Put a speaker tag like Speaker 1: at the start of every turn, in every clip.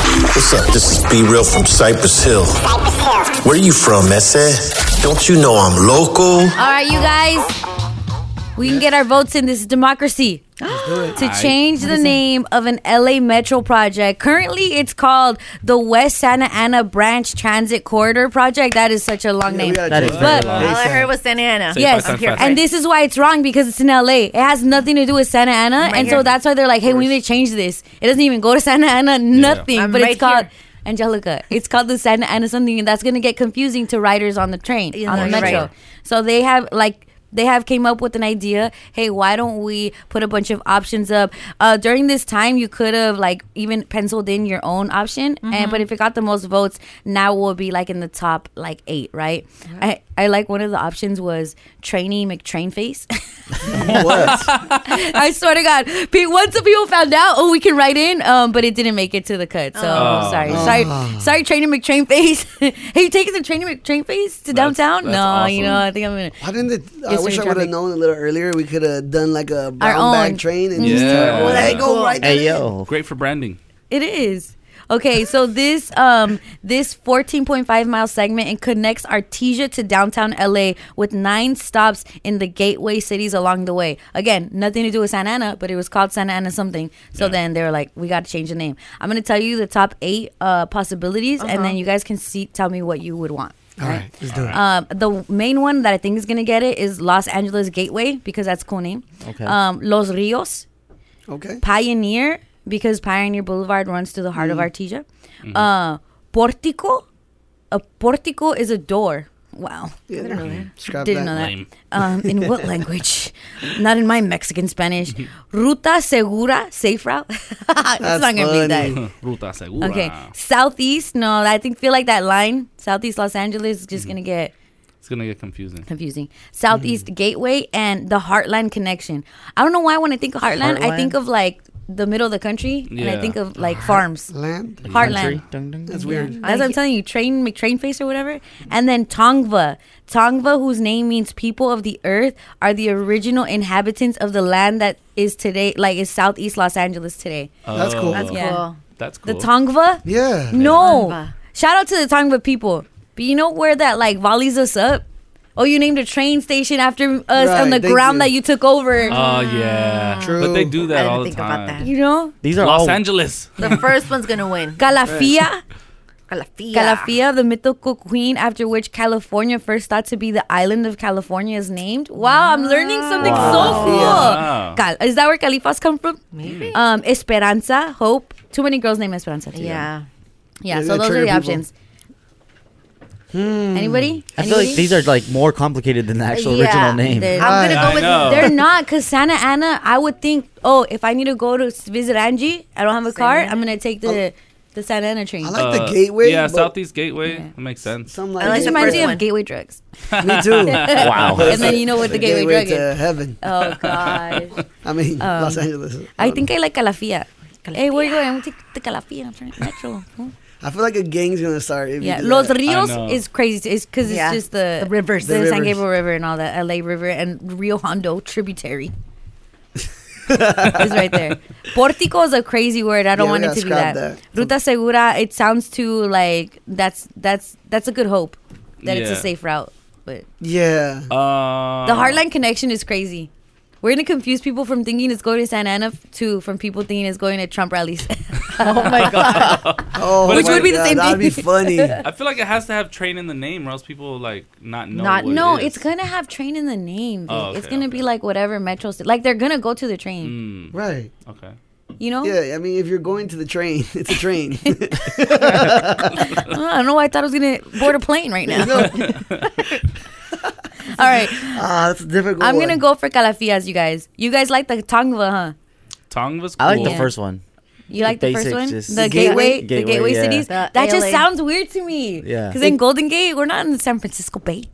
Speaker 1: What's up? This is Be Real from Cypress Hill. Where you from, Messe? Don't you know I'm local?
Speaker 2: All right, you guys. We can get our votes in. This is democracy. To change the name of an LA Metro project. Currently, it's called the West Santa Ana Branch Transit Corridor Project. That is such a long name.
Speaker 3: That is
Speaker 2: But-
Speaker 3: very
Speaker 4: All
Speaker 3: long.
Speaker 4: I heard was Santa Ana.
Speaker 3: So you
Speaker 2: Yes,
Speaker 3: Pass that fast.
Speaker 2: and this is why it's wrong because it's in LA. It has nothing to do with Santa Ana,
Speaker 4: right
Speaker 2: and so
Speaker 4: here.
Speaker 2: that's why they're like, "Hey, we need to change this." It doesn't even go to Santa Ana, nothing.
Speaker 4: I'm
Speaker 2: but
Speaker 4: right
Speaker 2: it's called
Speaker 4: here.
Speaker 2: Angelica. It's called the Santa Ana something, and that's gonna get confusing to riders on the train
Speaker 4: You
Speaker 2: on
Speaker 4: know,
Speaker 2: the
Speaker 4: you're
Speaker 2: metro.
Speaker 4: right.
Speaker 2: So they have like. They have came up with an idea. Hey, why don't we put a bunch of options up? Uh, during this time, you could have like even penciled in your own option, and but if it got the most votes, now we'll be like in the top like eight, right? I, I like one of the options was trainee McTrainface.
Speaker 5: What?
Speaker 2: I swear to God, Pe- once the people found out, oh, we can write in, um, but it didn't make it to the cut. So
Speaker 3: Oh.
Speaker 2: sorry, sorry, sorry, Trainer McTrainface. hey, you taking the Trainer McTrainface to
Speaker 3: That's-
Speaker 2: downtown?
Speaker 3: that's
Speaker 2: no, you
Speaker 3: awesome.
Speaker 2: know, I think I'm gonna.
Speaker 5: Why didn't it? I
Speaker 2: Yesterday
Speaker 5: wish I would
Speaker 2: traffic.
Speaker 5: have known a little earlier. We could have done like a brown
Speaker 2: own. Mm-hmm.
Speaker 5: bag train and just
Speaker 3: Yeah.
Speaker 5: tell
Speaker 3: Oh,
Speaker 5: everyone,
Speaker 3: that'd
Speaker 5: hey,
Speaker 3: be
Speaker 5: go right there.
Speaker 6: Hey yo,
Speaker 3: Great for branding.
Speaker 2: It is. Okay, so this um this 14.5 mile segment it connects Artesia to downtown LA with nine stops in the gateway cities along the way. Again, nothing to do with Santa Ana, but it was called Santa Ana something. So then they were like, we got to change the name. I'm gonna tell you the top eight uh, possibilities, and then you guys can see tell me what you would want.
Speaker 5: All right, let's do it.
Speaker 2: Um, the main one that I think is gonna get it is Los Angeles Gateway because that's a cool name.
Speaker 6: Okay.
Speaker 2: Um, Los Rios
Speaker 5: Okay.
Speaker 2: Pioneer because Pioneer Boulevard runs through the heart of
Speaker 5: Mm-hmm.
Speaker 2: Artesia.
Speaker 7: Mm-hmm.
Speaker 2: Uh, portico, a portico is a door. Wow,
Speaker 5: Yeah, Scrap
Speaker 2: didn't know
Speaker 5: that.
Speaker 2: that.
Speaker 3: Lame.
Speaker 2: Um, in what language? Not in my Mexican Spanish. Ruta segura, safe route. Uh, it's not gonna be that.
Speaker 5: funny.
Speaker 3: Ruta segura.
Speaker 2: Okay, southeast. No, I think feel like that line southeast Los Angeles is just gonna get
Speaker 3: It's gonna get confusing.
Speaker 2: confusing. Southeast
Speaker 5: Mm-hmm.
Speaker 2: Gateway and the Heartland Connection. I don't know why when I think of Heartland, I think
Speaker 6: Heartland?
Speaker 2: of like the middle of the country, and I
Speaker 3: Yeah.
Speaker 2: think of like farms.
Speaker 5: Land.
Speaker 2: Heartland.
Speaker 6: Dun, dun, dun.
Speaker 5: That's weird.
Speaker 2: That's what I'm telling you, train McTrainface or whatever. And then Tongva. Tongva, whose name means people of the earth, are the original inhabitants of the land that is today, like is southeast Los Angeles today.
Speaker 5: That's cool.
Speaker 3: That's,
Speaker 4: That's
Speaker 2: Yeah.
Speaker 4: cool.
Speaker 3: cool.
Speaker 2: The Tongva?
Speaker 5: Yeah.
Speaker 2: No.
Speaker 4: Tongva.
Speaker 2: Shout out to the Tongva people. But you know where that like volleys us up? Oh, you named a train station after us on
Speaker 5: Right,
Speaker 2: the
Speaker 5: thank
Speaker 2: ground
Speaker 5: you.
Speaker 2: that you took over.
Speaker 3: Oh yeah.
Speaker 5: True.
Speaker 3: But they do
Speaker 4: I
Speaker 3: that
Speaker 4: didn't
Speaker 3: all the
Speaker 4: think about
Speaker 3: time.
Speaker 2: you know?
Speaker 6: These are
Speaker 3: Los
Speaker 6: all
Speaker 3: Angeles.
Speaker 4: The first one's gonna win.
Speaker 2: Calafia.
Speaker 4: Calafia.
Speaker 2: Calafia, the mythical queen after which California first thought to be the island of California is named. Wow, I'm learning something so cool.
Speaker 3: Wow.
Speaker 2: Cal- is that where Califas come from?
Speaker 4: Maybe.
Speaker 2: Um, Esperanza, hope. Too many girls named Esperanza. Too.
Speaker 4: Yeah.
Speaker 2: Yeah, so
Speaker 5: Yeah, they
Speaker 2: those are
Speaker 5: trigger
Speaker 2: the
Speaker 5: people.
Speaker 2: options. Anybody?
Speaker 6: Hmm. I feel like
Speaker 2: Anybody?
Speaker 6: these are like more complicated than the actual
Speaker 4: Yeah,
Speaker 6: original name.
Speaker 2: they're-
Speaker 4: I'm gonna
Speaker 3: Right. I
Speaker 4: go with
Speaker 3: know.
Speaker 2: They're not, cause Santa Ana. I would think, oh, if I need to go to s- visit Angie, I don't have a
Speaker 4: Santa
Speaker 2: car.
Speaker 4: Ana.
Speaker 2: I'm gonna take the the Santa Ana train.
Speaker 5: I like the gateway.
Speaker 3: Uh, Yeah,
Speaker 5: but
Speaker 3: Southeast Gateway. That makes sense.
Speaker 5: Some
Speaker 4: I
Speaker 5: like
Speaker 4: like
Speaker 2: It just
Speaker 4: the
Speaker 2: reminds
Speaker 4: first
Speaker 2: me of
Speaker 4: one.
Speaker 2: gateway drugs.
Speaker 5: Me too.
Speaker 6: wow.
Speaker 2: And then you know what the gateway, drug
Speaker 5: to
Speaker 2: is.
Speaker 5: heaven.
Speaker 2: Oh gosh. Um,
Speaker 5: I mean, Los Angeles.
Speaker 2: I think I like Calafia. Hey, where you going? I'm gonna take the Calafia. I'm trying to metro.
Speaker 5: I feel like a gang's gonna start. If
Speaker 2: Yeah,
Speaker 5: you do
Speaker 2: Los
Speaker 5: that.
Speaker 2: Rios
Speaker 3: I know.
Speaker 2: is crazy. It's because it's
Speaker 4: Yeah.
Speaker 2: just the,
Speaker 4: The rivers.
Speaker 2: the,
Speaker 5: The
Speaker 2: San
Speaker 5: rivers.
Speaker 2: Gabriel River and all that, LA River and Rio Hondo tributary. is right there. Portico is a crazy word. I don't
Speaker 5: Yeah, we
Speaker 2: want it
Speaker 5: gotta
Speaker 2: to be that.
Speaker 5: scrap
Speaker 2: Ruta Segura. It sounds too like that's that's that's a good hope that it's a
Speaker 3: Yeah.
Speaker 2: safe route. But
Speaker 5: Yeah.
Speaker 3: Uh,
Speaker 2: the Heartland connection is crazy. We're gonna confuse people from thinking it's going to Santa Ana f- to from people thinking it's going to Trump rallies.
Speaker 6: oh my god.
Speaker 5: Oh,
Speaker 3: Which
Speaker 5: my
Speaker 3: would
Speaker 2: be the
Speaker 5: God,
Speaker 2: same
Speaker 5: That'd be
Speaker 2: thing.
Speaker 5: funny.
Speaker 3: I feel like it has to have train in the name, or else people like not know.
Speaker 4: Not-
Speaker 3: what
Speaker 2: no,
Speaker 3: it is.
Speaker 2: it's gonna have train in the name. dude.
Speaker 3: Oh,
Speaker 2: it's
Speaker 3: okay,
Speaker 2: gonna
Speaker 3: okay.
Speaker 2: be like whatever metro. St- like they're gonna go to the train.
Speaker 3: Mm,
Speaker 5: right.
Speaker 3: okay.
Speaker 2: You know?
Speaker 5: Yeah. I mean, if you're going to the train, it's a train.
Speaker 2: I don't know why I thought I was gonna board a plane right now.
Speaker 5: No.
Speaker 2: All right,
Speaker 5: Ah, that's a difficult.
Speaker 2: I'm
Speaker 5: one.
Speaker 2: gonna go for Calafias, you guys. You guys like the Tongva, huh?
Speaker 3: Tongue was cool.
Speaker 6: I like
Speaker 2: Yeah.
Speaker 6: the first one.
Speaker 2: You like the, first
Speaker 6: basic,
Speaker 2: one,
Speaker 6: just-
Speaker 2: the
Speaker 6: The
Speaker 2: gateway,
Speaker 6: gateway?
Speaker 2: the gateway
Speaker 6: Gateway, yeah.
Speaker 2: cities.
Speaker 4: The
Speaker 2: that just
Speaker 4: LA.
Speaker 2: sounds weird to me.
Speaker 6: Yeah.
Speaker 2: Because in Golden Gate, we're not in the San Francisco Bay.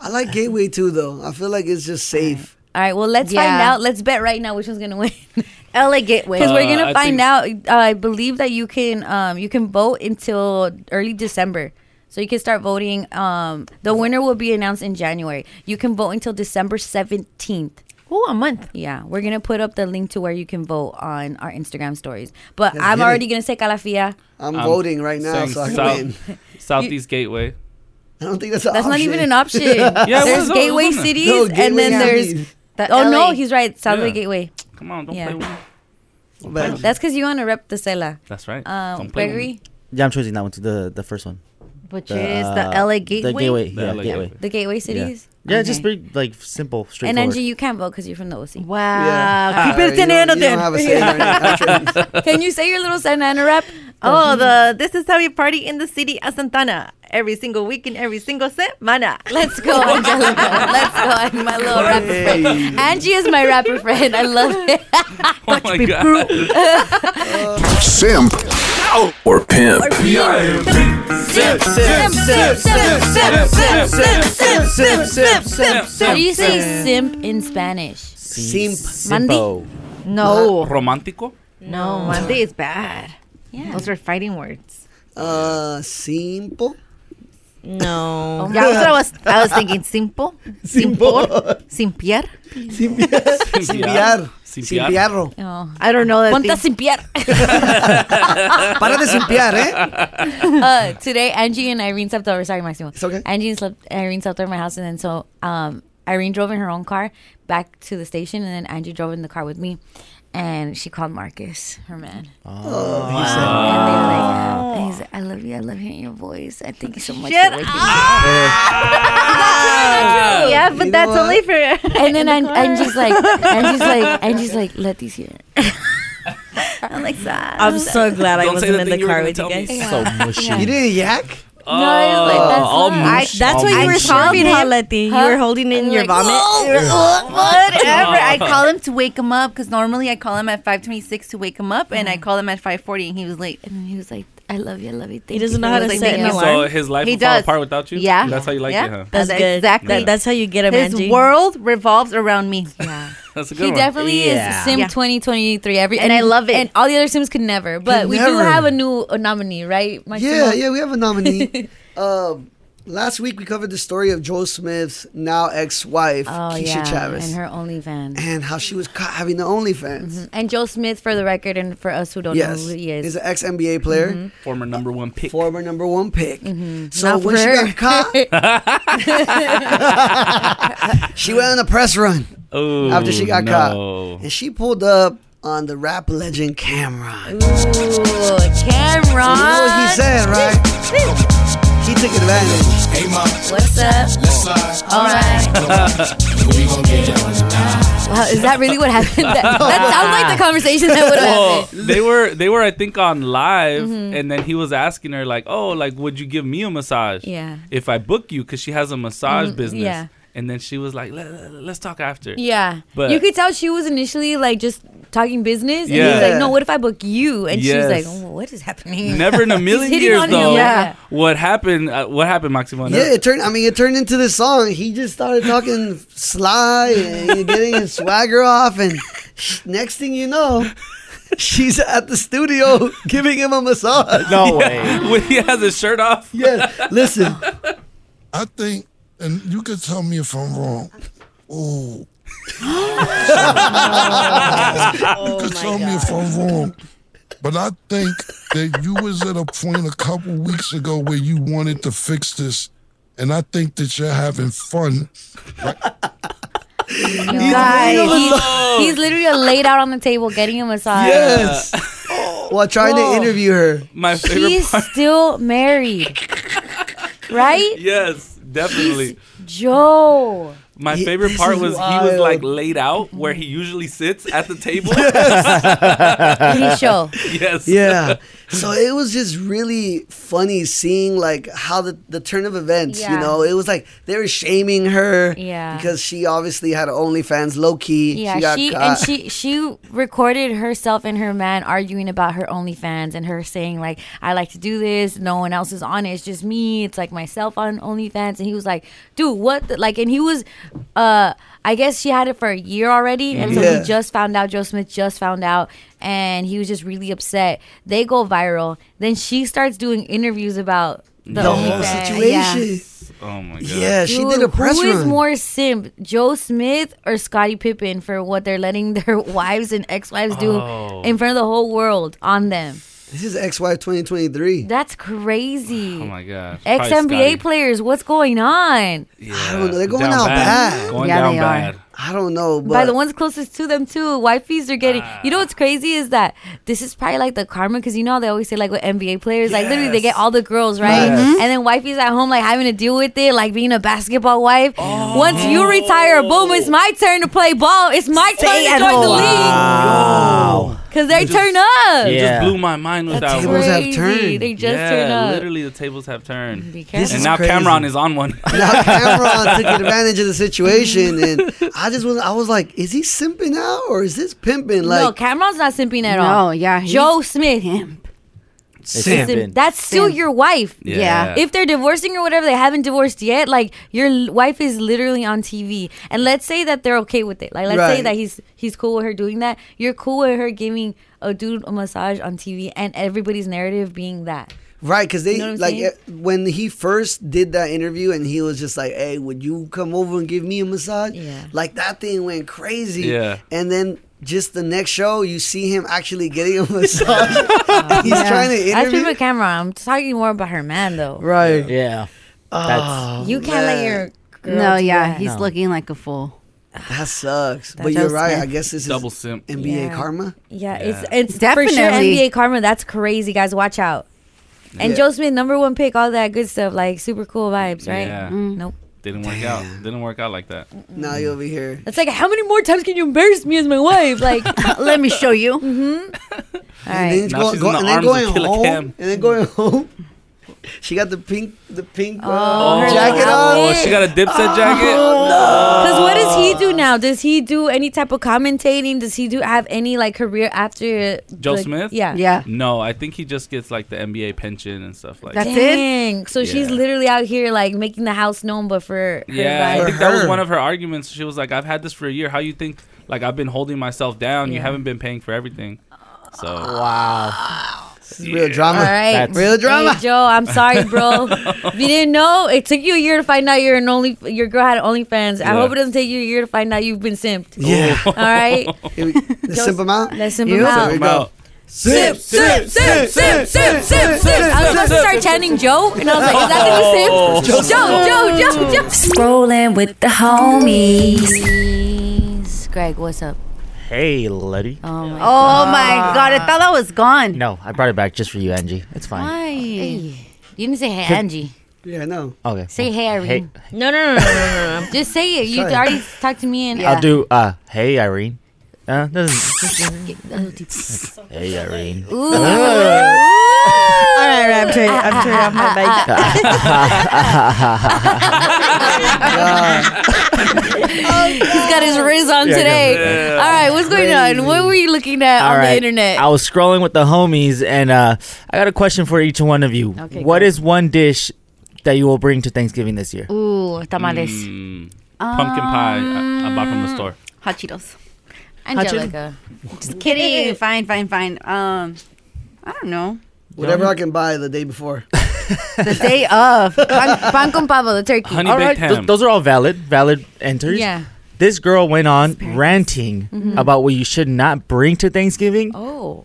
Speaker 5: I like Gateway too, though. I feel like it's just safe.
Speaker 2: All right. Well, let's find
Speaker 4: Yeah.
Speaker 2: out. Let's bet right now which one's gonna win.
Speaker 4: LA Gateway.
Speaker 2: Because we're
Speaker 3: Uh,
Speaker 2: gonna
Speaker 3: I
Speaker 2: find
Speaker 3: think-
Speaker 2: out. Uh, I believe that you can um, you can vote until early December, so you can start voting. Um, the winner will be announced in January. You can vote until December seventeenth.
Speaker 4: Ooh, a month.
Speaker 2: Yeah, we're gonna put up the link to where you can vote on our Instagram stories. But
Speaker 5: Let's
Speaker 2: I'm
Speaker 5: get
Speaker 2: already
Speaker 5: it.
Speaker 2: gonna say Calafia.
Speaker 5: I'm voting right now,
Speaker 3: saying
Speaker 5: so I
Speaker 3: South-
Speaker 5: win.
Speaker 3: Southeast Gateway.
Speaker 5: I don't think that's an
Speaker 2: That's
Speaker 5: option.
Speaker 2: not even an option.
Speaker 3: it
Speaker 2: there's
Speaker 3: was on- it
Speaker 2: Gateway
Speaker 3: was on there.
Speaker 2: Cities,
Speaker 5: No,
Speaker 2: and
Speaker 5: Gateway
Speaker 2: then
Speaker 5: Cities.
Speaker 2: there's.
Speaker 4: The
Speaker 2: oh no,
Speaker 4: LA.
Speaker 2: he's right. Southway
Speaker 3: Yeah.
Speaker 2: Gateway.
Speaker 3: Come on, don't
Speaker 2: Yeah.
Speaker 3: play with me.
Speaker 5: But
Speaker 2: That's because you wanna rep the Cela.
Speaker 3: That's right.
Speaker 2: Um,
Speaker 3: don't play with me.
Speaker 2: Gregory,
Speaker 6: Yeah, I'm choosing that one too. The the first one.
Speaker 4: Which
Speaker 6: The,
Speaker 4: is the
Speaker 6: uh,
Speaker 4: LA
Speaker 6: The
Speaker 4: Gateway.
Speaker 6: gateway.
Speaker 3: The
Speaker 6: yeah,
Speaker 3: LA
Speaker 6: gateway.
Speaker 3: Gateway.
Speaker 2: the Gateway Cities.
Speaker 6: Yeah, just
Speaker 2: Okay.
Speaker 6: pretty like simple,
Speaker 2: And
Speaker 6: straightforward.
Speaker 2: Angie, you can't vote because you're from the OC.
Speaker 4: Wow.
Speaker 5: Yeah.
Speaker 2: Keep it
Speaker 5: You don't-
Speaker 2: Fernando
Speaker 5: you don't have a say right now. Actually,
Speaker 2: Can you say your little Santa Ana rep?
Speaker 4: Oh, the this is how you party in the city of Santana every single week and every single semana.
Speaker 2: Let's go, Angelica. Let's go. I'm my little rapper friend. Angie is my rapper friend. I love it.
Speaker 3: Oh my god.
Speaker 1: Simp or pimp.
Speaker 2: How do you say simp in Spanish?
Speaker 5: Simp.
Speaker 2: Mandy?
Speaker 6: Simpo.
Speaker 4: No,
Speaker 3: Romantico?
Speaker 4: no, Monday is bad.
Speaker 2: Yeah.
Speaker 4: Those are fighting words.
Speaker 5: Uh, simple.
Speaker 2: Oh
Speaker 4: No. Yeah, that's what I was I was thinking simple, simple, simpiar.
Speaker 5: Simpiar.
Speaker 3: Simpiar.
Speaker 5: Simpiarro.
Speaker 2: Oh.
Speaker 4: I don't know that.
Speaker 2: Ponte a
Speaker 4: thing.
Speaker 2: simpiar.
Speaker 5: Para de simpiar, eh?
Speaker 2: uh, today Angie and Irene slept over. Sorry, Maximo.
Speaker 5: It's okay.
Speaker 2: Angie and slept. Irene slept over at my house, and then so um, Irene drove in her own car back to the station, and then Angie drove in the car with me, and she called Marcus, her man.
Speaker 4: Oh,
Speaker 2: And they were like, and he's like, I love you. I love hearing your voice. I thank you so much.
Speaker 4: Shut
Speaker 2: for waking me
Speaker 5: Ah!
Speaker 3: Oh,
Speaker 4: yeah, but
Speaker 5: You know
Speaker 4: that's
Speaker 5: what?
Speaker 4: only for.
Speaker 2: And then and, Angie's like, Angie's like, Angie's like, Letty's here.
Speaker 4: I'm like sad.
Speaker 7: I'm so glad I
Speaker 3: Don't say
Speaker 7: wasn't
Speaker 3: the
Speaker 7: in the
Speaker 3: thing you were
Speaker 7: car
Speaker 3: gonna
Speaker 7: with you
Speaker 3: tell me.
Speaker 7: guys.
Speaker 6: So mushy.
Speaker 5: You didn't yak?
Speaker 3: Oh,
Speaker 2: like, that's
Speaker 3: all
Speaker 2: not-
Speaker 3: mush.
Speaker 7: That's
Speaker 3: all
Speaker 7: what you
Speaker 4: I
Speaker 7: were
Speaker 3: mush.
Speaker 4: called
Speaker 7: shopping, huh,
Speaker 4: him-
Speaker 7: Letty? You were holding in your
Speaker 2: like,
Speaker 7: vomit.
Speaker 4: Whatever. I
Speaker 3: Oh.
Speaker 4: call him to wake him up because normally I call him at 5:26 to wake him up, and I call him at 5:40, and he was late.
Speaker 2: And then he was like, I love you. I love you. Thank
Speaker 7: He doesn't
Speaker 2: you
Speaker 7: know
Speaker 2: for
Speaker 7: how to
Speaker 2: everything
Speaker 7: set
Speaker 2: you
Speaker 7: an
Speaker 2: do."
Speaker 7: alarm.
Speaker 3: So his life
Speaker 4: He
Speaker 3: will fall
Speaker 4: does.
Speaker 3: apart without you?
Speaker 4: Yeah.
Speaker 3: That's how you like
Speaker 4: Yeah.
Speaker 3: it, huh?
Speaker 7: That's
Speaker 4: That's
Speaker 7: good.
Speaker 4: exactly.
Speaker 7: That- that's how you get him,
Speaker 4: His
Speaker 7: Angie.
Speaker 4: world revolves around me. Yeah.
Speaker 3: That's a good
Speaker 2: He
Speaker 3: one.
Speaker 2: definitely
Speaker 6: Yeah.
Speaker 2: is Sim
Speaker 4: Yeah.
Speaker 2: 2023 every
Speaker 4: And I love it.
Speaker 2: And all the other Sims could never, but we do
Speaker 5: never.
Speaker 2: have a new uh, nominee, right? Mike
Speaker 5: Yeah,
Speaker 2: Simo?
Speaker 5: yeah, we have a nominee. uh, last week we covered the story of Joe Smith's now ex-wife,
Speaker 2: Oh
Speaker 5: Keisha
Speaker 2: yeah,
Speaker 5: Chavez,
Speaker 2: and
Speaker 5: and,
Speaker 2: her OnlyFans.
Speaker 5: how she was caught having the OnlyFans.
Speaker 2: Mm-hmm. And Joe Smith, for the record, and for us who don't
Speaker 5: Yes,
Speaker 2: know who he is, Mm-hmm.
Speaker 5: is an ex NBA player,
Speaker 3: Former number one pick.
Speaker 5: former number one pick. So
Speaker 2: Not
Speaker 5: when
Speaker 2: for
Speaker 5: she
Speaker 2: her.
Speaker 5: got caught, she went on a press run
Speaker 3: Oh,
Speaker 5: after she got
Speaker 3: no.
Speaker 5: caught, and she pulled up on the rap legend Cameron.
Speaker 2: Ooh, Cameron.
Speaker 5: You know what he said, right? he took advantage.
Speaker 2: What's up? All right. wow, is that really what happened? That, that sounds like the conversation that would have Mm-hmm.
Speaker 3: Well,
Speaker 2: happened.
Speaker 3: they were they were I think on live, and then he was asking her like, "Oh, like would you give me a massage?
Speaker 2: Yeah. Mm-hmm.
Speaker 3: if I book you, because she has a massage business."
Speaker 2: yeah.
Speaker 3: And then she was like, let, us talk after."
Speaker 2: Yeah.
Speaker 3: But-
Speaker 2: you could tell she was initially like just talking business. And he's
Speaker 3: Yeah.
Speaker 2: like, no, what if I book you? And she's
Speaker 3: Yes.
Speaker 2: like, oh, what is happening?
Speaker 3: Never in a million
Speaker 2: hitting
Speaker 3: years
Speaker 2: on you,
Speaker 3: though.
Speaker 2: yeah.
Speaker 3: What happened? Uh, what happened, Maximo?
Speaker 5: Yeah, it turned. I mean, it turned into this song. He just started talking sly and getting his swagger off, and next thing you know, she's at the studio giving him a massage.
Speaker 6: No way.
Speaker 3: when he has his shirt off.
Speaker 5: Yes, listen.
Speaker 8: I think, and you could tell me if I'm wrong. Oh. you
Speaker 9: Oh
Speaker 8: could tell me if I'm wrong. But I think that you was at a point a couple weeks ago where you wanted to fix this. And I think that you're having fun.
Speaker 2: Guys, he's, he's literally laid out on the table getting a massage.
Speaker 5: Yes. While trying
Speaker 2: Whoa.
Speaker 5: to interview her.
Speaker 3: My favorite
Speaker 2: He's
Speaker 3: part.
Speaker 2: still married. Right?
Speaker 3: Yes, definitely.
Speaker 2: Joe.
Speaker 3: My
Speaker 5: He-
Speaker 3: favorite
Speaker 5: this
Speaker 3: part
Speaker 5: is
Speaker 3: was he was like
Speaker 5: wild.
Speaker 3: laid out where he usually sits at the table.
Speaker 2: Any show.
Speaker 3: yes.
Speaker 5: Yeah. So it was just really funny seeing like how the, the turn of events,
Speaker 2: Yeah.
Speaker 5: you know, it was like they were shaming her
Speaker 2: Yeah.
Speaker 5: because she obviously had OnlyFans low key. she
Speaker 2: Yeah,
Speaker 5: got
Speaker 2: she, and
Speaker 5: caught.
Speaker 2: she she recorded herself and her man arguing about her OnlyFans and her saying like, "I like to do this. No one else is on it. It's just me. It's like myself on OnlyFans." And he was like, "Dude, what?" The, like, and he was, uh, I guess she had it for a year already, and so
Speaker 5: Yeah.
Speaker 2: he just found out. Joe Smith just found out, and he was just really upset. They go viral. Then she starts doing interviews about the,
Speaker 5: the whole
Speaker 2: OnlyFans. Yeah.
Speaker 5: situation.
Speaker 3: Oh my god. Oh
Speaker 5: Yeah, she did
Speaker 2: Dude,
Speaker 5: a press
Speaker 2: Who is
Speaker 5: run.
Speaker 2: more simp, Joe Smith or Scottie Pippen, for what they're letting their wives and ex-wives do
Speaker 3: Oh.
Speaker 2: in front of the whole world on them?
Speaker 5: this is XY 2023.
Speaker 2: That's crazy.
Speaker 3: Oh my god.
Speaker 2: Ex NBA players, what's going on?
Speaker 3: I
Speaker 5: don't know. They're going out bad.
Speaker 3: Going
Speaker 4: Yeah,
Speaker 3: down
Speaker 4: they are.
Speaker 3: bad.
Speaker 5: I don't know, but
Speaker 2: By the ones closest to them too, wifeys are getting. you know
Speaker 3: Ah.
Speaker 2: what's crazy is that this is probably like the karma because you know how they always say like with NBA players, like literally they get all the girls right,
Speaker 3: Yes.
Speaker 7: Mm-hmm.
Speaker 2: and then wifeys at home like having to deal with it, like being a basketball wife.
Speaker 3: Oh.
Speaker 2: Once you retire, boom, it's my turn to play ball. It's my
Speaker 7: Stay
Speaker 2: turn
Speaker 7: at
Speaker 2: to join
Speaker 7: home.
Speaker 2: the
Speaker 5: Oh.
Speaker 2: league
Speaker 6: Wow.
Speaker 2: because they turn up.
Speaker 3: It
Speaker 6: Yeah.
Speaker 3: just blew my mind with that.
Speaker 5: tables
Speaker 3: one.
Speaker 5: have
Speaker 2: Crazy.
Speaker 5: turned.
Speaker 2: They just
Speaker 3: yeah,
Speaker 2: turn up.
Speaker 3: literally the tables have turned.
Speaker 2: Be
Speaker 5: This
Speaker 2: careful.
Speaker 5: is
Speaker 3: and now
Speaker 5: crazy.
Speaker 3: Cameron is on one.
Speaker 5: now Cameron took advantage of the situation, and I just was I was like, is he simping out or is this pimping?
Speaker 2: no,
Speaker 5: Like,
Speaker 2: Cameron's not simping at
Speaker 4: No,
Speaker 2: all.
Speaker 4: yeah, he's-
Speaker 2: Joe Smith.
Speaker 6: It's
Speaker 5: Simp.
Speaker 6: simping.
Speaker 2: That's still
Speaker 4: Simp.
Speaker 2: your wife.
Speaker 4: Yeah.
Speaker 2: If they're divorcing or whatever, they haven't divorced yet. Like your l- wife is literally on TV, and let's say that they're okay with it. Like let's say
Speaker 5: Right.
Speaker 2: that he's he's cool with her doing that. You're cool with her giving a dude a massage on TV, and everybody's narrative being that.
Speaker 5: right? Because they
Speaker 2: You know what I'm
Speaker 5: like
Speaker 2: saying?
Speaker 5: eh, when he first did that interview, and he was just like, "Hey, would you come over and give me a massage?"
Speaker 2: Yeah.
Speaker 5: Like that thing went crazy.
Speaker 3: Yeah.
Speaker 5: And then just the next show, you see him actually getting a massage. He's trying to
Speaker 2: That's
Speaker 5: interview.
Speaker 2: people camera. I'm talking more about her man though.
Speaker 5: Right.
Speaker 6: Yeah. That's
Speaker 2: You can't let
Speaker 5: Oh, man.
Speaker 2: your girl
Speaker 4: Oh, No,
Speaker 2: do
Speaker 4: yeah,
Speaker 2: that.
Speaker 4: he's looking like a fool.
Speaker 5: That sucks. but
Speaker 2: That's
Speaker 5: you're
Speaker 2: so
Speaker 5: right.
Speaker 2: sad.
Speaker 5: I guess this
Speaker 3: Double
Speaker 5: is
Speaker 3: simp.
Speaker 5: NBA
Speaker 2: Yeah.
Speaker 5: karma.
Speaker 2: Yeah, it's
Speaker 3: Yeah.
Speaker 2: it's definitely for sure
Speaker 4: Definitely.
Speaker 2: NBA karma. That's crazy, guys. Watch out. And
Speaker 5: Yeah.
Speaker 2: Joe Smith, number one pick, all that good stuff, like super cool vibes, right?
Speaker 3: Yeah.
Speaker 4: Mm.
Speaker 2: Nope.
Speaker 3: Didn't work out. Didn't work out like that.
Speaker 5: Now you over here.
Speaker 2: It's like, how many more times can you embarrass me as my wife? Like, Mm-hmm. all
Speaker 4: Let me show you.
Speaker 5: And
Speaker 2: right.
Speaker 5: then,
Speaker 3: Now
Speaker 5: go,
Speaker 3: she's
Speaker 5: go-
Speaker 3: in the
Speaker 5: and then
Speaker 3: arms of
Speaker 5: going
Speaker 3: Killer
Speaker 5: home,
Speaker 3: Cam.
Speaker 5: and then going home. She got the pink, the pink uh,
Speaker 2: Oh, her
Speaker 5: jacket
Speaker 2: little
Speaker 5: on.
Speaker 3: Oh, she got a dipset jacket. Oh.
Speaker 2: Because what does he do now? Does he do any type of commentating? Does he do have any like career after
Speaker 3: Joe
Speaker 2: like-
Speaker 3: Smith?
Speaker 2: Yeah.
Speaker 4: Yeah.
Speaker 3: No, I think he just gets like the NBA pension and stuff like
Speaker 4: That's
Speaker 3: that.
Speaker 4: it?
Speaker 2: Dang. So she's
Speaker 3: Yeah.
Speaker 2: literally out here like making the house known, but for her
Speaker 3: Yeah,
Speaker 2: vibes.
Speaker 3: I
Speaker 5: For
Speaker 3: think that was
Speaker 5: her.
Speaker 3: one of her arguments. She was like, "I've had this for a year. How you think? Like, I've been holding myself down. You
Speaker 2: Yeah.
Speaker 3: haven't been paying for everything." So
Speaker 6: wow.
Speaker 5: This is real drama.
Speaker 2: All right.
Speaker 6: That's-
Speaker 5: Real drama.
Speaker 2: Hey, Joe, I'm sorry, bro. if you didn't know, it took you a year to find out you're an only your girl had OnlyFans. I
Speaker 3: Yeah.
Speaker 2: hope it doesn't take you a year to find out you've been simped.
Speaker 5: Yeah.
Speaker 2: All right,
Speaker 5: Here we- Let's simp him out.
Speaker 2: let's simp
Speaker 5: You?
Speaker 2: him out.
Speaker 5: There we
Speaker 3: I'm
Speaker 5: go.
Speaker 3: out.
Speaker 5: Simp,
Speaker 2: Simp, simp, simp, simp, simp, simp. I was about to start chanting Joe, and I was like, "Is that gonna be simp?" Joe, Joe, Joe, Joe. Scrolling with the homies. Greg, what's up?
Speaker 6: Hey, Letty.
Speaker 2: Oh my.
Speaker 4: Oh my god, I thought that was gone.
Speaker 6: No, I brought it back just for you, Angie. It's fine.
Speaker 4: Why?
Speaker 2: You didn't say hey Angie.
Speaker 5: Yeah, no.
Speaker 6: Okay.
Speaker 2: Say hey
Speaker 6: Hey,
Speaker 2: Irene. No, no, no, no, no, no. Just say it. You
Speaker 5: Sorry.
Speaker 2: already talked to me and
Speaker 6: I'll do. Uh, hey, Irene. Uh, doesn't. hey, Irene.
Speaker 2: Ooh. Ooh.
Speaker 7: All right, I'm turning, I'm turning off my mic.
Speaker 2: Oh, He's got his riz on
Speaker 6: Yeah, I got
Speaker 2: today.
Speaker 3: it.
Speaker 2: All right, what's going on? What were you looking at
Speaker 6: All
Speaker 2: on
Speaker 6: right.
Speaker 2: the internet?
Speaker 6: I was scrolling with the homies, and uh, I got a question for each one of you. What
Speaker 4: Okay,
Speaker 6: is
Speaker 4: go.
Speaker 6: one dish that you will bring to Thanksgiving this year?
Speaker 2: Ooh, Um, tamales.
Speaker 3: Mm, pumpkin pie. I, I bought from the store.
Speaker 4: Hot Cheetos.
Speaker 2: Ah. Angelica.
Speaker 4: Just kidding. fine, fine, fine. Um, I don't know.
Speaker 5: Whatever I can buy the day before.
Speaker 4: The day of.
Speaker 2: Pan, pan con pavo, the turkey.
Speaker 3: Honey
Speaker 6: All right,
Speaker 3: baked
Speaker 6: th-
Speaker 3: ham.
Speaker 6: those are all valid, valid enters.
Speaker 2: Yeah. Mm-hmm.
Speaker 6: This girl went on ranting about what you should not bring to Thanksgiving,
Speaker 2: Oh.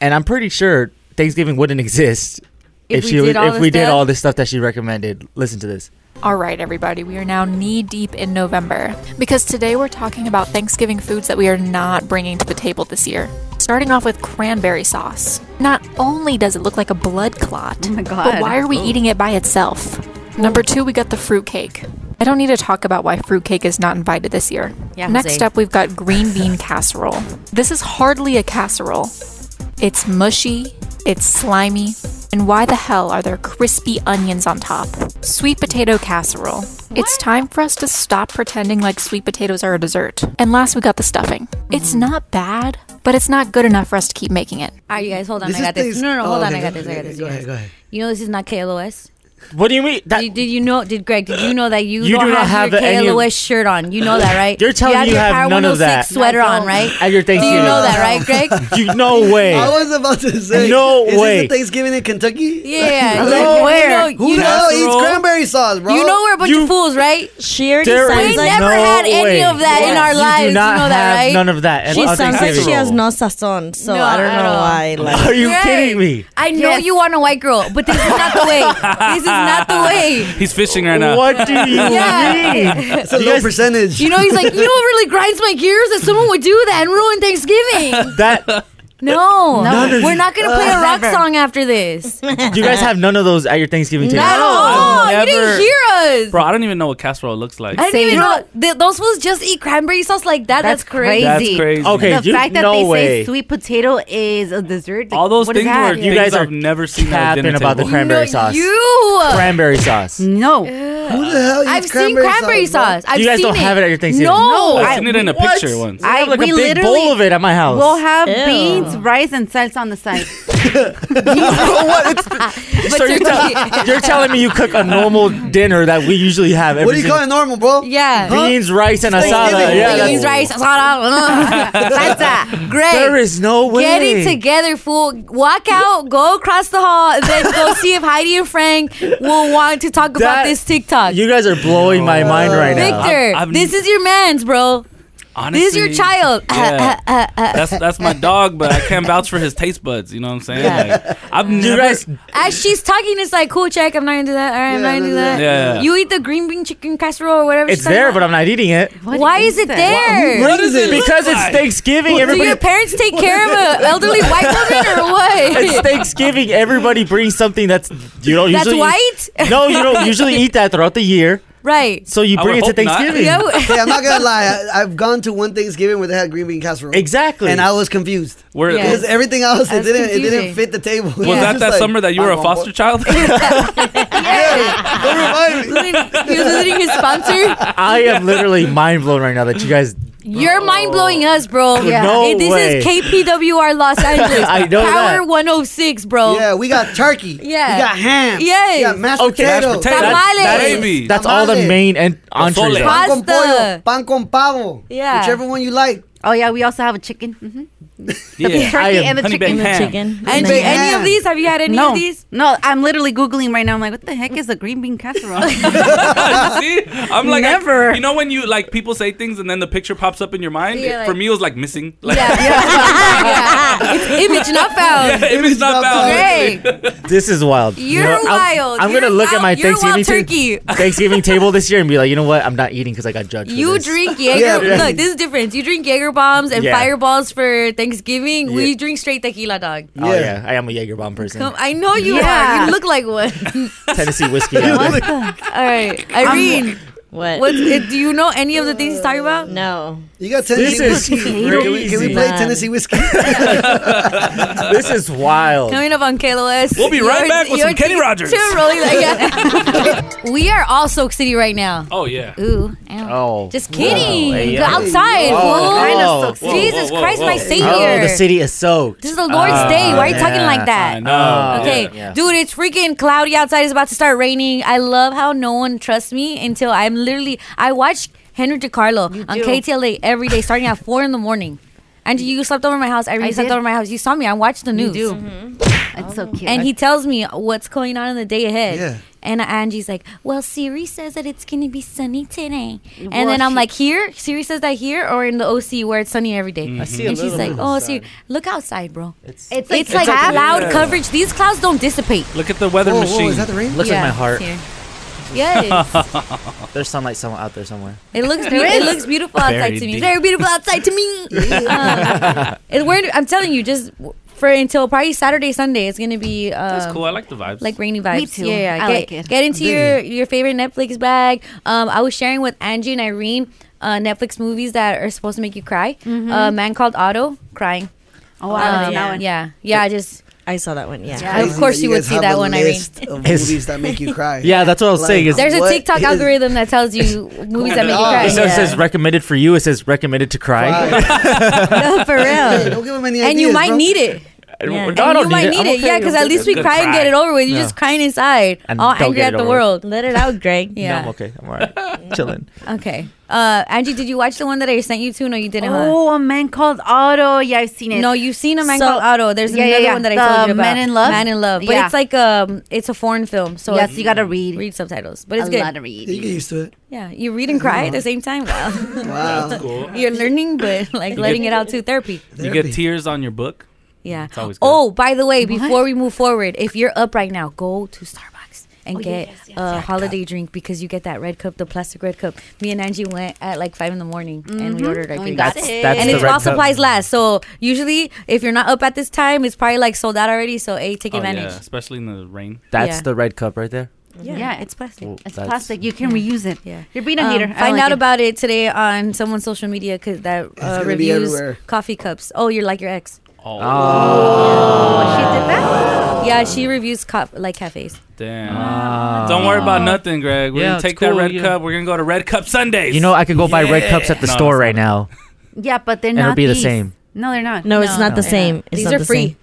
Speaker 6: and I'm pretty sure Thanksgiving wouldn't exist
Speaker 2: If we
Speaker 6: she
Speaker 2: did
Speaker 6: would-
Speaker 2: all
Speaker 6: if
Speaker 2: the
Speaker 6: we did
Speaker 2: stuff?
Speaker 6: all this stuff that she recommended. Listen to this.
Speaker 10: All right, everybody, we are now knee deep in November because today we're talking about Thanksgiving foods that we are not bringing to the table this year. Starting off with cranberry sauce. Not only does it look like a blood clot,
Speaker 4: Oh my God.
Speaker 10: but why are we eating it by itself? Number two, we got the fruitcake. I don't need to talk about why fruitcake is not invited this year.
Speaker 2: Yeah,
Speaker 10: Next
Speaker 2: Jose.
Speaker 10: up, we've got green bean casserole. This is hardly a casserole. It's mushy, it's slimy, and why the hell are there crispy onions on top? Sweet potato casserole. It's time for us to stop pretending like sweet potatoes are a dessert. And last, we got the stuffing. It's
Speaker 2: Mm-hmm.
Speaker 10: not bad, but it's not good enough for us to keep making it.
Speaker 2: All right, you guys, hold on.
Speaker 5: This
Speaker 2: I got
Speaker 5: is
Speaker 2: this.
Speaker 5: things-
Speaker 2: No, no, no,
Speaker 5: Oh,
Speaker 2: hold on.
Speaker 5: okay,
Speaker 2: I got
Speaker 5: go-
Speaker 2: this. I got this.
Speaker 5: go
Speaker 2: you
Speaker 5: ahead,
Speaker 2: guys.
Speaker 5: go ahead.
Speaker 2: You know, this is not KLOS.
Speaker 6: What do you mean? That,
Speaker 2: Did, did you know? Did Greg? Did you know that you,
Speaker 6: You
Speaker 2: don't,
Speaker 6: do not
Speaker 2: have,
Speaker 6: have any
Speaker 2: your
Speaker 6: of-
Speaker 2: KLOS shirt on? You know that, right?
Speaker 6: You're telling me
Speaker 2: you
Speaker 6: you
Speaker 2: have your
Speaker 6: have
Speaker 2: Power
Speaker 6: none of
Speaker 2: 106
Speaker 6: that.
Speaker 2: sweater on, right?
Speaker 6: at your
Speaker 2: Do
Speaker 6: Thanksgiving.
Speaker 2: you know that, right, Greg?
Speaker 6: You no
Speaker 5: I
Speaker 6: way.
Speaker 5: was about to say,
Speaker 6: No
Speaker 5: is
Speaker 6: way.
Speaker 5: This a Thanksgiving in Kentucky?
Speaker 2: Yeah.
Speaker 7: Like,
Speaker 2: you
Speaker 7: where?
Speaker 2: know-
Speaker 5: Who
Speaker 2: you
Speaker 5: the
Speaker 2: know,
Speaker 5: hell eats cranberry sauce, bro?
Speaker 2: you know we're a bunch
Speaker 6: You-
Speaker 2: of fools, right?
Speaker 7: She already
Speaker 6: There
Speaker 7: sounds
Speaker 6: is
Speaker 2: We
Speaker 7: like
Speaker 2: never
Speaker 6: no
Speaker 2: had any
Speaker 6: way.
Speaker 2: of that in
Speaker 6: Yes.
Speaker 2: our lives.
Speaker 6: Oh, You
Speaker 2: You
Speaker 6: do not
Speaker 2: know that,
Speaker 6: have
Speaker 2: right?
Speaker 6: none of that. at-
Speaker 7: she
Speaker 6: on
Speaker 7: sounds like she
Speaker 6: Thanksgiving.
Speaker 7: has no sazon. So
Speaker 2: No,
Speaker 7: I don't
Speaker 2: at
Speaker 7: know
Speaker 2: all.
Speaker 7: why. Like,
Speaker 6: Are you
Speaker 2: Greg,
Speaker 6: kidding me?
Speaker 2: I know
Speaker 4: Yes.
Speaker 2: you want a white girl, but this is not the way. this is not the way.
Speaker 3: He's fishing right now.
Speaker 6: Ah. What do you
Speaker 2: Yeah.
Speaker 6: mean?
Speaker 5: it's a
Speaker 6: You
Speaker 5: low
Speaker 6: guys-
Speaker 5: percentage.
Speaker 2: You know, he's like, you know, what really grinds my gears that someone would do that and ruin Thanksgiving.
Speaker 6: That
Speaker 2: No,
Speaker 6: None of-
Speaker 2: we're not gonna play a rock
Speaker 4: Never.
Speaker 2: song after this. Not
Speaker 6: you guys have none of those at your Thanksgiving table.
Speaker 2: at all.
Speaker 3: I've
Speaker 2: Oh, You didn't
Speaker 3: never-
Speaker 2: hear us.
Speaker 3: Bro, I don't even know what casserole looks like.
Speaker 2: I didn't
Speaker 4: Same.
Speaker 2: even
Speaker 4: You know
Speaker 2: know th- those fools just eat cranberry sauce like that. That's,
Speaker 4: That's
Speaker 2: crazy.
Speaker 3: That's
Speaker 4: Easy.
Speaker 3: crazy.
Speaker 6: Okay.
Speaker 4: the
Speaker 6: you-
Speaker 4: fact that
Speaker 6: no
Speaker 4: they
Speaker 6: way.
Speaker 4: say sweet potato is a dessert. like,
Speaker 3: All those
Speaker 4: what is
Speaker 3: things
Speaker 4: that?
Speaker 3: were
Speaker 6: You
Speaker 3: things
Speaker 6: guys are
Speaker 3: I've never seen at a
Speaker 6: capping
Speaker 3: dinner
Speaker 6: about the
Speaker 3: table.
Speaker 2: No,
Speaker 6: cranberry sauce.
Speaker 2: You.
Speaker 6: Cranberry sauce.
Speaker 4: No,
Speaker 5: Who the hell eats
Speaker 2: I've seen cranberry
Speaker 5: bro?
Speaker 2: sauce. I've
Speaker 6: you guys
Speaker 2: seen
Speaker 6: don't have it at your Thanksgiving.
Speaker 2: No.
Speaker 3: I've seen it in a
Speaker 6: What?
Speaker 3: picture once.
Speaker 6: I have like
Speaker 4: I-
Speaker 6: a
Speaker 4: we
Speaker 6: big
Speaker 4: literally
Speaker 6: bowl of it at my house.
Speaker 4: we'll have
Speaker 7: Ew.
Speaker 4: beans, rice, and salsa on the side.
Speaker 6: so you're, tell- you're telling me you cook a normal dinner that we usually have every
Speaker 5: What do you call it normal, bro?
Speaker 2: Yeah.
Speaker 5: Huh?
Speaker 6: Beans, rice, and asada.
Speaker 5: Thanksgiving.
Speaker 6: Yeah, that's-
Speaker 2: Beans, rice, asada, salsa. Great.
Speaker 6: There is no way.
Speaker 2: Get it together, fool. Walk out, go across the hall, and then go see if Heidi and Frank will want to talk about
Speaker 6: That-
Speaker 2: this TikTok.
Speaker 6: You guys are blowing my mind right now.
Speaker 2: Victor,
Speaker 3: I've- I've-
Speaker 2: this is your man's, bro.
Speaker 3: Honestly,
Speaker 2: This is your child.
Speaker 3: Yeah. that's that's my dog, but I can't vouch for his taste buds. You know what I'm saying? Like, I've
Speaker 6: You
Speaker 3: never.
Speaker 6: guys,
Speaker 2: As she's talking, it's like, cool, check. I'm not gonna do that. All right, I'm
Speaker 5: Yeah,
Speaker 2: not gonna do
Speaker 5: yeah,
Speaker 2: that.
Speaker 3: yeah. Yeah.
Speaker 2: You eat the green bean chicken casserole or whatever.
Speaker 6: it's
Speaker 2: she's talking
Speaker 6: there,
Speaker 2: about.
Speaker 6: but I'm not eating it.
Speaker 2: Why is it there?
Speaker 5: What is it?
Speaker 6: Because it's
Speaker 3: like?
Speaker 6: Thanksgiving.
Speaker 2: Do your
Speaker 6: Everybody,
Speaker 2: parents take care of an elderly white woman or
Speaker 6: it's
Speaker 2: what?
Speaker 6: Thanksgiving. Everybody brings something that's you don't
Speaker 2: That's
Speaker 6: usually.
Speaker 2: white?
Speaker 6: No, you don't usually eat that throughout the year.
Speaker 2: right.
Speaker 6: So you
Speaker 3: I
Speaker 6: bring it
Speaker 3: would
Speaker 6: to
Speaker 3: hope not.
Speaker 6: Thanksgiving.
Speaker 2: Yeah, w-
Speaker 5: Hey, I'm not gonna lie. I, I've gone to one Thanksgiving where they had green bean casserole,
Speaker 6: Exactly.
Speaker 5: and I was confused
Speaker 3: We're,
Speaker 2: Yeah.
Speaker 5: because everything else it
Speaker 2: That's
Speaker 5: didn't it
Speaker 2: confusing.
Speaker 5: didn't fit the table. It
Speaker 3: Was
Speaker 5: just
Speaker 3: that that
Speaker 5: like,
Speaker 3: summer that you were a
Speaker 5: I'm on
Speaker 3: foster
Speaker 5: board.
Speaker 3: child?
Speaker 5: Don't remind me.
Speaker 2: he was visiting his sponsor.
Speaker 6: I am literally mind blown right now that you guys.
Speaker 2: You're mind blowing us, bro.
Speaker 6: Yeah. No
Speaker 2: Hey, this
Speaker 6: way.
Speaker 2: is KPWR Los Angeles.
Speaker 6: I know
Speaker 2: Power
Speaker 6: that.
Speaker 2: 106, bro.
Speaker 5: Yeah, we got turkey.
Speaker 2: Yeah.
Speaker 5: we got ham.
Speaker 2: Yes.
Speaker 5: we got mashed
Speaker 6: Okay.
Speaker 5: potatoes.
Speaker 3: Mashed potatoes.
Speaker 2: Tamales.
Speaker 6: That's,
Speaker 3: Baby.
Speaker 6: that's all the
Speaker 5: Tamales.
Speaker 6: main and entrees.
Speaker 3: Pozole.
Speaker 6: are.
Speaker 5: Pan con pollo,
Speaker 2: Pasta.
Speaker 5: pan con pavo.
Speaker 2: Yeah.
Speaker 5: whichever one you like.
Speaker 4: oh yeah, we also have a chicken. hmm
Speaker 3: yeah.
Speaker 6: I
Speaker 4: Turkey
Speaker 6: am
Speaker 4: and the
Speaker 3: honey
Speaker 4: chicken.
Speaker 3: baked ham.
Speaker 7: chicken.
Speaker 2: And
Speaker 5: Big
Speaker 2: any of
Speaker 5: hand.
Speaker 2: these? Have you had any
Speaker 4: No,
Speaker 2: of these?
Speaker 4: no, I'm literally googling right now. I'm like, what the heck is a green bean casserole?
Speaker 3: See, I'm like I-
Speaker 4: Never.
Speaker 3: you know when you like people say things and then the picture pops up in your mind.
Speaker 2: Yeah, like-
Speaker 3: For me, it was like missing. Like,
Speaker 2: Yeah. yeah. It's image not found.
Speaker 3: if it's not
Speaker 5: not
Speaker 3: valid.
Speaker 2: Great.
Speaker 6: This is wild.
Speaker 2: You're
Speaker 6: I'm-
Speaker 2: wild.
Speaker 6: I'm,
Speaker 2: You're
Speaker 6: gonna look
Speaker 2: wild-
Speaker 6: at my
Speaker 2: you're a wild
Speaker 6: Thanksgiving ta-
Speaker 2: turkey.
Speaker 6: Thanksgiving table this year and be like, you know what? I'm not eating because I got judged. for
Speaker 2: You
Speaker 6: this.
Speaker 2: drink Jaeger.
Speaker 5: Yeah.
Speaker 2: Look, this is different. You drink Jaeger bombs and
Speaker 6: Yeah.
Speaker 2: fireballs for Thanksgiving. We
Speaker 6: Yeah.
Speaker 2: drink straight tequila, dog.
Speaker 6: Oh
Speaker 5: Yeah.
Speaker 6: yeah, I am a Jaeger bomb person.
Speaker 2: Come, I know you
Speaker 4: Yeah.
Speaker 2: are. You look like one.
Speaker 6: Tennessee whiskey. yeah.
Speaker 2: All right, Irene.
Speaker 7: What?
Speaker 2: What do you know any of the things he's talking about?
Speaker 7: No.
Speaker 5: You got
Speaker 6: This
Speaker 5: Tennessee
Speaker 6: is
Speaker 5: whiskey. Can we, can we
Speaker 6: crazy.
Speaker 5: play
Speaker 7: Man.
Speaker 5: Tennessee whiskey?
Speaker 6: This is wild.
Speaker 2: Coming up on KLOS.
Speaker 3: Oh. We'll be right back with some Kenny
Speaker 2: t-
Speaker 3: Rogers.
Speaker 2: too rolling like- yeah. we are all Soak City right now.
Speaker 3: Oh yeah.
Speaker 2: Ooh, ow.
Speaker 6: Oh,
Speaker 2: Just kidding.
Speaker 6: Wow. Hey,
Speaker 2: Go
Speaker 6: hey.
Speaker 2: outside. fool.
Speaker 4: Kind of
Speaker 6: Oh,
Speaker 4: sucks.
Speaker 3: Whoa,
Speaker 2: Jesus
Speaker 3: whoa, whoa,
Speaker 2: Christ,
Speaker 3: whoa.
Speaker 2: my
Speaker 3: Oh,
Speaker 2: savior.
Speaker 6: oh, the city is soaked.
Speaker 2: This is the Lord's day. Why are you talking like
Speaker 3: I
Speaker 2: that?
Speaker 3: know.
Speaker 6: Oh.
Speaker 2: Okay,
Speaker 6: Yeah.
Speaker 2: dude, it's freaking cloudy outside. It's about to start raining. I love how no one trusts me until I'm literally. I watch Henry DiCarlo on
Speaker 4: do.
Speaker 2: KTLA every day, starting at four in the morning. And you slept over my house. Irene
Speaker 4: I
Speaker 2: slept
Speaker 4: did.
Speaker 2: over my house. You saw me. I watched the news. Mm-hmm.
Speaker 4: do. It's so cute.
Speaker 2: And he tells me what's going on in the day ahead.
Speaker 5: Yeah.
Speaker 2: And Angie's like, "Well, Siri says that it's gonna be sunny today." And
Speaker 4: Well,
Speaker 2: then I'm
Speaker 4: she-
Speaker 2: like, "Here, Siri says that here, or in the OC where it's sunny every day?"
Speaker 6: I see a
Speaker 2: and she's
Speaker 6: little
Speaker 2: like,
Speaker 6: bit of
Speaker 2: "Oh,
Speaker 6: sun.
Speaker 2: Siri, look outside, bro."
Speaker 6: It's,
Speaker 4: it's like,
Speaker 2: It's like
Speaker 4: half-
Speaker 2: cloud coverage. These clouds don't dissipate.
Speaker 3: Look at the weather
Speaker 5: Whoa,
Speaker 3: machine.
Speaker 5: whoa, is that the rain?
Speaker 6: looks like my heart.
Speaker 2: Yes,
Speaker 6: There's sunlight somewhere out there somewhere.
Speaker 2: it looks be- it looks beautiful outside
Speaker 6: Very
Speaker 2: to me.
Speaker 6: deep.
Speaker 2: Very beautiful outside to me. Uh, it- we're- I'm telling you, just for until probably Saturday, Sunday, it's gonna be uh,
Speaker 3: That's cool. I like the vibes.
Speaker 2: like rainy vibes.
Speaker 4: too.
Speaker 2: Yeah, yeah.
Speaker 4: I
Speaker 2: get,
Speaker 4: like it.
Speaker 2: Get into your your favorite Netflix bag. Um, I was sharing with Angie and Irene uh, Netflix movies that are supposed to make you cry. Uh, Man called Otto, crying.
Speaker 4: Mm-hmm. oh, I like
Speaker 2: Um,
Speaker 4: that one.
Speaker 2: yeah, yeah. I just
Speaker 7: I saw that one. Yeah.
Speaker 5: Crazy
Speaker 2: of course
Speaker 5: that
Speaker 2: you would
Speaker 5: guys
Speaker 2: see
Speaker 5: have
Speaker 2: that
Speaker 5: a
Speaker 2: one, Irene.
Speaker 5: list Of movies that make you cry.
Speaker 6: Yeah, that's what I was saying. Is,
Speaker 2: there's a
Speaker 5: What
Speaker 2: TikTok
Speaker 5: is-
Speaker 2: algorithm that tells you movies that make you
Speaker 5: Oh,
Speaker 2: cry.
Speaker 6: it says,
Speaker 2: Yeah.
Speaker 6: says recommended for you. It says recommended to cry.
Speaker 5: Cry.
Speaker 2: No, for real.
Speaker 5: Don't give him any
Speaker 2: and you
Speaker 5: ideas,
Speaker 2: might
Speaker 5: bro.
Speaker 2: need it.
Speaker 6: And
Speaker 2: Yeah.
Speaker 6: we're-
Speaker 2: And
Speaker 6: no, I don't
Speaker 2: you might
Speaker 6: it.
Speaker 2: need
Speaker 6: I'm
Speaker 2: it,
Speaker 6: okay.
Speaker 2: yeah, because at
Speaker 6: I'm
Speaker 2: least
Speaker 6: good.
Speaker 2: we
Speaker 3: Good
Speaker 2: cry and get
Speaker 3: cry.
Speaker 2: it over with. You're
Speaker 6: Yeah.
Speaker 2: just crying inside,
Speaker 6: And
Speaker 2: all
Speaker 6: don't
Speaker 2: angry at
Speaker 6: get it
Speaker 2: the
Speaker 6: over with.
Speaker 2: world.
Speaker 7: Let it out, Greg.
Speaker 6: No,
Speaker 2: Yeah.
Speaker 6: I'm okay. I'm all right. Chilling.
Speaker 2: Okay. Uh, Angie, did you watch the one that I sent you to? No, you didn't. huh?
Speaker 4: Oh, a man called Otto. Yeah, I've seen it.
Speaker 2: No, you've seen a man
Speaker 4: So-
Speaker 2: called Otto. There's
Speaker 4: Yeah, yeah,
Speaker 2: another
Speaker 4: yeah.
Speaker 2: one that I
Speaker 4: The
Speaker 2: told you about.
Speaker 4: Man in Love?
Speaker 2: Man in Love. But
Speaker 4: Yeah.
Speaker 2: it's like um, it's a foreign film, so
Speaker 4: yes,
Speaker 2: it's-
Speaker 4: you gotta read.
Speaker 2: read subtitles. But
Speaker 4: a
Speaker 2: it's good.
Speaker 4: lot of
Speaker 5: You
Speaker 4: reading.
Speaker 5: get used to it.
Speaker 2: Yeah, you read and cry at the same time. Wow.
Speaker 5: Wow.
Speaker 3: Cool.
Speaker 2: You're learning, but like letting it out to therapy.
Speaker 3: You
Speaker 5: Therapy.
Speaker 3: get tears on your book.
Speaker 2: Yeah.
Speaker 3: It's always good.
Speaker 2: Oh, by the way, before we move forward, if you're up right now, go to Starbucks and get a holiday drink because you get that red cup, the plastic red cup. Me and Angie went at like five in the morning and we ordered our
Speaker 4: And we
Speaker 2: drink.
Speaker 4: got
Speaker 2: That's-
Speaker 4: it.
Speaker 6: That's
Speaker 2: and
Speaker 6: the
Speaker 2: it's
Speaker 6: red
Speaker 2: while
Speaker 6: cup.
Speaker 2: supplies last. So usually, if you're not up at this time, it's probably like sold out already. So a take
Speaker 3: Oh,
Speaker 2: advantage.
Speaker 3: yeah, especially in the rain.
Speaker 6: That's
Speaker 2: Yeah.
Speaker 6: the red cup right there.
Speaker 2: Yeah,
Speaker 4: Yeah.
Speaker 2: it's plastic.
Speaker 6: Well,
Speaker 4: It's
Speaker 6: that's-
Speaker 4: plastic. You can reuse it.
Speaker 2: Hmm. Yeah.
Speaker 4: You're being a
Speaker 2: Um,
Speaker 4: hater. I
Speaker 2: find
Speaker 4: like
Speaker 2: out
Speaker 4: it.
Speaker 2: about it today on someone's social media because that uh,
Speaker 5: gonna be
Speaker 2: reviews
Speaker 5: everywhere.
Speaker 2: coffee cups. Oh, you're like your ex.
Speaker 3: Oh,
Speaker 4: Oh, she did that.
Speaker 2: Yeah, she reviews cop like cafes.
Speaker 3: damn. Don't worry about nothing, Greg. We're
Speaker 6: Ah. Yeah,
Speaker 3: gonna
Speaker 6: it's
Speaker 3: take that
Speaker 6: cool,
Speaker 3: red
Speaker 6: yeah.
Speaker 3: cup. We're gonna go to Red Cup Sundays.
Speaker 6: You know, I could go buy red cups at the
Speaker 3: No,
Speaker 6: store
Speaker 3: it's
Speaker 6: right now.
Speaker 4: Yeah, but they're
Speaker 6: It'll
Speaker 4: not.
Speaker 6: be the
Speaker 4: these.
Speaker 6: same.
Speaker 4: No, they're not.
Speaker 7: No, it's not the
Speaker 4: they're
Speaker 7: same. It's
Speaker 2: These
Speaker 7: not
Speaker 2: are
Speaker 7: the
Speaker 2: free.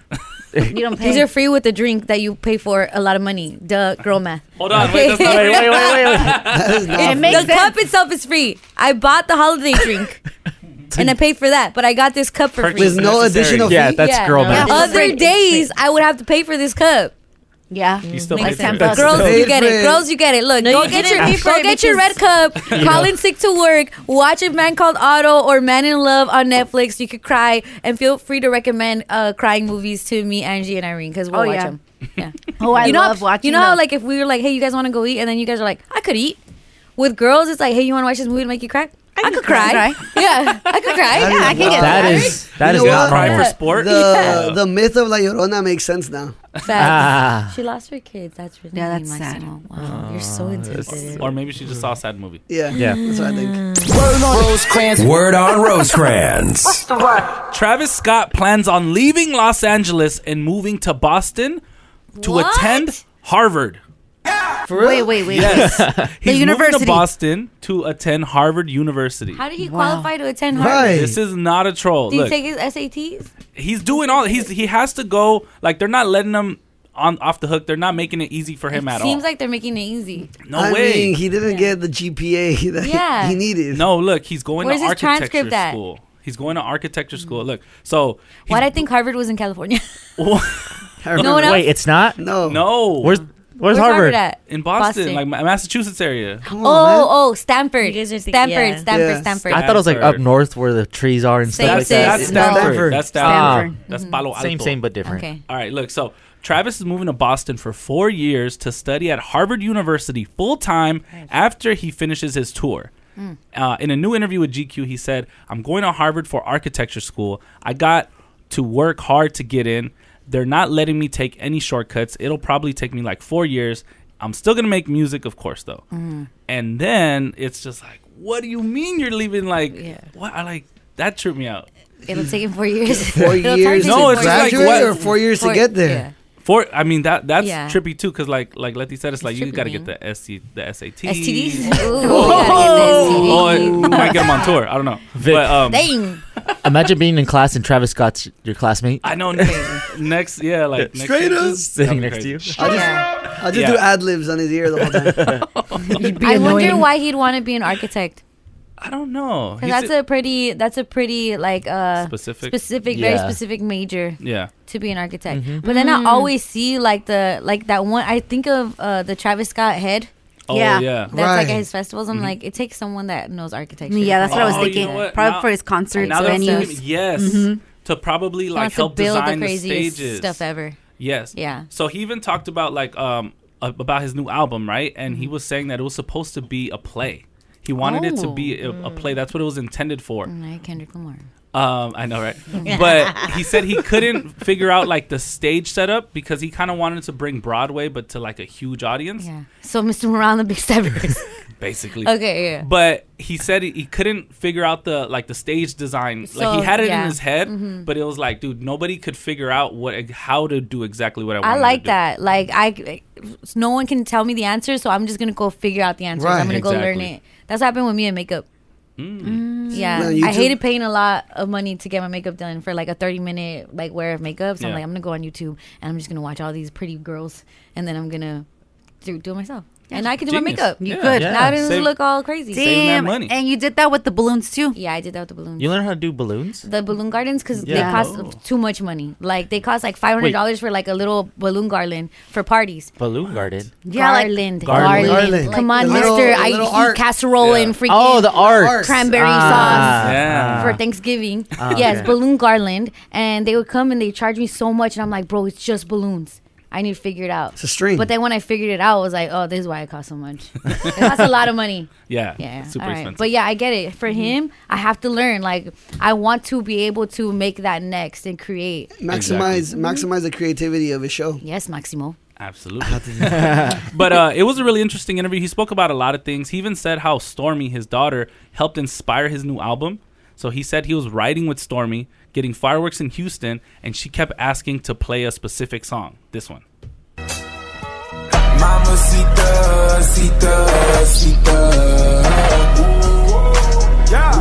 Speaker 7: same.
Speaker 4: You don't pay.
Speaker 2: These are free with the drink that you pay for a lot of money. Duh, girl math.
Speaker 3: hold on, wait, that's not
Speaker 6: Wait, wait, wait, wait. wait.
Speaker 4: it makes
Speaker 2: the
Speaker 4: sense.
Speaker 2: cup itself is free. I bought the holiday drink, and I paid for that. But I got this cup for free.
Speaker 5: With no
Speaker 3: Necessary.
Speaker 5: additional
Speaker 6: Yeah,
Speaker 5: fee.
Speaker 6: that's
Speaker 2: Yeah.
Speaker 6: girl
Speaker 2: Yeah.
Speaker 6: math.
Speaker 4: Yeah.
Speaker 2: Other days, I would have to pay for this cup.
Speaker 4: Yeah.
Speaker 3: You still
Speaker 2: Makes
Speaker 3: pay for
Speaker 4: sense.
Speaker 3: it.
Speaker 4: But
Speaker 2: Girls,
Speaker 5: Pay
Speaker 2: you get
Speaker 5: for
Speaker 2: it.
Speaker 5: it.
Speaker 2: Girls, you get it. Look, go
Speaker 7: you
Speaker 2: get your
Speaker 7: didn't pay for
Speaker 2: go
Speaker 7: it
Speaker 2: get your red cup. Call in sick to work. Watch a man called Otto or Man in Love on Netflix. You could cry and feel free to recommend uh, crying movies to me, Angie, and Irene because we'll
Speaker 4: Oh,
Speaker 2: watch
Speaker 4: yeah.
Speaker 2: them. Yeah,
Speaker 4: Oh, I
Speaker 2: you know,
Speaker 4: love watching.
Speaker 2: You know how
Speaker 4: those.
Speaker 2: like if we were like, hey, you guys want to go eat, and then you guys are like, I could eat. With girls, it's like, hey, you want to watch this movie to make you cry? I, could cry. yeah, I could cry.
Speaker 5: I
Speaker 2: Yeah, I can
Speaker 5: mean,
Speaker 2: get
Speaker 5: wow.
Speaker 6: That is that
Speaker 5: You
Speaker 6: is
Speaker 5: know
Speaker 6: not
Speaker 5: what?
Speaker 3: Cry
Speaker 6: normal.
Speaker 3: for sport.
Speaker 5: The, the myth of La Llorona makes sense now.
Speaker 2: Facts.
Speaker 6: Ah,
Speaker 2: She lost her kids. That's really
Speaker 4: Yeah,
Speaker 2: mean,
Speaker 4: that's sad.
Speaker 2: Maximo. Wow, you're so insensitive.
Speaker 3: or maybe she just saw a sad movie.
Speaker 5: Yeah.
Speaker 6: Yeah.
Speaker 5: That's what I think.
Speaker 11: Word on Rosecrans.
Speaker 3: Travis Scott plans on leaving Los Angeles and moving to Boston to
Speaker 2: What?
Speaker 3: attend Harvard.
Speaker 5: For real?
Speaker 4: Wait, wait, wait.
Speaker 3: He's moving
Speaker 4: university.
Speaker 3: to Boston to attend Harvard University.
Speaker 2: How did he qualify to attend Harvard?
Speaker 5: Right.
Speaker 3: This is not a troll.
Speaker 2: Did he
Speaker 3: Look,
Speaker 2: take his SATs?
Speaker 3: he's doing all he's he has to go like they're not letting him on off the hook. They're not making it easy for him
Speaker 2: it
Speaker 3: at
Speaker 2: seems
Speaker 3: all.
Speaker 2: like they're making it easy. Uh,
Speaker 3: no
Speaker 5: I
Speaker 3: way.
Speaker 5: mean, he didn't get the GPA that he-
Speaker 2: Yeah.
Speaker 5: he needed.
Speaker 3: no, look, he's going
Speaker 2: Where's
Speaker 3: to
Speaker 2: his
Speaker 3: architecture
Speaker 2: transcript at? Mm.
Speaker 3: school. He's going to architecture school. Look, so he's-
Speaker 2: Why did I think Harvard was in California?
Speaker 5: Harvard.
Speaker 2: No one else?
Speaker 6: wait, it's not.
Speaker 5: No.
Speaker 3: no,
Speaker 6: Where's Where's
Speaker 2: Where's Harvard
Speaker 6: Harvard?
Speaker 2: at?
Speaker 3: in Boston,
Speaker 2: Boston.
Speaker 3: like Ma- Massachusetts area.
Speaker 5: Come on, man.
Speaker 2: Oh, oh, Stanford.
Speaker 7: You guys are thinking-
Speaker 2: Stanford,
Speaker 7: yeah.
Speaker 2: Stanford,
Speaker 5: Yeah.
Speaker 2: Stanford.
Speaker 6: I thought it was like up
Speaker 3: Stanford.
Speaker 6: north where the trees are and
Speaker 2: Same
Speaker 6: stuff like
Speaker 2: thing.
Speaker 6: that.
Speaker 3: That's
Speaker 2: No.
Speaker 3: Stanford. Mm-hmm. That's Stanford.
Speaker 6: Stanford.
Speaker 3: That's Palo Alto.
Speaker 6: Same, same, but different.
Speaker 2: Mm-hmm. Okay.
Speaker 3: All right, look. So Travis is moving to Boston for four years to study at Harvard University full time after he finishes his tour.
Speaker 2: Mm.
Speaker 3: Uh, in a new interview with GQ, he said, "I'm going to Harvard for architecture school. I got to work hard to get in. They're not letting me take any shortcuts. It'll probably take me like four years. I'm still gonna make music, of course, though.
Speaker 2: Mm-hmm.
Speaker 3: And then it's just like, what do you mean you're leaving? Like,
Speaker 2: Yeah.
Speaker 3: what? I like that tripped me out.
Speaker 2: It'll take him four years.
Speaker 5: Four
Speaker 2: It'll take
Speaker 5: years
Speaker 2: him
Speaker 3: No,
Speaker 2: four
Speaker 5: to
Speaker 3: it's
Speaker 2: years.
Speaker 3: like
Speaker 5: graduate
Speaker 3: what-
Speaker 5: or four years
Speaker 2: Four-
Speaker 5: to get there?
Speaker 2: yeah.
Speaker 3: For I mean that that's
Speaker 2: Yeah.
Speaker 3: trippy too because like like Letty said it's like you
Speaker 2: trippy,
Speaker 3: gotta
Speaker 2: man.
Speaker 3: get the SC, the SAT.
Speaker 2: STDs. Ooh, we gotta get the
Speaker 3: Oh, I might get them on tour. I don't know. But
Speaker 2: STD.
Speaker 3: um,
Speaker 2: Dang.
Speaker 6: Imagine being in class and Travis Scott's your classmate
Speaker 3: I know next, next yeah like next
Speaker 5: Straight up.
Speaker 6: sitting next to you.
Speaker 5: I'll just, I'll just
Speaker 3: Yeah.
Speaker 5: do ad libs on his ear the whole time.
Speaker 2: I wonder why he'd want to be an architect.
Speaker 3: I don't know.
Speaker 2: 'Cause
Speaker 3: He's
Speaker 2: that's a pretty, that's a pretty like uh,
Speaker 3: Specific.
Speaker 2: specific very
Speaker 6: Yeah.
Speaker 2: specific major.
Speaker 3: yeah.
Speaker 2: to be an architect.
Speaker 5: Mm-hmm.
Speaker 2: But then
Speaker 4: Mm.
Speaker 2: I always see like the like that one. I think of uh, the Travis Scott head
Speaker 3: Oh yeah. Mm-hmm.
Speaker 4: Yeah.
Speaker 2: that's like
Speaker 5: Right.
Speaker 2: at his festivals. I'm like, it takes someone that knows architecture.
Speaker 4: Yeah, that's what I was
Speaker 3: Oh, you know
Speaker 4: thinking.
Speaker 3: what?
Speaker 4: Probably
Speaker 3: Now-
Speaker 4: for his concerts,
Speaker 3: Now that you
Speaker 4: venues. Mm-hmm.
Speaker 3: give me- yes. To probably
Speaker 2: He
Speaker 3: like
Speaker 2: wants to
Speaker 3: help
Speaker 2: build the
Speaker 3: design
Speaker 2: craziest
Speaker 3: stages.
Speaker 2: stuff ever.
Speaker 3: Yes.
Speaker 2: Yeah.
Speaker 3: So he even talked about like um a- about his new album, right? And
Speaker 2: Mm-hmm.
Speaker 3: he was saying that it was supposed to be a play. He wanted it to
Speaker 4: Oh.
Speaker 3: be a, a play. That's what it was intended for.
Speaker 2: Mm, Like Kendrick Lamar.
Speaker 3: Um, I know, right? but he said he couldn't figure out like the stage setup because he kind of wanted to bring Broadway, but to like a huge audience,
Speaker 2: Yeah. So Mr. Moran, the big stepper.
Speaker 3: basically.
Speaker 2: okay. Yeah.
Speaker 3: But he said he, he couldn't figure out the like the stage design. like
Speaker 2: So,
Speaker 3: he had it
Speaker 2: yeah. Mm-hmm.
Speaker 3: in his head, but it was like, dude, nobody could figure out what how to do exactly what I wanted.
Speaker 2: I
Speaker 3: to
Speaker 2: like
Speaker 3: do.
Speaker 2: that. Like I, no one can tell me the answer, so I'm just gonna go figure out the answer.
Speaker 5: Right. Mm.
Speaker 2: I'm gonna go learn
Speaker 3: Exactly.
Speaker 2: it. That's what happened with me in makeup. Yeah,
Speaker 3: Mm.
Speaker 5: No, YouTube.
Speaker 2: Mm. I hated paying a lot of money to get my makeup done for like a thirty minute like wear of makeup. So I'm
Speaker 3: Yeah.
Speaker 2: like, I'm gonna go on YouTube and I'm just gonna watch all these pretty girls, and then I'm gonna do, do it myself. And I can do my
Speaker 3: Genius.
Speaker 2: makeup.
Speaker 3: You Yeah.
Speaker 2: could.
Speaker 3: Yeah.
Speaker 2: Now it doesn't
Speaker 3: Save-
Speaker 2: look all crazy.
Speaker 3: save that Damn, money.
Speaker 2: And
Speaker 4: you did that with the balloons too.
Speaker 2: Yeah, I did that with the balloons.
Speaker 6: You learn how to do balloons?
Speaker 2: The balloon gardens because
Speaker 6: Yeah.
Speaker 2: they cost
Speaker 3: Oh.
Speaker 2: too much money. Like they cost like five hundred dollars for like a little balloon garland for parties.
Speaker 6: Balloon garden.
Speaker 2: Yeah, garland.
Speaker 6: Garland.
Speaker 2: garland.
Speaker 6: Garland.
Speaker 2: Come
Speaker 6: Like
Speaker 2: on,
Speaker 6: the
Speaker 2: Mister.
Speaker 6: little-
Speaker 2: I
Speaker 6: little
Speaker 2: eat
Speaker 6: art.
Speaker 2: casserole and freaking
Speaker 6: Oh, the art.
Speaker 2: cranberry
Speaker 6: Ah,
Speaker 3: Uh,
Speaker 2: sauce
Speaker 6: yeah.
Speaker 2: for Thanksgiving.
Speaker 3: Oh,
Speaker 6: Ah,
Speaker 2: yes,
Speaker 6: okay.
Speaker 2: balloon garland, and they would come and they charge me so much, and I'm like, bro, it's just balloons. I need to figure it out. It's
Speaker 5: a string.
Speaker 2: But then when I figured it out, I was like, oh, this is why it costs so much. it costs a lot of money.
Speaker 3: Yeah,
Speaker 2: Yeah.
Speaker 3: super
Speaker 2: all right.
Speaker 3: expensive.
Speaker 2: But yeah, I get it. For him, I have to learn. Like, I want to be able to make that next and create.
Speaker 5: Maximize
Speaker 2: Mhm.
Speaker 5: maximize the creativity of his show.
Speaker 2: Yes, Maximo.
Speaker 3: Absolutely. but uh, it was a really interesting interview. He spoke about a lot of things. He even said how Stormy, his daughter, helped inspire his new album. So he said he was riding with Stormy, getting fireworks in Houston, and she kept asking to play a specific song. This one.
Speaker 11: Mamacita, cita, cita. Yeah.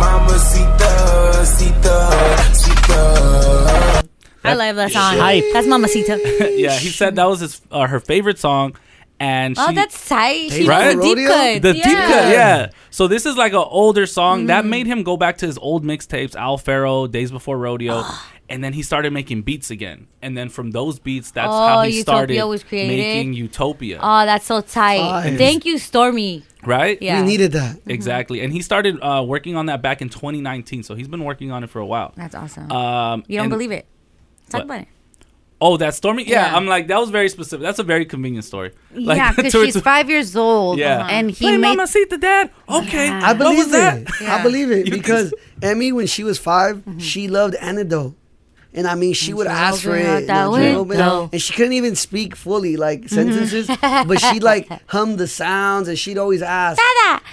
Speaker 11: Mamacita, cita, cita.
Speaker 2: I love that song.
Speaker 3: Hype.
Speaker 2: That's Mamacita.
Speaker 3: yeah, he said that was his uh, her favorite song, and
Speaker 2: oh,
Speaker 3: she,
Speaker 2: that's tight. She
Speaker 3: Right?
Speaker 2: does a deep cut.
Speaker 3: The
Speaker 2: yeah. Mm-hmm.
Speaker 3: deep cut, yeah. So this is like an older song that made him go back to his old mixtapes, Al Faro, Days Before Rodeo, and then he started making beats again. And then from those beats, that's how
Speaker 2: Oh,
Speaker 3: he
Speaker 2: Utopia
Speaker 3: started
Speaker 2: was created.
Speaker 3: making Utopia,
Speaker 2: Oh, that's so tight.
Speaker 3: Fine.
Speaker 2: Thank you, Stormy.
Speaker 3: right?
Speaker 2: Yeah. We needed Mm-hmm.
Speaker 5: that
Speaker 3: exactly. And he started uh, working on that back in 2019, so he's been working on it for a while.
Speaker 2: That's awesome.
Speaker 3: Um,
Speaker 2: you don't
Speaker 3: and-
Speaker 2: believe it. Talk
Speaker 3: What?
Speaker 2: about it.
Speaker 3: Oh, that Stormy? Yeah,
Speaker 2: Yeah.
Speaker 3: I'm like, that was very specific. That's a very convenient story. Like,
Speaker 4: yeah, because
Speaker 3: to-
Speaker 4: she's
Speaker 3: to-
Speaker 4: five years old.
Speaker 3: Yeah. Uh-huh.
Speaker 4: and he
Speaker 3: Play
Speaker 4: made
Speaker 3: Mama Sita, Dad. Okay,
Speaker 5: I believe it. I
Speaker 4: Yeah.
Speaker 5: believe it because Emmy, when she was 5
Speaker 2: Mm-hmm.
Speaker 5: she loved Antidote. And I mean, she would ask for
Speaker 2: opened
Speaker 5: it,
Speaker 2: out
Speaker 5: you
Speaker 2: that Mm-hmm.
Speaker 5: know, she opened
Speaker 2: window.
Speaker 5: up, and she couldn't even speak fully, like sentences. but she like hummed the sounds, and she'd always ask,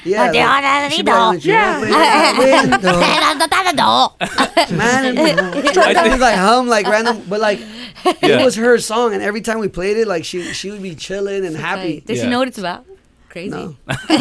Speaker 5: "Yeah,
Speaker 2: But they all had
Speaker 5: like,
Speaker 2: a
Speaker 5: she'd be like, "When you open that window, man, I was like hum like random, but like
Speaker 2: Yeah.
Speaker 5: it was her song, and every time we played it, like she she would be chilling and happy.
Speaker 2: Does she know what it's about? Crazy.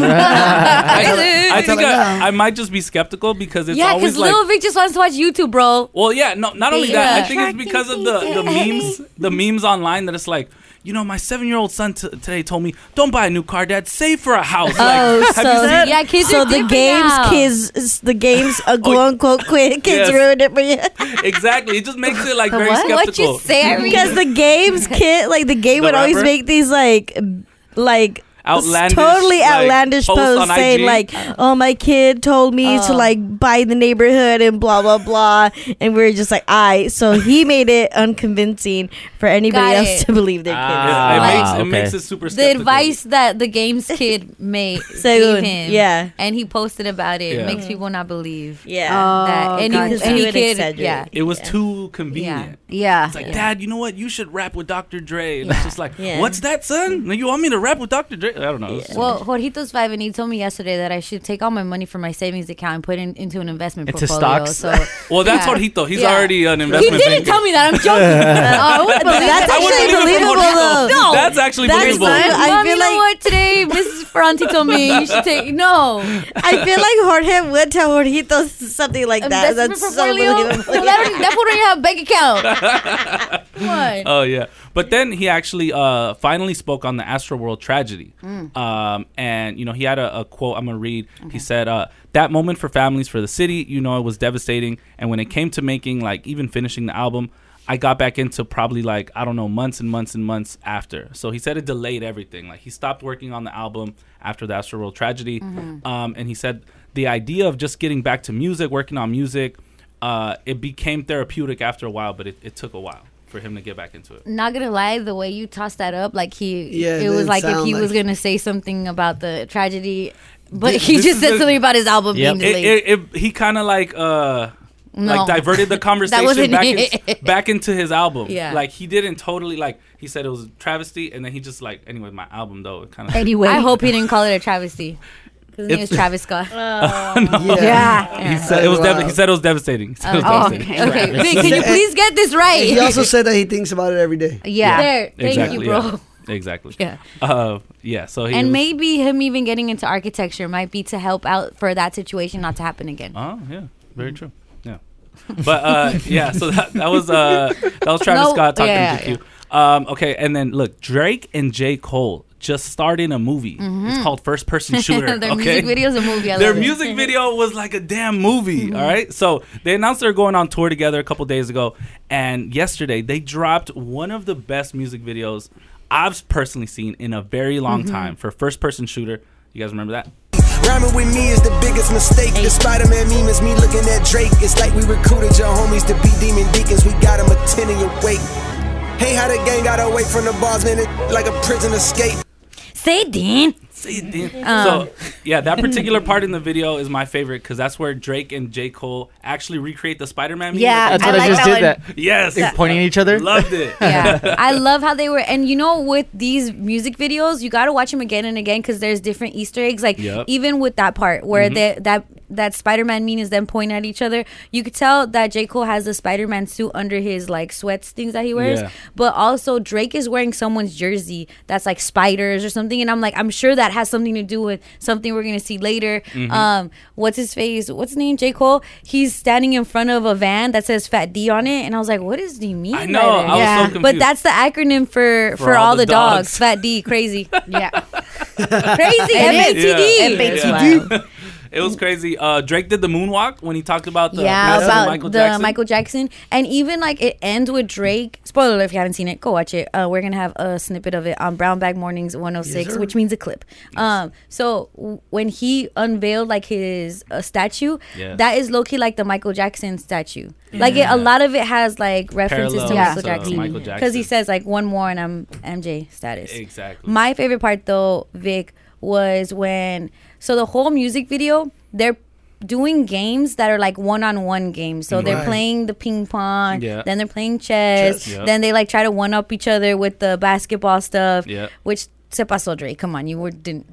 Speaker 3: I, I think I, I might just be skeptical because it's
Speaker 2: yeah,
Speaker 3: always
Speaker 2: because
Speaker 3: like
Speaker 2: Lil Vic just wants to watch YouTube, bro.
Speaker 3: Well, yeah, no, not only
Speaker 2: They
Speaker 3: that, I
Speaker 2: are.
Speaker 3: think it's because of the, the memes, the memes online that it's like, you know, my seven year old son t- today told me, don't buy a new car, dad, save for a house. Like,
Speaker 7: oh,
Speaker 3: have you
Speaker 7: so
Speaker 3: seen-
Speaker 2: Yeah, kids
Speaker 7: so
Speaker 2: are
Speaker 7: the
Speaker 2: different
Speaker 7: games,
Speaker 2: now.
Speaker 7: kids, is- the games,
Speaker 6: Oh,
Speaker 7: uh, quote unquote, quit, kids
Speaker 3: Yes.
Speaker 7: ruined it for you.
Speaker 3: exactly. It just makes it like
Speaker 7: The
Speaker 3: very
Speaker 7: what? What
Speaker 3: skeptical.
Speaker 7: you say, Because the games, kid, like the game
Speaker 3: The
Speaker 7: would always
Speaker 3: rapper?
Speaker 7: make these like, like.
Speaker 3: Outlandish,
Speaker 7: totally
Speaker 3: like,
Speaker 7: outlandish
Speaker 3: posts
Speaker 7: posts
Speaker 3: on
Speaker 7: saying
Speaker 3: IG?
Speaker 7: like, "Oh, my kid told me to
Speaker 2: Oh.
Speaker 7: like buy the neighborhood and blah blah blah," and we are just like, "I." So he made it unconvincing for anybody
Speaker 2: Got
Speaker 7: else
Speaker 2: it.
Speaker 7: to believe their kid.
Speaker 3: Yeah, Ah. it, makes, it
Speaker 9: Ah,
Speaker 6: okay.
Speaker 3: makes it super
Speaker 2: The
Speaker 3: skeptical.
Speaker 2: advice that the games kid made
Speaker 7: Sayoon,
Speaker 2: gave him,
Speaker 7: yeah.
Speaker 2: and he posted about it,
Speaker 3: Yeah.
Speaker 2: makes people not believe.
Speaker 7: Yeah.
Speaker 2: that
Speaker 4: Oh,
Speaker 2: any,
Speaker 7: gotcha.
Speaker 2: any
Speaker 7: You would
Speaker 2: kid,
Speaker 7: exaggerate.
Speaker 2: yeah,
Speaker 3: It was too convenient.
Speaker 4: yeah.
Speaker 3: It's like, Dad, you know what? You should rap with Dr. Dre. And it's just like,
Speaker 7: Yeah.
Speaker 3: what's that, son? You want me to rap with Dr. Dre? I don't know. It's-
Speaker 2: Well, Jorgito's five, and he told me yesterday that I should take all my money from my savings account and put it into an investment
Speaker 6: Into
Speaker 2: portfolio.
Speaker 6: stocks?
Speaker 2: So,
Speaker 3: Well, that's
Speaker 2: yeah.
Speaker 3: Jorgito. He's
Speaker 2: Yeah.
Speaker 3: already an
Speaker 2: He
Speaker 3: investment
Speaker 2: didn't
Speaker 3: banker.
Speaker 2: tell me that. I'm joking. Oh, I wouldn't believe
Speaker 7: That's
Speaker 2: that.
Speaker 3: I wouldn't
Speaker 7: actually
Speaker 3: believe it from
Speaker 7: believable,
Speaker 3: Jorgito.
Speaker 7: though.
Speaker 2: No.
Speaker 3: That's actually
Speaker 7: That's
Speaker 3: believable.
Speaker 7: fine. I
Speaker 2: Mom,
Speaker 7: feel
Speaker 2: you know
Speaker 7: like-
Speaker 2: what? Today, Mrs. Ferranti told me you should take no
Speaker 7: I feel like Jorge would tell Jorgito something like that.
Speaker 2: investment
Speaker 7: That's so
Speaker 2: portfolio.
Speaker 7: believable.
Speaker 2: Well, that, already, that already have a bank account. Come on.
Speaker 3: Oh yeah, but then he actually uh, finally spoke on the Astro World tragedy,
Speaker 2: Mm.
Speaker 3: um, and you know he had a, a quote I'm gonna read. He said, uh, "That moment for families for the city, you know, it was devastating. And when it came to making, like, even finishing the album, I got back into probably like I don't know months and months and months after. So he said it delayed everything. Like he stopped working on the album after the Astro World tragedy, um, and he said the idea of just getting back to music, working on music." Uh, it became therapeutic after a while, but it, it took a while for him to get back into it.
Speaker 2: Not gonna lie, the way you tossed that up, like he,
Speaker 5: Yeah, it
Speaker 2: it was
Speaker 5: didn't
Speaker 2: like if
Speaker 5: sound
Speaker 2: he
Speaker 5: like-
Speaker 2: was gonna say something about the tragedy, but
Speaker 3: This-
Speaker 2: he
Speaker 3: this
Speaker 2: just
Speaker 3: is
Speaker 2: said
Speaker 3: the-
Speaker 2: something about his album
Speaker 6: Yep.
Speaker 2: being
Speaker 3: it,
Speaker 2: delayed.
Speaker 3: it, it, he kind of like uh like
Speaker 2: No.
Speaker 3: diverted the conversation
Speaker 2: wasn't
Speaker 3: back, in,
Speaker 2: it.
Speaker 3: back into his album
Speaker 2: Yeah.
Speaker 3: like he didn't totally like he said it was a travesty and then he just like anyway my album though it kind of
Speaker 2: anyway, I hope he didn't call it a travesty. His name is Travis Scott. Oh.
Speaker 5: yeah.
Speaker 3: he said it was dev-
Speaker 5: Wow.
Speaker 3: he said it was devastating He said it was
Speaker 4: Oh,
Speaker 3: devastating.
Speaker 4: okay.
Speaker 2: Okay, Vic, can you please get this right?
Speaker 5: He also said that he thinks about it every day.
Speaker 4: Yeah.
Speaker 2: There, thank
Speaker 3: Exactly,
Speaker 2: you, bro.
Speaker 3: yeah. Exactly.
Speaker 2: Yeah.
Speaker 3: Uh, yeah. So he
Speaker 2: and
Speaker 3: was-
Speaker 2: maybe him even getting into architecture might be to help out for that situation not to happen again.
Speaker 3: Oh yeah, very true. Yeah. but uh, yeah, so that, that was uh, that was Travis
Speaker 2: No,
Speaker 3: Scott talking
Speaker 2: yeah,
Speaker 3: to GQ. Um, okay, and then look, Drake and J Cole just started a movie. It's
Speaker 2: Mhm.
Speaker 3: called First Person Shooter.
Speaker 2: Their
Speaker 3: okay?
Speaker 2: music video is Mm-hmm. a movie. I
Speaker 3: Their
Speaker 2: love it.
Speaker 3: music video was like a damn movie. all right, so they announced they're going on tour together a couple days ago, and yesterday they dropped one of the best music videos I've personally seen in a very long
Speaker 11: Mhm.
Speaker 2: Mm-hmm.
Speaker 3: time for First Person Shooter. You guys remember that?
Speaker 11: Rhyming with me is the biggest mistake. The Spider Man meme is me looking at Drake. It's like we recruited your homies to be demon deacons. We got 'em a 10 in your wake. Hey, how the gang got away from the bars, man. It like a prison escape.
Speaker 2: Say, Dean.
Speaker 3: Say, Dean.
Speaker 2: Um.
Speaker 3: so yeah, that particular part in the video is my favorite because that's where Drake and J Cole actually recreate the Spider-Man. meme.
Speaker 2: Yeah, That's what I I like just that did one. that.
Speaker 3: Yes,
Speaker 6: They're pointing at each other.
Speaker 3: Loved it.
Speaker 2: yeah, I love how they were, and you know, with these music videos, you got to watch them again and again because there's different Easter eggs. Like
Speaker 7: Yep.
Speaker 2: even with that part where
Speaker 7: Mhm.
Speaker 2: they, that that Spider-Man mean is them pointing at each other, you could tell that J Cole has the Spider-Man suit under his like sweats things that he wears,
Speaker 7: Yeah.
Speaker 2: but also Drake is wearing someone's jersey that's like spiders or something, and I'm like, I'm sure that has something to do with something we're gonna see later.
Speaker 7: Mhm.
Speaker 2: Um, what's his face? What's his name? J Cole. He's standing in front of a van that says Fat D on it, and I was like, what does D mean?
Speaker 3: I know, I was so Yeah. confused.
Speaker 2: But that's the acronym for for, all, the dogs. Fat D, crazy. yeah. crazy.
Speaker 3: Yeah.
Speaker 2: FATD.
Speaker 3: It was crazy. Uh, Drake did the moonwalk when he talked about the
Speaker 2: yeah,
Speaker 3: massive
Speaker 2: about
Speaker 3: Michael
Speaker 2: the
Speaker 3: Jackson.
Speaker 2: Michael Jackson, and even like it ends with Drake. Spoiler alert, if you haven't seen it, go watch it. Uh, we're gonna have a snippet of it on Brown Bag Mornings 106,
Speaker 7: Yes, sir.
Speaker 2: which means a clip. Um, so w- when he unveiled like his uh, statue,
Speaker 7: Yeah.
Speaker 2: that is low key like the Michael Jackson statue. Like it,
Speaker 7: Yeah.
Speaker 2: a lot of it has like references to
Speaker 7: Parallels
Speaker 2: Michael
Speaker 7: to
Speaker 2: Jackson
Speaker 7: Michael
Speaker 2: because he says like one more and I'm MJ status.
Speaker 3: Exactly.
Speaker 2: My favorite part though, Vic, was when so the whole music video they're doing games that are like one-on-one games. So they're
Speaker 7: Right.
Speaker 2: playing the ping pong,
Speaker 7: Yeah.
Speaker 2: then they're playing chess,
Speaker 7: Chess. Yep.
Speaker 2: then they like try to one up each other with the basketball stuff.
Speaker 7: Yeah.
Speaker 2: Which se pasó Drake. Come on, you were didn't.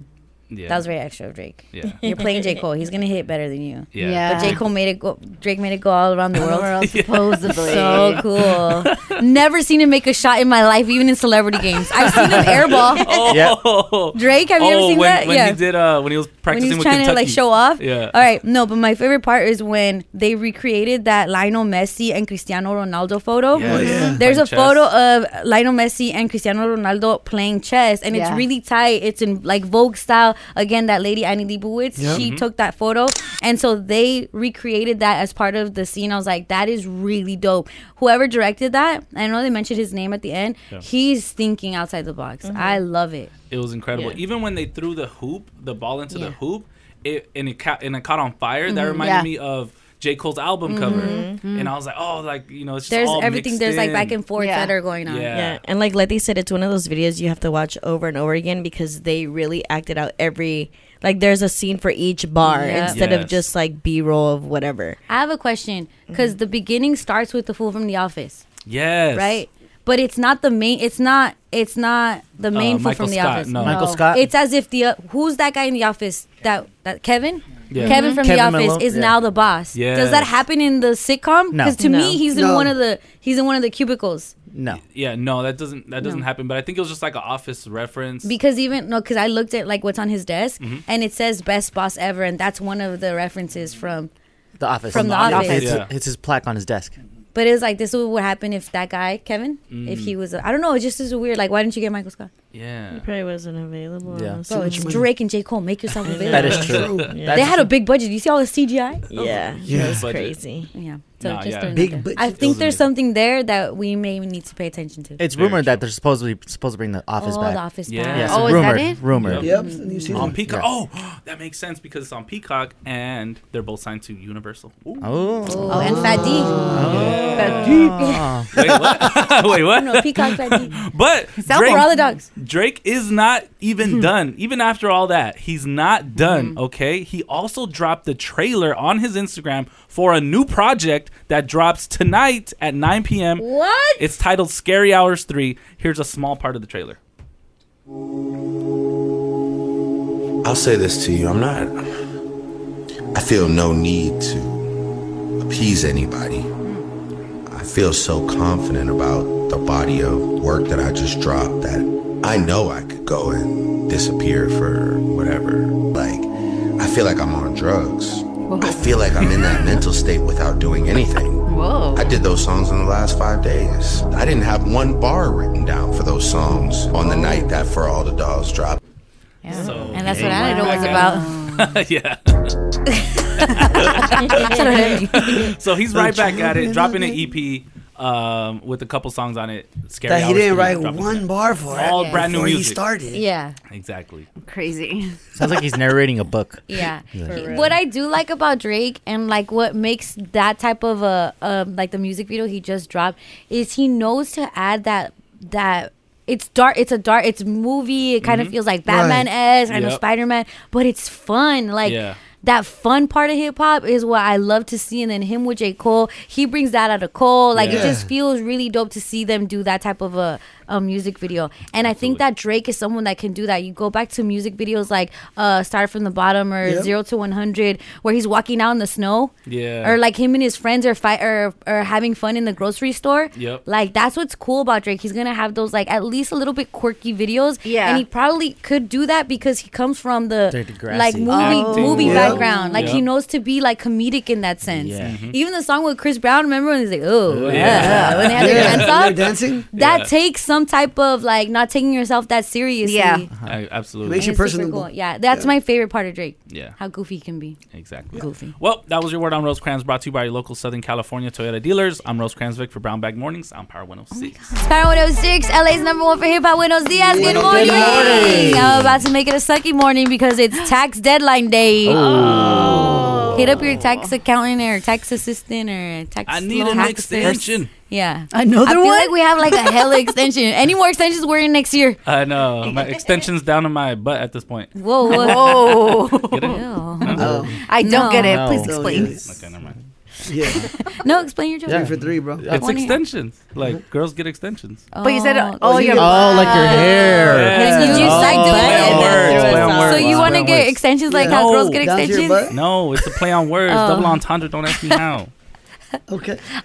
Speaker 7: Yeah.
Speaker 2: That was very extra of Drake.
Speaker 7: Yeah.
Speaker 2: You're playing J Cole. He's gonna hit better than you.
Speaker 7: Yeah. Yeah.
Speaker 2: But J Cole made it go. Drake made it go all around the world.
Speaker 4: supposedly.
Speaker 2: So cool. Never seen him make a shot in my life, even in celebrity games. I've seen him airball.
Speaker 3: Oh.
Speaker 2: Drake, have you
Speaker 3: oh,
Speaker 2: ever seen
Speaker 3: when,
Speaker 2: that?
Speaker 3: When
Speaker 2: Yeah.
Speaker 3: he did, uh, when he was
Speaker 2: When
Speaker 3: practicing
Speaker 2: he's
Speaker 3: with
Speaker 2: trying
Speaker 3: Kentucky.
Speaker 2: to like show off.
Speaker 3: Yeah.
Speaker 2: All right. No, but my favorite part is when they recreated that Lionel Messi and Cristiano Ronaldo photo.
Speaker 7: Yes. yeah.
Speaker 2: There's
Speaker 7: Playing
Speaker 2: a
Speaker 7: chess.
Speaker 2: photo of Lionel Messi and Cristiano Ronaldo playing chess, and it's
Speaker 7: Yeah.
Speaker 2: really tight. It's in like Vogue style. Again, that lady Annie Leibovitz,
Speaker 7: Yeah.
Speaker 2: she
Speaker 7: Mhm.
Speaker 2: took that photo, and so they recreated that as part of the scene. I was like, that is really dope. Whoever directed that, I know they mentioned his name at the end.
Speaker 3: Yeah.
Speaker 2: He's thinking outside the box.
Speaker 7: Mm-hmm.
Speaker 2: I love it.
Speaker 3: It was incredible.
Speaker 2: Yeah.
Speaker 3: Even when they threw the hoop, the ball into
Speaker 2: Yeah.
Speaker 3: the hoop, it and it ca- and it caught on fire. That
Speaker 2: Mhm.
Speaker 3: reminded
Speaker 2: Yeah.
Speaker 3: me of J Cole's album cover,
Speaker 2: Mhm. Mhm.
Speaker 3: and I was like, oh, like you know, it's just
Speaker 2: There's
Speaker 3: all
Speaker 2: everything.
Speaker 3: mixed
Speaker 2: There's like
Speaker 3: in.
Speaker 2: back and forth that are going on.
Speaker 3: Yeah.
Speaker 7: and like Letty said, it's one of those videos you have to watch over and over again because they really acted out every like. There's a scene for each bar
Speaker 2: Yeah.
Speaker 7: instead of
Speaker 2: Yes.
Speaker 7: just like B roll of whatever.
Speaker 2: I have a question because the beginning starts with the fool from the office,
Speaker 3: Mm-hmm. Yes.
Speaker 2: right? But it's not the main. It's not. It's not the main fool
Speaker 3: Uh, Michael
Speaker 2: from the
Speaker 3: Scott,
Speaker 2: office.
Speaker 3: no. Michael Scott?
Speaker 2: It's as if the uh, who's that guy in the office that that Kevin.
Speaker 3: Yeah. Mm-hmm.
Speaker 2: Kevin from the
Speaker 3: Kevin
Speaker 2: office
Speaker 3: Malone,
Speaker 2: is
Speaker 3: yeah.
Speaker 2: now the boss. Does that
Speaker 3: Yes.
Speaker 2: happen in the sitcom?
Speaker 3: No.
Speaker 2: Because to
Speaker 3: No.
Speaker 2: me, he's in
Speaker 3: No.
Speaker 2: one of the he's in one of the cubicles.
Speaker 3: No. Yeah, no, that doesn't that doesn't happen. But I think it was just like an office reference.
Speaker 2: Because even no, because I looked at like what's on his desk,
Speaker 3: Mhm.
Speaker 2: and it says best boss ever, and that's one of the references from
Speaker 6: The office.
Speaker 2: From The Office.
Speaker 6: It's,
Speaker 2: Yeah.
Speaker 6: it's his plaque on his desk.
Speaker 2: But it's like this would what happen if that guy Kevin, if
Speaker 6: Mm.
Speaker 2: he was, I I don't know, it just is weird. Like, why didn't you get Michael Scott?
Speaker 3: Yeah.
Speaker 7: probably wasn't available.
Speaker 6: Yeah.
Speaker 2: Bro, it's Drake and J Cole. Make yourself available.
Speaker 6: That is true.
Speaker 7: That
Speaker 2: They
Speaker 7: is
Speaker 2: had a big budget. You see all the CGI?
Speaker 7: Yeah,
Speaker 6: Yeah.
Speaker 7: that's
Speaker 6: Budget.
Speaker 7: crazy.
Speaker 2: Yeah, so
Speaker 6: Nah,
Speaker 2: just
Speaker 6: yeah.
Speaker 2: throwing it
Speaker 6: Big
Speaker 2: out there.
Speaker 6: budget.
Speaker 2: I
Speaker 6: Those
Speaker 2: think
Speaker 6: are
Speaker 2: there's something there that we may need to pay attention to.
Speaker 6: It's rumored that they're supposedly supposed to bring the office
Speaker 2: Oh,
Speaker 6: back.
Speaker 2: the Office
Speaker 6: yeah.
Speaker 2: back.
Speaker 6: Yeah, so
Speaker 2: Oh, is that
Speaker 6: rumored,
Speaker 2: it?
Speaker 6: Rumored.
Speaker 5: Yep, it's the new season.
Speaker 3: on Peacock.
Speaker 6: Yeah.
Speaker 3: Oh, that makes sense because it's on Peacock and they're both signed to Universal. Ooh.
Speaker 6: Oh.
Speaker 2: Oh, and Fat D. Fat D.
Speaker 3: Wait, what? Wait, what?
Speaker 2: No, Peacock Fat D.
Speaker 3: But
Speaker 2: It's out for all the dogs.
Speaker 3: Drake is not even done. Even after all that, he's not done. Okay, he also dropped the trailer on his Instagram for a new project that drops tonight at 9 p.m.
Speaker 2: What?
Speaker 3: It's titled "Scary Hours 3." Here's a small part of the trailer.
Speaker 12: I'll say this to you. I'm not. I feel no need to appease anybody. I feel so confident about the body of work that I just dropped that I know I could go and disappear for whatever. Like, I feel like I'm on drugs. I feel like I'm in that mental state without doing anything.
Speaker 4: Whoa.
Speaker 12: I did those songs in the last five days. I didn't have one bar written down for those songs on the night that For All the Dolls dropped.
Speaker 2: and that's what Antidote was about.
Speaker 3: yeah.
Speaker 2: That's what I-
Speaker 3: so he's
Speaker 5: The
Speaker 3: right back at it,
Speaker 5: children
Speaker 3: dropping an
Speaker 5: of
Speaker 3: EP um, with a couple songs on it. Scary
Speaker 5: That he
Speaker 3: Hours
Speaker 5: didn't
Speaker 3: Studio
Speaker 5: write
Speaker 3: dropping
Speaker 5: one
Speaker 3: it.
Speaker 5: bar for
Speaker 3: all
Speaker 5: it
Speaker 3: brand new
Speaker 5: before he
Speaker 3: music.
Speaker 5: started.
Speaker 2: Yeah.
Speaker 3: exactly.
Speaker 4: Crazy.
Speaker 6: Sounds like he's narrating a book.
Speaker 2: Yeah.
Speaker 6: Like,
Speaker 2: What I do like about Drake and like what makes that type of a um, like the music video he just dropped is he knows to add that that it's dark it's a dark it's movie it kind
Speaker 7: Mhm.
Speaker 2: of feels like Batman
Speaker 7: Right.
Speaker 2: esque kind of
Speaker 7: Yep.
Speaker 2: Spider Man but it's fun like.
Speaker 7: Yeah.
Speaker 2: That fun part of hip hop is what I love to see, and then him with J Cole, he brings that out of Cole. Like it
Speaker 7: Yeah.
Speaker 2: just feels really dope to see them do that type of a, a music video. And I think that Drake is someone that can do that. You go back to music videos like uh, "Start from the Bottom" or
Speaker 7: Yep.
Speaker 2: "Zero to 100 where he's walking out in the snow,
Speaker 3: Yeah.
Speaker 2: or like him and his friends are fight or are having fun in the grocery store.
Speaker 3: Yep.
Speaker 2: Like that's what's cool about Drake. He's gonna have those like at least a little bit quirky videos. Yeah. And he probably could do that because he comes from the
Speaker 7: Dirty Degrassi.
Speaker 2: like movie
Speaker 7: Acting.
Speaker 2: movie
Speaker 7: Yep.
Speaker 2: background. Like he
Speaker 7: Yep.
Speaker 2: knows to be like comedic in that sense.
Speaker 7: Yeah. Mhm.
Speaker 2: Even the song with Chris Brown, remember when he's like, oh,
Speaker 7: Oh,
Speaker 2: yeah.
Speaker 7: yeah.
Speaker 2: when they had
Speaker 5: Yeah.
Speaker 2: their
Speaker 5: When
Speaker 2: hands
Speaker 5: they're
Speaker 2: up.
Speaker 5: dancing?
Speaker 2: That
Speaker 5: Yeah.
Speaker 2: takes some type of like not taking yourself that seriously.
Speaker 4: Yeah.
Speaker 3: I- absolutely.
Speaker 2: And it's super cool. Yeah, that's my favorite part of Drake.
Speaker 3: Yeah.
Speaker 2: How goofy he can be.
Speaker 3: Exactly.
Speaker 2: Goofy.
Speaker 3: Well, that was your word on Rosecrans brought to you by your local Southern California Toyota dealers. I'm Rose Kranzvik for Brown Bag Mornings on
Speaker 2: Oh
Speaker 3: Power 106.
Speaker 2: Power 106, LA's number one for hip hop. Buenos dias. Good
Speaker 3: Buenos
Speaker 2: morning.
Speaker 3: morning.
Speaker 2: I'm about to make it a sucky morning because it's tax deadline day.
Speaker 3: Oh.
Speaker 2: Oh. Hit up your tax accountant or tax assistant or tax.
Speaker 3: I need
Speaker 2: loan
Speaker 3: an
Speaker 2: tax
Speaker 3: extension.
Speaker 2: Yeah.
Speaker 3: Another
Speaker 2: I feel
Speaker 3: one?
Speaker 2: like we have like a hella extension. Any more extensions, we're in next year.
Speaker 3: I know. My extension's down in my butt at this point.
Speaker 2: Whoa, whoa.
Speaker 3: Get it?
Speaker 2: No.
Speaker 4: I don't
Speaker 2: No.
Speaker 4: get it.
Speaker 3: No.
Speaker 4: Please
Speaker 3: No,
Speaker 4: explain.
Speaker 3: Okay, never mind.
Speaker 2: no, explain your joke.
Speaker 5: Three for three, bro.
Speaker 3: It's extensions. Like, girls get extensions.
Speaker 2: But you said, oh,
Speaker 4: your-
Speaker 6: Oh, like your hair.
Speaker 3: Yeah.
Speaker 2: you
Speaker 3: Oh,
Speaker 2: psyched
Speaker 3: play
Speaker 2: back
Speaker 3: on
Speaker 2: and
Speaker 3: words,
Speaker 2: threw
Speaker 3: play
Speaker 2: us
Speaker 3: on
Speaker 2: off.
Speaker 3: words,
Speaker 2: So you
Speaker 3: play
Speaker 2: want to
Speaker 3: on
Speaker 2: get
Speaker 3: words.
Speaker 2: extensions like how girls get extensions?
Speaker 3: No, it's a play on words.
Speaker 2: Oh.
Speaker 3: Double entendre. Don't ask me how.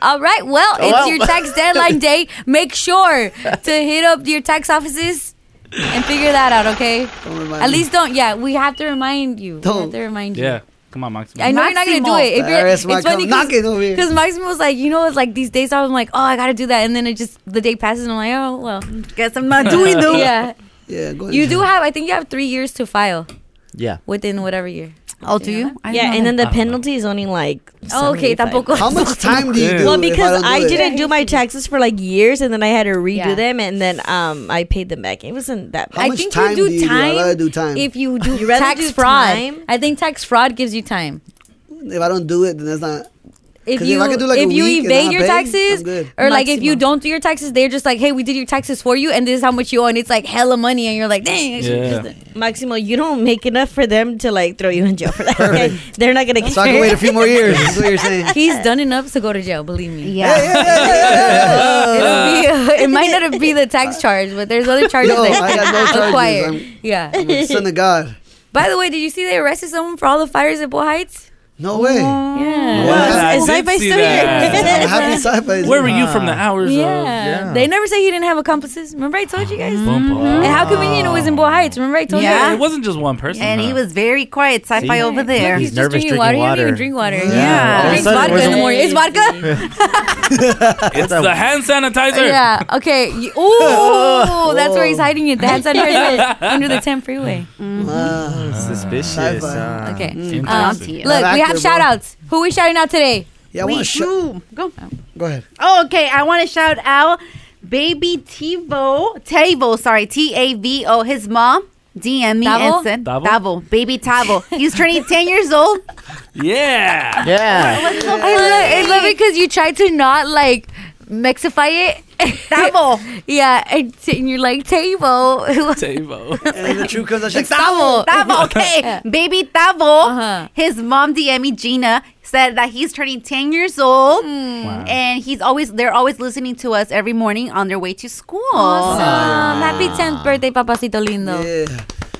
Speaker 2: All right. Well,
Speaker 3: Oh,
Speaker 2: it's
Speaker 3: well.
Speaker 2: your tax deadline day. Make sure to hit up your tax offices and figure that out, okay? At
Speaker 5: me.
Speaker 2: least don't. Yeah, we have to remind you. We have
Speaker 5: Don't.
Speaker 2: to remind you.
Speaker 3: Yeah. Come on, Max.
Speaker 2: I know you're not gonna do it. If
Speaker 5: The
Speaker 2: you're,
Speaker 5: IRS
Speaker 2: it's
Speaker 5: might come
Speaker 2: funny
Speaker 5: knocking over here.
Speaker 2: because Maximo was like, you know, it's like these days I'm like, oh, I gotta do that, and then it just the day passes, and I'm like, oh well,
Speaker 4: guess I'm not doing them.
Speaker 2: Yeah,
Speaker 5: Yeah, go
Speaker 2: you do have. I think you have three years to file
Speaker 6: Yeah.
Speaker 2: within whatever year.
Speaker 4: Oh, do you?
Speaker 7: yeah, and then the penalty is only like.
Speaker 2: Oh, okay,
Speaker 7: 75.
Speaker 2: tampoco. How much time do you do
Speaker 7: Well,
Speaker 2: if I
Speaker 7: because
Speaker 2: don't do
Speaker 7: I,
Speaker 2: it?
Speaker 7: didn't do my taxes for like years, and then I had to redo
Speaker 2: Yeah.
Speaker 7: them, and then um I paid them back. It wasn't that.
Speaker 2: I think you do time. If you do
Speaker 7: You rather
Speaker 2: tax
Speaker 7: do
Speaker 2: fraud,
Speaker 7: time?
Speaker 2: I think tax fraud gives you time.
Speaker 5: If I don't do it, then that's not.
Speaker 2: If
Speaker 5: 'Cause
Speaker 2: you
Speaker 5: I
Speaker 2: if,
Speaker 5: could do like a
Speaker 2: you
Speaker 5: week and
Speaker 2: evade
Speaker 5: not
Speaker 2: your
Speaker 5: pay,
Speaker 2: taxes,
Speaker 5: I'm
Speaker 2: or
Speaker 5: good.
Speaker 2: like if you don't do your taxes, they're just like, hey, we did your taxes for you, and this is how much you owe, and it's like hella money, and you're like, dang. I should've
Speaker 7: Yeah.
Speaker 2: just-
Speaker 7: Maximo, you don't make enough for them to like throw you in jail for that. Okay? They're not gonna get.
Speaker 5: So I can wait a few more years. That's what you're saying.
Speaker 2: He's done enough to go to jail. Believe me.
Speaker 4: Yeah.
Speaker 2: It'll be, it might not be the tax charge, but there's other charges
Speaker 5: No,
Speaker 2: that
Speaker 5: I got no charges.
Speaker 2: acquire.
Speaker 5: I'm-
Speaker 2: yeah.
Speaker 5: I'm a son of God.
Speaker 2: By the way, did you see they arrested someone for all the fires at Bull Heights?
Speaker 5: No way.
Speaker 2: Yeah.
Speaker 5: What?
Speaker 2: Is
Speaker 5: I
Speaker 2: Sci-Fi
Speaker 5: did see
Speaker 2: still
Speaker 5: that.
Speaker 2: here?
Speaker 5: Happy Sci-Fi is
Speaker 3: Where were
Speaker 5: here.
Speaker 3: you from the hours of-
Speaker 2: Yeah. They never say he didn't have accomplices. Remember I told you guys?
Speaker 5: Mm-hmm.
Speaker 2: And how convenient it was in Bull Heights. Remember I told
Speaker 3: Yeah.
Speaker 2: you?
Speaker 3: It wasn't just one person.
Speaker 4: And
Speaker 3: huh?
Speaker 4: he was very quiet. Sci-fi
Speaker 3: See?
Speaker 4: over
Speaker 3: Look,
Speaker 4: there.
Speaker 3: he's He's just nervous drinking drinking water. He don't even water. drink
Speaker 2: water.
Speaker 4: Yeah.
Speaker 3: Yeah.
Speaker 4: He drinks
Speaker 3: All of a
Speaker 4: vodka in the
Speaker 3: sudden
Speaker 4: morning.
Speaker 2: It's vodka?
Speaker 3: It's the hand sanitizer.
Speaker 2: Yeah. Okay. You- Ooh, that's where he's hiding it. The hand sanitizer under the 10 freeway.
Speaker 6: Suspicious.
Speaker 5: Sci-fi.
Speaker 6: uh,
Speaker 2: Okay.
Speaker 6: interesting.
Speaker 2: Um, look, we have shout outs. Who we shouting out today?
Speaker 5: Yeah, I wanna shou-
Speaker 4: Go.
Speaker 5: Go ahead.
Speaker 4: Oh, okay. I want to shout out baby Tivo. Tavo, sorry. T A V O. His mom DM me
Speaker 2: Tavo?
Speaker 4: and said,
Speaker 3: Tavo?
Speaker 4: Tavo. Baby Tavo. He's turning 10 years old.
Speaker 3: Yeah.
Speaker 6: Yeah.
Speaker 2: I love, I love it because you try to not like Mexify it.
Speaker 4: Tavo.
Speaker 2: yeah. And, t- and you're like, table.
Speaker 3: Tavo.
Speaker 5: And then the truth comes out. She's like,
Speaker 4: Tavo. Tavo, okay. Baby Tavo.
Speaker 2: Uh-huh.
Speaker 4: His mom DM me Gina said that he's turning 10 years old
Speaker 2: Hmm.
Speaker 5: Wow.
Speaker 4: and he's always they're always listening to us every morning on their way to school.
Speaker 2: Awesome. Happy 10th birthday, Papacito Lindo.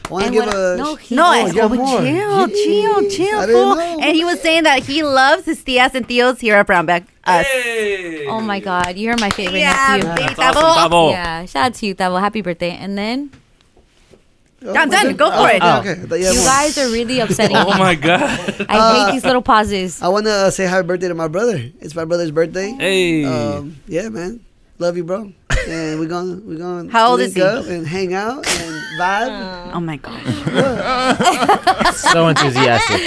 Speaker 5: I want to
Speaker 2: And
Speaker 5: give
Speaker 2: what-
Speaker 5: a
Speaker 2: no, he-
Speaker 4: No,
Speaker 2: Oh,
Speaker 4: it's
Speaker 2: you got
Speaker 4: oh,
Speaker 2: more.
Speaker 4: chill, chill, chill,
Speaker 5: I didn't
Speaker 4: fool.
Speaker 5: know.
Speaker 4: And he was saying that he loves his tias and tios here at uh, Brownback.
Speaker 7: us.
Speaker 2: Oh my God, you're my favorite
Speaker 7: Yeah,
Speaker 2: nephew.
Speaker 7: baby That's awesome, Tavo. Tavo.
Speaker 2: Yeah, shout out to you, Tavo. Happy birthday. And then.
Speaker 5: I'm done. Go for it. Oh, okay. I thought you
Speaker 2: You,
Speaker 5: had more.
Speaker 2: guys are really upsetting me.
Speaker 3: Oh god!
Speaker 2: I hate these little pauses.
Speaker 5: uh, I want to uh, say happy birthday to my brother. It's my brother's birthday.
Speaker 3: Hey.
Speaker 5: Um, yeah, man. Love you, bro. And we're gonna we're gonna
Speaker 4: How old is
Speaker 5: link up
Speaker 4: he?
Speaker 5: and hang out and vibe.
Speaker 4: Oh my god.
Speaker 6: so enthusiastic.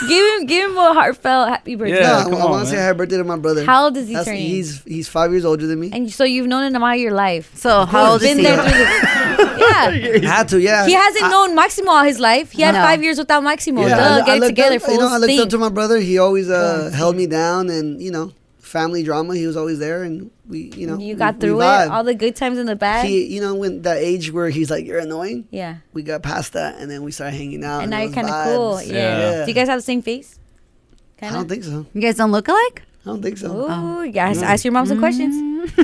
Speaker 2: give him, give him a heartfelt happy birthday.
Speaker 5: Yeah, I, want to say happy birthday to my brother.
Speaker 2: How old is he turning?
Speaker 5: He's he's five years older than me.
Speaker 2: And so you've known him all your life.
Speaker 4: So
Speaker 5: how old is
Speaker 2: been
Speaker 5: he?
Speaker 2: There through the- yeah.
Speaker 5: Had to, yeah.
Speaker 2: He hasn't known Maximo all his life. He had
Speaker 5: No.
Speaker 2: five years without Maximo.
Speaker 5: Yeah, I-
Speaker 2: Duh,
Speaker 5: I
Speaker 2: get it
Speaker 5: looked
Speaker 2: together,
Speaker 5: up,
Speaker 2: fools.
Speaker 5: You know, I looked up
Speaker 2: Think.
Speaker 5: to my brother. He always uh, held me down, and you know, family drama. He was always there, and we, you know,
Speaker 2: You
Speaker 5: we-
Speaker 2: got
Speaker 5: we
Speaker 2: through it.
Speaker 5: vibe.
Speaker 2: All the good times in the bad.
Speaker 5: He, you know, when that age where he's like, "You're annoying."
Speaker 2: Yeah.
Speaker 5: We got past that, and then we started hanging out.
Speaker 2: and now you're
Speaker 5: it was
Speaker 2: kind of cool.
Speaker 5: vibes.
Speaker 2: Yeah. Do you guys have the same face?
Speaker 5: I don't think so.
Speaker 4: You guys don't look alike?
Speaker 5: I don't think so.
Speaker 2: Oh, you guys, ask your mom some questions.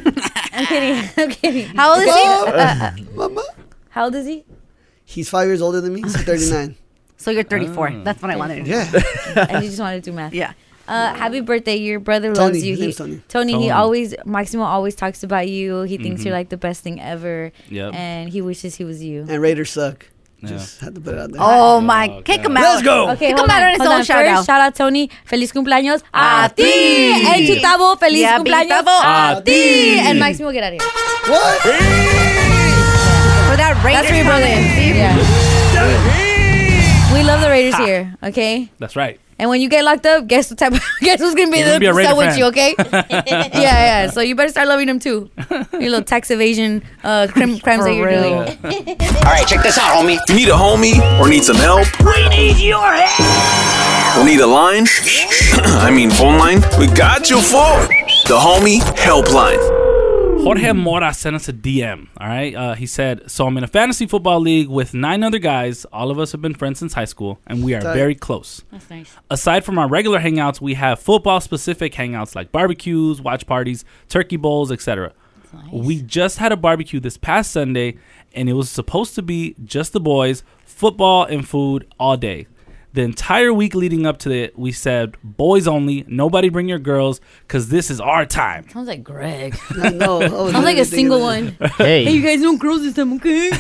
Speaker 2: I'm kidding. I'm kidding.
Speaker 4: Mm. How old is he? Mom.
Speaker 2: Uh, How old is he?
Speaker 5: Oh. He's five years older than me. He's 39.
Speaker 4: So you're 34. That's what I wanted. to
Speaker 5: Yeah.
Speaker 2: and you just wanted to do math.
Speaker 4: Yeah.
Speaker 2: Uh, happy birthday! Your brother
Speaker 5: Tony,
Speaker 2: loves you.
Speaker 5: his
Speaker 2: He-
Speaker 5: name's Tony.
Speaker 2: he
Speaker 5: Tony.
Speaker 2: always Maximo always talks about you. He thinks you're
Speaker 5: Mhm.
Speaker 2: like the best thing ever.
Speaker 5: Yep.
Speaker 2: And he wishes he was you.
Speaker 5: And Raiders suck. Just had to put it out there.
Speaker 4: Oh, my! Kick him out.
Speaker 5: Let's go.
Speaker 2: Okay,
Speaker 4: Kick
Speaker 2: hold
Speaker 4: him out on his
Speaker 2: hold
Speaker 4: own shout
Speaker 2: First,
Speaker 4: out.
Speaker 2: Shout out Tony. Feliz cumpleaños a ti.
Speaker 4: ti.
Speaker 2: And tu tabo, feliz
Speaker 4: Yeah,
Speaker 2: cumpleaños
Speaker 4: Big Tabo.
Speaker 2: a
Speaker 4: A
Speaker 2: ti.
Speaker 4: ti.
Speaker 2: And Maximo, get out of here.
Speaker 5: What?
Speaker 4: For that Raiders.
Speaker 2: That's for your brother. Yeah. We love the Raiders here. Okay.
Speaker 3: That's right.
Speaker 2: And when you get locked up, guess what type of, guess who's gonna be
Speaker 3: You're gonna
Speaker 2: the
Speaker 3: be a Raider
Speaker 2: upset with
Speaker 3: fan.
Speaker 2: you, okay? yeah, yeah. So you better start loving them too. Your little tax evasion uh, crim- crimes that you're doing.
Speaker 9: All right, check this out, homie.
Speaker 13: If you need a homie or need some help,
Speaker 9: We need your help.
Speaker 13: or need a line, I mean phone line, we got you for it. The homie helpline.
Speaker 3: Jorge Mora sent us a DM. All right. Uh, he said, So I'm in a fantasy football league with nine other guys. All of us have been friends since high school, and we are
Speaker 14: Tight.
Speaker 3: very close.
Speaker 14: That's nice.
Speaker 3: Aside from our regular hangouts, we have football specific hangouts like barbecues, watch parties, turkey bowls, etc. We just had a barbecue this past Sunday, and it was supposed to be just the boys, football and food all day. The entire week leading up to it, we said, boys only, nobody bring your girls, because this is our time.
Speaker 2: Sounds like Greg.
Speaker 5: I know. I was
Speaker 2: Sounds like a
Speaker 5: literally
Speaker 2: single
Speaker 5: thinking
Speaker 2: one.
Speaker 5: that.
Speaker 3: Hey.
Speaker 2: you guys don't girls this time, okay?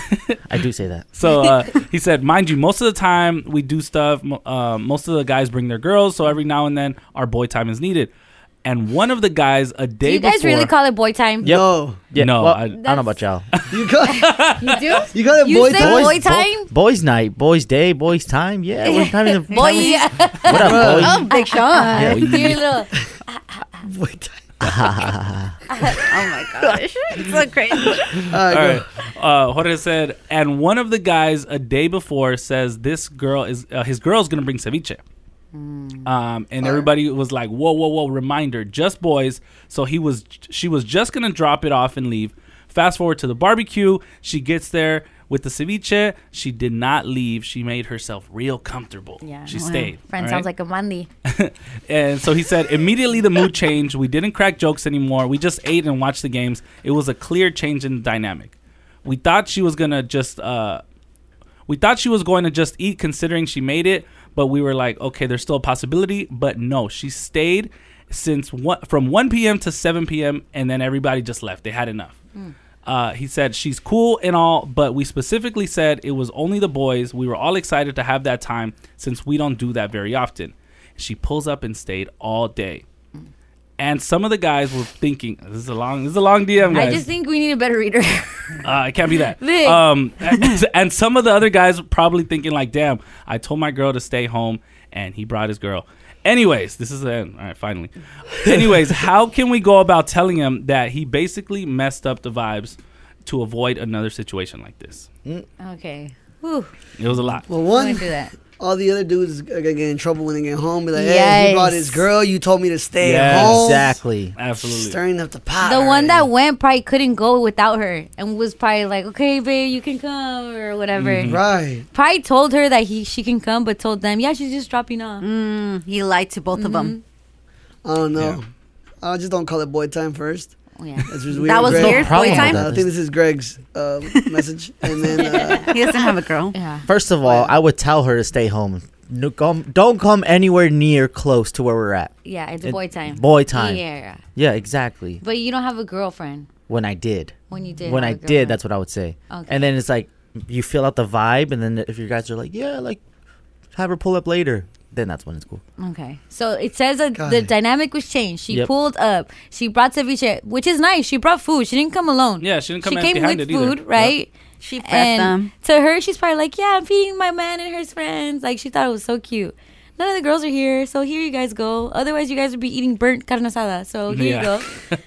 Speaker 3: I do say that. So uh, he said, mind you, most of the time we do stuff. mo- Uh, most of the guys bring their girls, so every now and then our boy time is needed. And one of the guys a day
Speaker 2: Do you guys
Speaker 3: before.
Speaker 2: really call it boy time?
Speaker 3: No. Yeah, no,
Speaker 6: well,
Speaker 3: I,
Speaker 6: I don't know about y'all.
Speaker 2: You do?
Speaker 5: You got
Speaker 2: You say boy, time?
Speaker 6: Boys night, boys day, boys time. Yeah, what time is it?
Speaker 2: Boy, yeah.
Speaker 6: What up, boy?
Speaker 2: Oh, Big Sean.
Speaker 6: Yeah,
Speaker 2: Do your
Speaker 6: boy.
Speaker 2: little-
Speaker 4: oh my gosh. It's so crazy.
Speaker 3: All right. Uh, Jorge said, and one of the guys a day before says this girl is uh, his girl's gonna bring ceviche.
Speaker 2: Mm.
Speaker 3: Um, and everybody was like, "Whoa, whoa, whoa!" Reminder, just boys. So he was, she was just gonna drop it off and leave. Fast forward to the barbecue. She gets there with the ceviche. She did not leave. She made herself real comfortable. Yeah, she
Speaker 2: Wow.
Speaker 3: stayed.
Speaker 2: Friend
Speaker 3: all right?
Speaker 2: sounds like a Mandy.
Speaker 3: And so he said, immediately the mood changed. We didn't crack jokes anymore. We just ate and watched the games. It was a clear change in dynamic. We thought she was gonna just, uh, we thought she was going to just eat, considering she made it. But we were like, okay, there's still a possibility. But no, she stayed since one, from 1 p.m. to 7 p.m. And then everybody just left. They had enough.
Speaker 2: Mm.
Speaker 3: Uh, he said she's cool and all, but we specifically said it was only the boys. We were all excited to have that time since we don't do that very often. She pulls up and stayed all day, and some of the guys were thinking, "This is a long, this is a long DM, guys.
Speaker 2: I just think we need a better reader.
Speaker 3: Uh, it can't be that.
Speaker 2: Vic.
Speaker 3: Um, and some of the other guys probably thinking like, "Damn, I told my girl to stay home, and he brought his girl." Anyways, this is the end. All right, finally. Anyways, how can we go about telling him that he basically messed up the vibes to avoid another situation like this?
Speaker 2: okay. Whew.
Speaker 3: It was a lot.
Speaker 5: Well, one,
Speaker 2: Don't do that.
Speaker 5: all the other dudes are gonna get in trouble when they get home. Be like, hey, he brought his
Speaker 2: Yes.
Speaker 5: girl. You told me to stay
Speaker 6: Yes.
Speaker 5: at home.
Speaker 6: Exactly.
Speaker 3: Absolutely.
Speaker 5: Stirring up the pot.
Speaker 2: The one that went probably couldn't go without her and was probably like, okay, babe, you can come or whatever.
Speaker 4: Mm-hmm.
Speaker 3: Mm-hmm.
Speaker 5: Mhm. Right.
Speaker 2: Probably told her that he she can come, but told them, yeah, she's just dropping off. Mm-hmm.
Speaker 4: Mm, he lied to both of them.
Speaker 5: I don't know. I just don't call it boy time first.
Speaker 2: Yeah.
Speaker 5: That's just
Speaker 4: Oh, That
Speaker 5: weird.
Speaker 4: was
Speaker 5: Greg.
Speaker 4: weird, No boy problem with time?
Speaker 5: I
Speaker 4: that.
Speaker 5: think this is Greg's uh, message, and then uh,
Speaker 4: He doesn't have a girl.
Speaker 5: Yeah.
Speaker 6: First of all, I would tell her to stay home. no, come, don't come anywhere near close to where we're at.
Speaker 2: Yeah, it's
Speaker 6: It-
Speaker 2: boy time.
Speaker 6: Boy time.
Speaker 2: Yeah.
Speaker 6: Yeah, exactly.
Speaker 2: But you don't have a girlfriend.
Speaker 6: When I did.
Speaker 2: When you did
Speaker 6: When
Speaker 2: have
Speaker 6: I
Speaker 2: a
Speaker 6: did,
Speaker 2: girlfriend.
Speaker 6: that's what I would say.
Speaker 2: Okay.
Speaker 6: And then it's like you feel out the vibe, and then if your guys are like, yeah, like have her pull up later, then that's when it's cool.
Speaker 2: Okay. So it says that
Speaker 6: Got
Speaker 2: the
Speaker 6: it.
Speaker 2: dynamic was changed. She
Speaker 6: Yep.
Speaker 2: pulled up. She brought ceviche, which is nice. She brought food. She didn't come alone.
Speaker 3: Yeah, she didn't come
Speaker 2: She
Speaker 3: in
Speaker 2: came
Speaker 3: behind
Speaker 2: with
Speaker 3: it either.
Speaker 2: food, right?
Speaker 4: She fed
Speaker 2: and
Speaker 4: them.
Speaker 2: To her, she's probably like, "Yeah, I'm feeding my man and his friends." Like she thought it was so cute. None of the girls are here, so here you guys go. Otherwise, you guys would be eating burnt carne asada. So here
Speaker 3: Yeah.
Speaker 2: you go.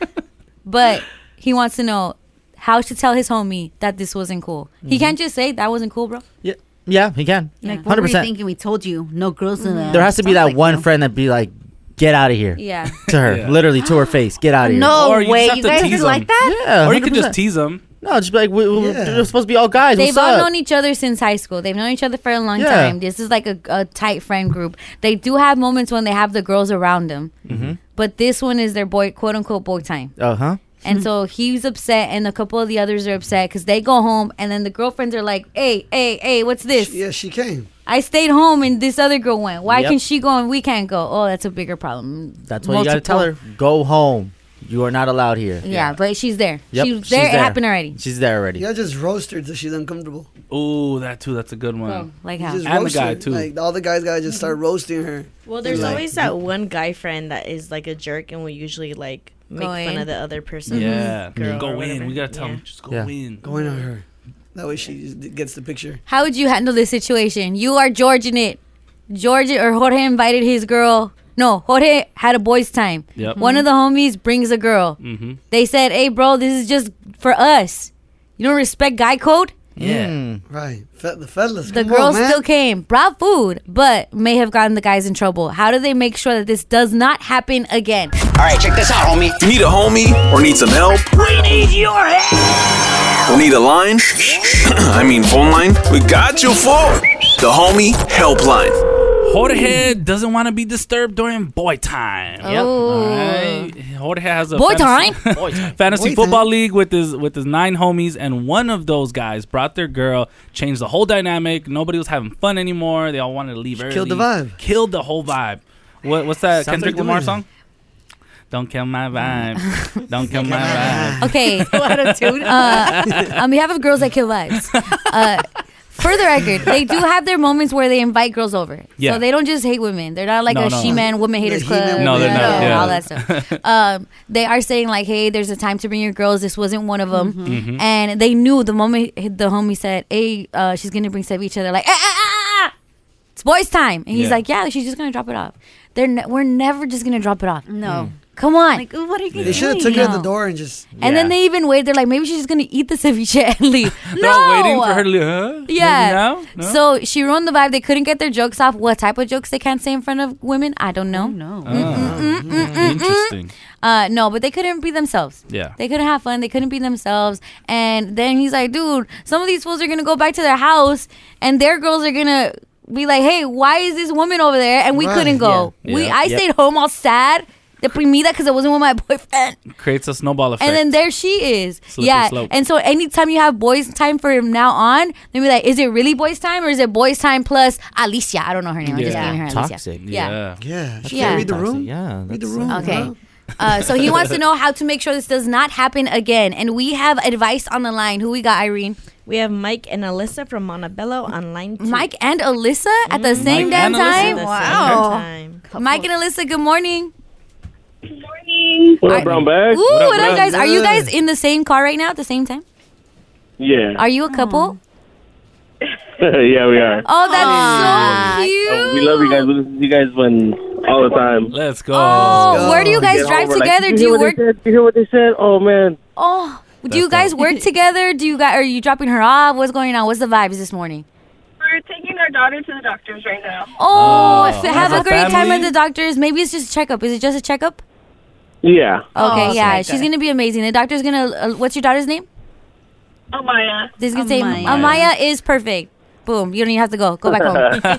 Speaker 2: but he wants to know how to tell his homie that this wasn't cool. He
Speaker 3: Mm-hmm.
Speaker 6: Mhm.
Speaker 2: can't just say that wasn't cool, bro.
Speaker 6: Yeah, yeah, he can.
Speaker 4: Like, what
Speaker 6: hundred
Speaker 4: were you
Speaker 6: percent.
Speaker 4: thinking? We told you no girls in
Speaker 6: There has to be that one friend that be like, get out of here.
Speaker 4: Yeah.
Speaker 6: To her, literally to her face, get out of here.
Speaker 4: No Or you just way, have you to guys tease are like 'em. that?
Speaker 6: Yeah,
Speaker 3: Or you could
Speaker 6: 100%.
Speaker 3: just tease them.
Speaker 6: No, just be like, we, we, are supposed to be all guys.
Speaker 2: They've
Speaker 6: What's
Speaker 2: all
Speaker 6: up?
Speaker 2: known each other since high school. They've known each other for a long
Speaker 6: Yeah.
Speaker 2: time. This is like a, a tight friend group. They do have moments when they have the girls around them,
Speaker 6: Mm-hmm.
Speaker 2: but this one is their boy, quote unquote, boy time.
Speaker 6: Uh huh.
Speaker 2: And so he's upset, and a couple of the others are upset because they go home, and then the girlfriends are like, "Hey, hey, hey, what's this?"
Speaker 5: yeah, she came.
Speaker 2: I stayed home, and this other girl went. Why
Speaker 6: Yep.
Speaker 2: can she go and we can't go? Oh, that's a bigger problem.
Speaker 6: That's why you gotta tell her, go home. You are not allowed here.
Speaker 2: Yeah, but she's there.
Speaker 6: Yep,
Speaker 2: She was
Speaker 6: she's
Speaker 2: there. It
Speaker 6: there.
Speaker 2: happened already.
Speaker 6: She's there already.
Speaker 5: Yeah, just roast her till she's uncomfortable.
Speaker 3: Ooh, that too. That's a good one.
Speaker 2: Bro, Oh, like
Speaker 5: You
Speaker 2: how?
Speaker 5: just
Speaker 3: And the
Speaker 5: roast
Speaker 3: guy,
Speaker 5: her.
Speaker 3: too.
Speaker 5: Like all the guys gotta just start roasting her.
Speaker 7: Well, there's
Speaker 5: Like-
Speaker 7: always that one guy friend that is like a jerk and will usually like make
Speaker 5: Go
Speaker 7: fun
Speaker 5: in.
Speaker 7: of the other person.
Speaker 3: Yeah.
Speaker 5: Mm-hmm.
Speaker 7: girl
Speaker 3: Go
Speaker 7: or
Speaker 3: in. We gotta tell
Speaker 7: Yeah.
Speaker 3: them just go
Speaker 5: Yeah.
Speaker 3: in.
Speaker 5: Go in on her. That way she just gets the picture.
Speaker 2: How would you handle this situation? You are George in it. George or Jorge invited his girl. No, Jorge had a boys' time.
Speaker 3: Yep.
Speaker 2: One of the homies brings a girl.
Speaker 9: Mm.
Speaker 3: Mm-hmm.
Speaker 2: They said, "Hey, bro, this is just for us. You don't respect guy code."
Speaker 3: Yeah.
Speaker 5: Right. Fe- the fellas.
Speaker 2: The
Speaker 5: come
Speaker 2: girls
Speaker 5: on, man.
Speaker 2: still came, brought food, but may have gotten the guys in trouble. How do they make sure that this does not happen again?
Speaker 9: All right, check this out, homie.
Speaker 13: If you need a homie or need some help
Speaker 9: We need your help.
Speaker 13: or need a line, I mean phone line, we got you for the homie helpline.
Speaker 3: Jorge doesn't want to be disturbed during boy time.
Speaker 2: Yep. Oh.
Speaker 3: Alright. Jorge has a
Speaker 2: Boy
Speaker 3: fantasy,
Speaker 2: time?
Speaker 3: fantasy
Speaker 2: Boy
Speaker 3: football league with his with his nine homies, and one of those guys brought their girl, changed the whole dynamic. Nobody was having fun anymore. They all wanted to leave early.
Speaker 5: killed the vibe.
Speaker 3: Killed the whole vibe. What, what's that
Speaker 5: Sounds
Speaker 3: Kendrick
Speaker 5: like
Speaker 3: Lamar
Speaker 5: Dwayne.
Speaker 3: song? Don't kill my vibe. Don't kill my vibe.
Speaker 2: Okay.
Speaker 3: What a tune.
Speaker 2: Uh, on behalf of girls that kill vibes. Uh, for the record, they do have their moments where they invite girls over.
Speaker 3: Yeah.
Speaker 2: So they don't just hate women. They're not like
Speaker 3: No,
Speaker 2: a
Speaker 3: no, no.
Speaker 2: she-man woman haters club.
Speaker 3: No, they're not.
Speaker 2: yeah,
Speaker 3: Yeah.
Speaker 2: All that stuff. um, they are saying like, hey, there's a time to bring your girls. This wasn't one of them.
Speaker 3: Mhm. Mhm.
Speaker 2: And they knew the moment the homie said, hey, uh, she's going to bring ceviche. They're like, ah, ah, ah, ah, it's boys time. And he's
Speaker 4: Yeah.
Speaker 2: like, yeah, she's just going to drop it off. They're ne- we're never just going to drop it off.
Speaker 4: No.
Speaker 2: Come on.
Speaker 4: Like, ooh, what are you guys
Speaker 5: They should have
Speaker 4: doing?
Speaker 5: took her at the
Speaker 4: No.
Speaker 5: door and just.
Speaker 2: And then they even wait. They're like, maybe she's just gonna eat the ceviche and leave.
Speaker 3: They're all waiting for her to leave. Huh? Uh, Maybe
Speaker 2: Yeah.
Speaker 3: now? No?
Speaker 2: So she ruined the vibe. They couldn't get their jokes off. What type of jokes they can't say in front of women? I don't know. No.
Speaker 3: Ah, interesting.
Speaker 2: Uh, no, but they couldn't be themselves.
Speaker 3: Yeah.
Speaker 2: They couldn't have fun. They couldn't be themselves. And then he's like, dude, some of these fools are gonna go back to their house, and their girls are gonna be like, hey, why is this woman over there? And we
Speaker 3: Right.
Speaker 2: couldn't go.
Speaker 3: Yeah.
Speaker 2: We
Speaker 3: Yeah.
Speaker 2: I
Speaker 3: Yep.
Speaker 2: stayed home all sad, deprimida, because I wasn't with my boyfriend.
Speaker 3: Creates a snowball effect.
Speaker 2: And then there she is.
Speaker 3: Slippery
Speaker 2: yeah.
Speaker 3: slope.
Speaker 2: And so anytime you have boys' time from now on, they be like, is it really boys' time or is it boys' time plus Alicia? I don't know her name. I'm just naming her Alicia.
Speaker 6: Toxic.
Speaker 2: Yeah.
Speaker 5: Yeah.
Speaker 2: she can't read the
Speaker 6: room. Yeah. Read the room.
Speaker 2: Okay. Uh, so he wants to know how to make sure this does not happen again. And we have advice on the line. Who we got, Irene?
Speaker 7: We have Mike and Alyssa from Montebello Mm-hmm. on line two.
Speaker 2: Mike and Alyssa at the same damn
Speaker 7: and Alyssa.
Speaker 2: time?
Speaker 7: The same
Speaker 2: Wow.
Speaker 7: time.
Speaker 2: Mike and Alyssa, good morning.
Speaker 14: What
Speaker 2: Are-
Speaker 14: up, brown bag?
Speaker 2: Ooh, what up, guys? Are you guys in the same car right now at the same time?
Speaker 14: Yeah.
Speaker 2: Are you a couple?
Speaker 14: yeah, we are.
Speaker 2: Oh, that's so cute.
Speaker 14: Uh, we love you guys. We listen to you guys when all the time.
Speaker 3: Let's go.
Speaker 2: Oh, where do you guys drive together? do you work?
Speaker 14: Did you hear what they said? Oh man.
Speaker 2: Oh, do
Speaker 14: That's
Speaker 2: you guys work together? Do you guys are you dropping her off? What's going on? What's the vibes this morning?
Speaker 15: We're taking our daughter to the doctors right now.
Speaker 2: Oh, if- have
Speaker 14: as
Speaker 2: a
Speaker 14: a
Speaker 2: great time at
Speaker 14: family?
Speaker 2: the doctor's. Maybe it's just a checkup. Is it just a checkup?
Speaker 14: Yeah.
Speaker 2: Okay,
Speaker 14: Oh,
Speaker 2: yeah,
Speaker 14: okay.
Speaker 2: she's gonna be amazing. The doctor's gonna. Uh, what's your daughter's name?
Speaker 15: Amaya.
Speaker 2: This is gonna say
Speaker 15: Amaya.
Speaker 2: Amaya is perfect. Boom. You don't even have to go. Go back home.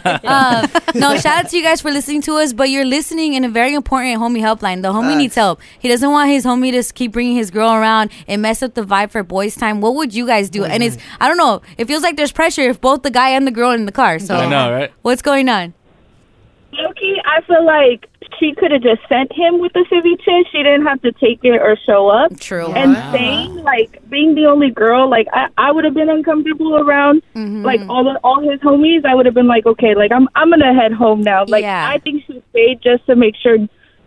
Speaker 2: um, no, shout out to you guys for listening to us, but you're listening in a very important homie helpline. The homie needs help. He doesn't want his homie to s- keep bringing his girl around and mess up the vibe for boys' time. What would you guys do?
Speaker 3: Mm-hmm.
Speaker 2: and it's, I don't know, it feels like there's pressure if both the guy and the girl are in the car. So,
Speaker 3: I know, right?
Speaker 2: what's going on?
Speaker 15: honestly, I feel like she could have just sent him with the ceviche. She didn't have to take it or show up.
Speaker 2: True.
Speaker 15: And
Speaker 2: Yeah.
Speaker 15: saying like being the only girl, like I, I would have been uncomfortable around
Speaker 2: Mm-hmm.
Speaker 15: like all the, all his homies. I would have been like, okay, like I'm I'm gonna head home now. Like
Speaker 2: Yeah.
Speaker 15: I think she stayed just to make sure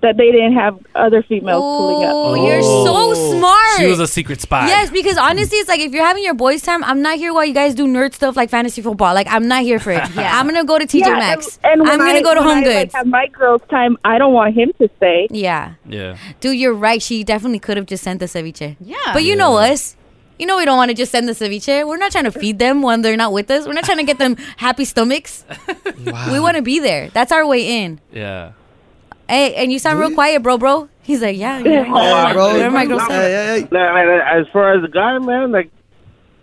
Speaker 15: that they didn't have other females pulling up.
Speaker 2: Oh, you're so smart.
Speaker 3: She was a secret spy.
Speaker 2: Yes, because honestly, it's like if you're having your boys' time, I'm not here while you guys do nerd stuff like fantasy football. Like I'm not here for it. yeah. I'm gonna go to TJ
Speaker 15: Yeah,
Speaker 2: Maxx.
Speaker 15: And, and when
Speaker 2: I'm gonna
Speaker 15: I-
Speaker 2: go to
Speaker 15: when
Speaker 2: Home
Speaker 15: I, like,
Speaker 2: Goods.
Speaker 15: have my girls' time. I don't want him to stay.
Speaker 2: Yeah.
Speaker 3: Yeah.
Speaker 2: Dude, you're right. She definitely could have just sent the ceviche. Yeah. But you know us. You know we don't want to just send the ceviche. We're not trying to feed them when they're not with us. We're not trying to get them happy stomachs. We want to be there. That's our way in.
Speaker 3: Yeah.
Speaker 2: Hey, and you sound real quiet, bro, bro. He's like, yeah,
Speaker 14: Oh,
Speaker 2: yeah.
Speaker 14: bro.
Speaker 2: Where my girls
Speaker 14: Nah,
Speaker 2: at?
Speaker 14: nah, man, as far as the guy, man, like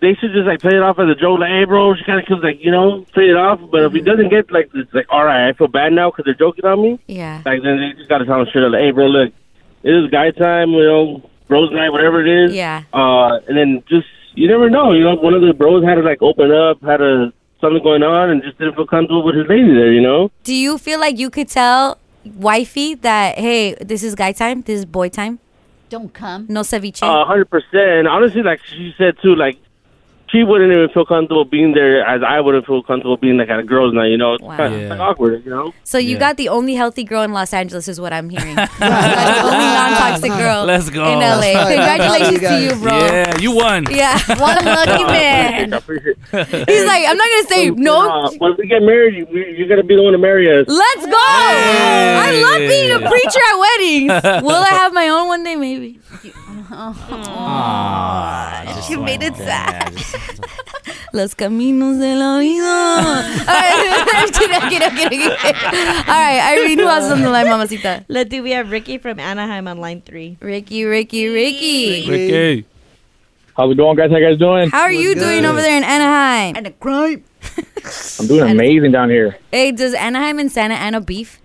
Speaker 14: they should just like play it off as a joke. Like, hey, bro, she kind of comes like you know, play it off. But if he doesn't get like, it's like, all right, I feel bad now because they're joking on me.
Speaker 2: Yeah.
Speaker 14: Like then they just gotta tell him straight up, like, hey, bro, look, it is guy time, you know, bros night, whatever it is.
Speaker 2: Yeah.
Speaker 14: Uh, and then just you never know, you know, one of the bros had to like open up, had a something going on, and just didn't feel comfortable with his lady there, you know.
Speaker 2: Do you feel like you could tell wifey that hey, this is guy time, this is boy time? Don't come. No ceviche.
Speaker 14: A Uh, hundred percent. Honestly, like she said too, like she wouldn't even feel comfortable being there as I wouldn't feel comfortable being like at a girls' night. You know, it's kind of like awkward. You know.
Speaker 2: so you got the only healthy girl in Los Angeles, is what I'm hearing. You got the only non-toxic girl
Speaker 3: Let's go.
Speaker 2: in LA. Congratulations to you, bro.
Speaker 3: Yeah, you won.
Speaker 2: Yeah. What a lucky man.
Speaker 14: I appreciate it.
Speaker 2: He's like, "Oh, I'm not gonna say no.
Speaker 14: Uh, when we get married, you, you're gonna be the one to marry us.
Speaker 2: Let's go. I love being a preacher at weddings. Will I have my own one day? Maybe.
Speaker 4: Oh. she made it sad.
Speaker 2: Los caminos del oído. All right, Kidding, kidding, kidding, kidding. All right, Irene, who else is on the line, mamacita?
Speaker 7: Let's do. We have Ricky from Anaheim on line three.
Speaker 2: Ricky, Ricky, Ricky.
Speaker 16: Ricky. How's it going, guys? How you guys doing?
Speaker 2: How are you doing over there in Anaheim? And a crime.
Speaker 16: I'm doing amazing down here,
Speaker 2: Hey, does Anaheim and Santa Ana beef?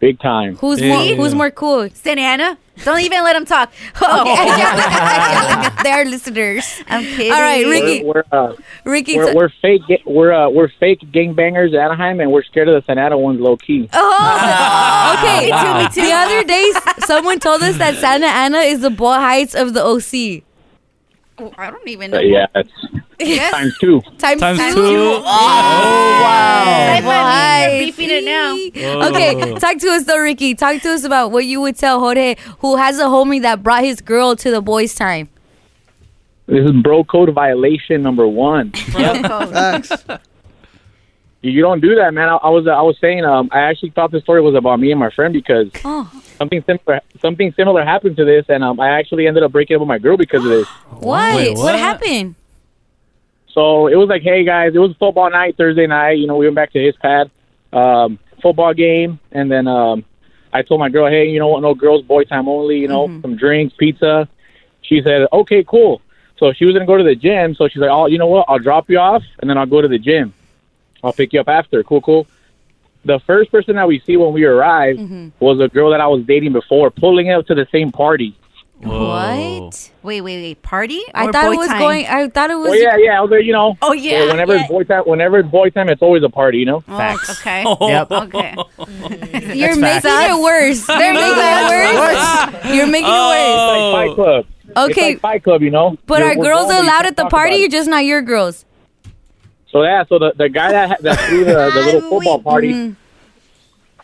Speaker 16: big time.
Speaker 2: Who's more? Who's more cool? Santa Ana. Don't even let him
Speaker 6: Ah.
Speaker 2: talk.
Speaker 4: Oh.
Speaker 2: Okay, they're listeners. I'm kidding. All right, Ricky.
Speaker 16: We're, we're, uh,
Speaker 2: Ricky.
Speaker 16: we're, we're fake. ga- We're uh, we're fake gangbangers at Anaheim, and we're scared of the Sanada ones, low key.
Speaker 2: Oh, okay.
Speaker 16: Wow. Ah. Me too, me
Speaker 2: The other day, s- someone told us that Santa Ana is the Boyle Heights of the OC.
Speaker 4: I don't even know.
Speaker 16: But Uh, yeah, it's
Speaker 4: Yes.
Speaker 16: times two.
Speaker 2: Times,
Speaker 4: Times
Speaker 2: two.
Speaker 4: two.
Speaker 2: Oh, wow.
Speaker 4: Type on me,
Speaker 2: Heights.
Speaker 4: you're beeping it now.
Speaker 2: Okay,
Speaker 4: Whoa.
Speaker 2: talk to us though, Ricky. Talk to us about what you would tell Jorge, who has a homie that brought his girl to the boys' time.
Speaker 16: This is bro code violation number one. You you don't do that, man. I, I was I was saying um, I actually thought this story was about me and my friend because
Speaker 2: Oh,
Speaker 16: something similar something similar happened to this, and um, I actually ended up breaking up with my girl because of this.
Speaker 2: what?
Speaker 16: Wait,
Speaker 2: what?
Speaker 16: what?
Speaker 2: happened?
Speaker 16: So it was like, hey guys, it was football night Thursday night. You know, we went back to his pad, um, football game, and then um, I told my girl, hey, you know what? No girls, boy time only. You know, some drinks, pizza. She said, okay, cool. So she was gonna go to the gym. So she's like, oh, you know what? I'll drop you off, and then I'll go to the gym. I'll pick you up after. Cool, cool. The first person that we see when we arrive was a girl that I was dating before, pulling up to the same party.
Speaker 2: What?
Speaker 4: Wait, wait, wait. Party?
Speaker 2: I
Speaker 4: Or
Speaker 2: thought
Speaker 4: boy
Speaker 2: it was
Speaker 4: time?
Speaker 2: going. I thought it was.
Speaker 16: Well, yeah, yeah, I was there, you know.
Speaker 4: Oh, yeah,
Speaker 16: Whenever it's boy time, whenever it's boy time, it's always a party, you know.
Speaker 2: Oh,
Speaker 4: Facts. Okay.
Speaker 16: Yep.
Speaker 4: Okay.
Speaker 2: You're
Speaker 16: That's
Speaker 2: making
Speaker 4: facts.
Speaker 2: it worse. You're making it worse. You're making it worse.
Speaker 16: It's like Fight Club.
Speaker 2: Okay.
Speaker 16: It's like Fight Club, you know.
Speaker 2: But
Speaker 16: You're
Speaker 2: are
Speaker 16: with
Speaker 2: girls
Speaker 16: girls, but you
Speaker 2: allowed
Speaker 16: can't
Speaker 2: at the
Speaker 16: talk about
Speaker 2: party?
Speaker 16: it.
Speaker 2: You're just not your girls.
Speaker 16: So yeah, so the, the guy that ha- that threw the, the little football party,
Speaker 2: Mm-hmm.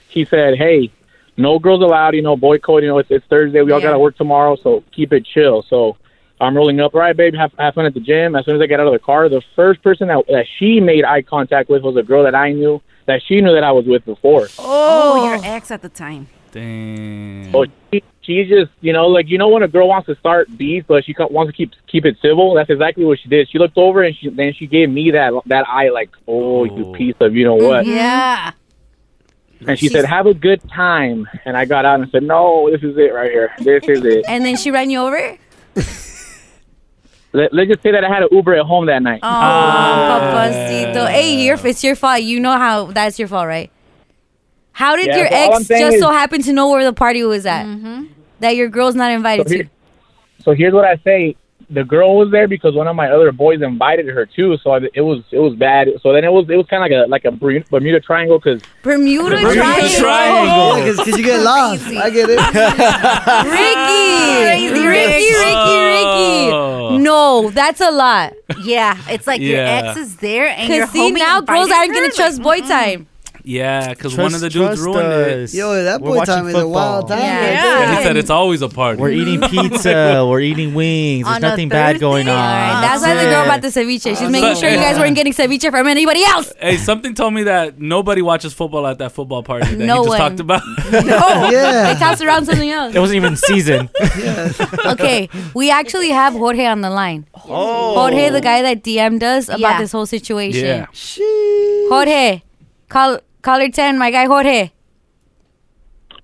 Speaker 16: he said, "Hey, no girls allowed. You know, boycott. You know, it's, it's Thursday. We all got to work tomorrow, so keep it chill." So I'm rolling up. All right, babe, have, have fun at the gym. As soon as I get out of the car, the first person that that she made eye contact with was a girl that I knew that she knew that I was with before.
Speaker 4: Oh, your ex at the time.
Speaker 3: Dang.
Speaker 16: So Oh, she, she just, you know, like you know when a girl wants to start beef, but she co- wants to keep keep it civil. That's exactly what she did. She looked over and she then she gave me that that eye, like, oh, you piece of, you know what?
Speaker 2: Mm-hmm.
Speaker 4: Yeah.
Speaker 16: And she said, have a good time. And I got out and said, no, this is it right here. This is it.
Speaker 2: And then she ran you over.
Speaker 16: Let, let's just say that I had an Uber at home that night.
Speaker 2: Oh, Papacito. Hey, your, it's your fault. You know how that's your fault, right? How did
Speaker 16: Yeah,
Speaker 2: your
Speaker 16: so all I'm
Speaker 2: ex
Speaker 16: saying
Speaker 2: just so
Speaker 16: is-
Speaker 2: happen
Speaker 4: Mm-hmm.
Speaker 2: to know where the party was at? That your girl's not invited
Speaker 16: So
Speaker 2: to.
Speaker 16: here- So here's what I say. the girl was there because one of my other boys invited her too. So I, it was it was bad. So then it was it was kind of like a like a Bermuda Bermuda Triangle because
Speaker 2: Bermuda Triangle.
Speaker 5: Yeah, 'cause- 'cause you get lost. I get it.
Speaker 2: Ricky, Ricky, Ricky,
Speaker 3: Oh.
Speaker 2: Ricky. No, that's a lot. Yeah, it's
Speaker 4: like
Speaker 3: your Yeah. ex is
Speaker 2: there, and
Speaker 4: your
Speaker 2: see
Speaker 4: homie
Speaker 2: now
Speaker 4: invited
Speaker 2: girls
Speaker 4: mm-hmm.
Speaker 2: aren't gonna trust boy time.
Speaker 3: Yeah, because one of the dudes
Speaker 6: Trust-
Speaker 3: ruined
Speaker 6: trust us.
Speaker 3: it.
Speaker 5: Yo, that
Speaker 6: We're
Speaker 5: boy
Speaker 6: watching
Speaker 5: time is a wild time.
Speaker 3: Yeah, he said it's always a party.
Speaker 6: We're eating pizza. we're eating wings. There's
Speaker 2: On a
Speaker 6: nothing bad going on.
Speaker 2: That's why the girl
Speaker 3: it.
Speaker 2: bought the ceviche. She's
Speaker 3: Oh,
Speaker 2: making
Speaker 3: so-
Speaker 2: sure you guys weren't getting ceviche from anybody else.
Speaker 3: Hey, something told me that nobody watches football at that football party that
Speaker 2: No
Speaker 3: he just
Speaker 2: one.
Speaker 3: talked about.
Speaker 2: No, Oh, they tossed around something else.
Speaker 6: It wasn't even season.
Speaker 2: okay, we actually have Jorge on the line.
Speaker 6: Oh.
Speaker 2: Jorge, the guy that DM'd us about
Speaker 4: Yeah.
Speaker 2: this whole situation.
Speaker 6: Yeah.
Speaker 2: Jorge, call caller ten, my guy Jorge.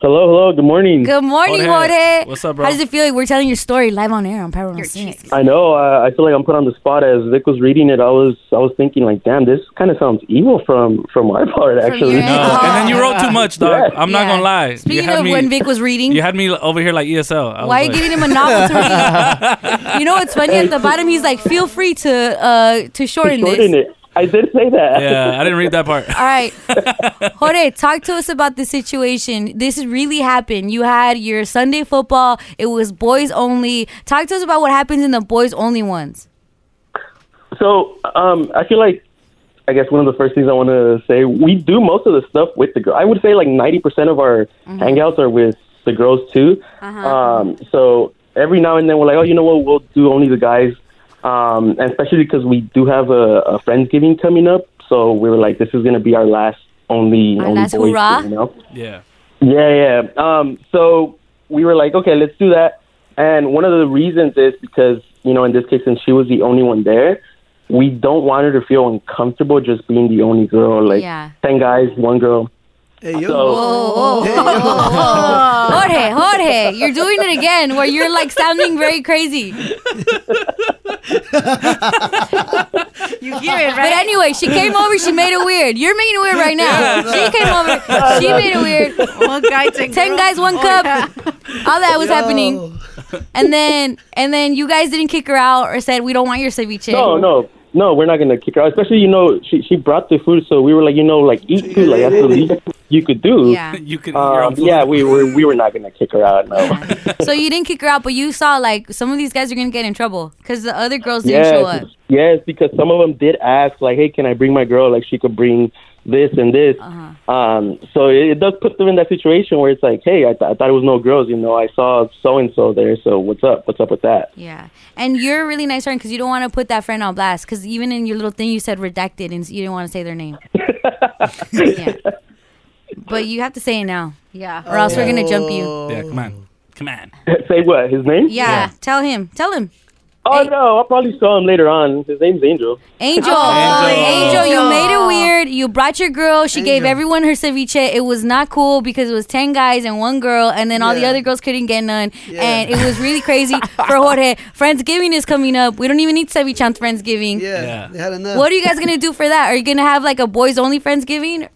Speaker 17: Hello, hello. Good morning.
Speaker 2: Good morning, Jorge.
Speaker 17: What's up, bro?
Speaker 2: How does it feel like we're telling your story live on air on Paranormal Six?
Speaker 17: I know. Uh, I feel like I'm put on the spot. As Vic was reading it, I was I was thinking like, damn, this kind of sounds evil from from my part, actually.
Speaker 3: No, and then you wrote too much, dog. I'm not gonna lie. you
Speaker 2: Speaking
Speaker 3: had
Speaker 2: of
Speaker 3: me,
Speaker 2: when Vic was reading,
Speaker 3: you had me over here like ESL. I
Speaker 2: why are
Speaker 3: was
Speaker 2: you
Speaker 3: like,
Speaker 2: giving him a novel to read? you know what's funny? At the bottom, he's like, "Feel free to uh to shorten,
Speaker 17: Shorten
Speaker 2: this."
Speaker 17: it. I did say that.
Speaker 3: Yeah, I didn't read that part.
Speaker 2: All right, Jorge, talk to us about the situation. This really happened. You had your Sunday football. It was boys only. Talk to us about what happens in the boys only ones.
Speaker 17: So um, I feel like I guess one of the first things I want to say we do most of the stuff with the girl. I would say like ninety percent of our
Speaker 2: Mm-hmm.
Speaker 17: hangouts are with the girls too.
Speaker 14: Uh,
Speaker 2: Uh-huh.
Speaker 17: Um, so every now and then we're like, oh, you know what? We'll do only the guys, um, and especially because we do have a, a friendsgiving coming up. So we were like, this is gonna be our last only
Speaker 2: Our
Speaker 17: only
Speaker 2: last
Speaker 17: boys
Speaker 2: hoorah?
Speaker 17: thing, you know?
Speaker 3: yeah.
Speaker 17: Yeah, yeah. Um, so we were like, okay, let's do that. And one of the reasons is because, you know, in this case, since she was the only one there, we don't want her to feel uncomfortable just being the only girl. Like,
Speaker 2: Yeah.
Speaker 17: 10 guys, one girl.
Speaker 5: Hey, yo.
Speaker 17: Oh.
Speaker 2: Jorge, Jorge, you're doing it again where you're like sounding very crazy. you hear it, right? But anyway, she came over, she made it weird. You're making it weird right now.
Speaker 4: Yeah.
Speaker 2: She came over, she made it weird. One guy, Oh, ten, guys, one cup. All that was
Speaker 4: Yo.
Speaker 2: happening. And then and then you guys didn't kick her out or said we don't want your ceviche.
Speaker 17: No, no. No, we're not gonna kick her out. Especially, you know, she she brought the food, so we were like, you know, like eat too. Like that's the least you could do.
Speaker 2: Yeah.
Speaker 3: You could.
Speaker 17: Um, yeah, we were we were not gonna kick her out. No.
Speaker 2: So you didn't kick her out, but you saw like some of these guys are gonna get in trouble because the other girls didn't
Speaker 17: yes,
Speaker 2: show up.
Speaker 3: uh,
Speaker 17: Yes, because some of them did ask, like, "Hey, can I bring my girl? Like, she could bring this and this."
Speaker 3: Uh-huh.
Speaker 17: Um, so it, it does put them in that situation where it's like, "Hey, I, th- I thought it was no girls. You know, I saw so and so there. So what's up? What's up with that?"
Speaker 2: Yeah, and you're a really nice friend because you don't want to put that friend on blast. Because even in your little thing, you said redacted, and you didn't want to say their name. yeah, but you have to say it now. Yeah, or else we're gonna jump you.
Speaker 3: Yeah, come on, come on.
Speaker 17: Say what? His name?
Speaker 2: Yeah, tell him. Tell him.
Speaker 17: Oh no, I'll probably saw him later on. His name's Angel.
Speaker 2: Angel,
Speaker 17: Oh,
Speaker 2: Angel,
Speaker 17: Angel.
Speaker 2: you made it weird. You brought your girl. She gave everyone her ceviche. It was not cool because it was ten guys and one girl, and then all the
Speaker 4: Yeah.
Speaker 2: other girls couldn't get none, and it was really crazy for Jorge. Friendsgiving is coming up. We don't even need ceviche on Friendsgiving.
Speaker 5: Yeah, they had enough.
Speaker 2: What are you guys gonna do for that? Are you gonna have like a boys only friendsgiving?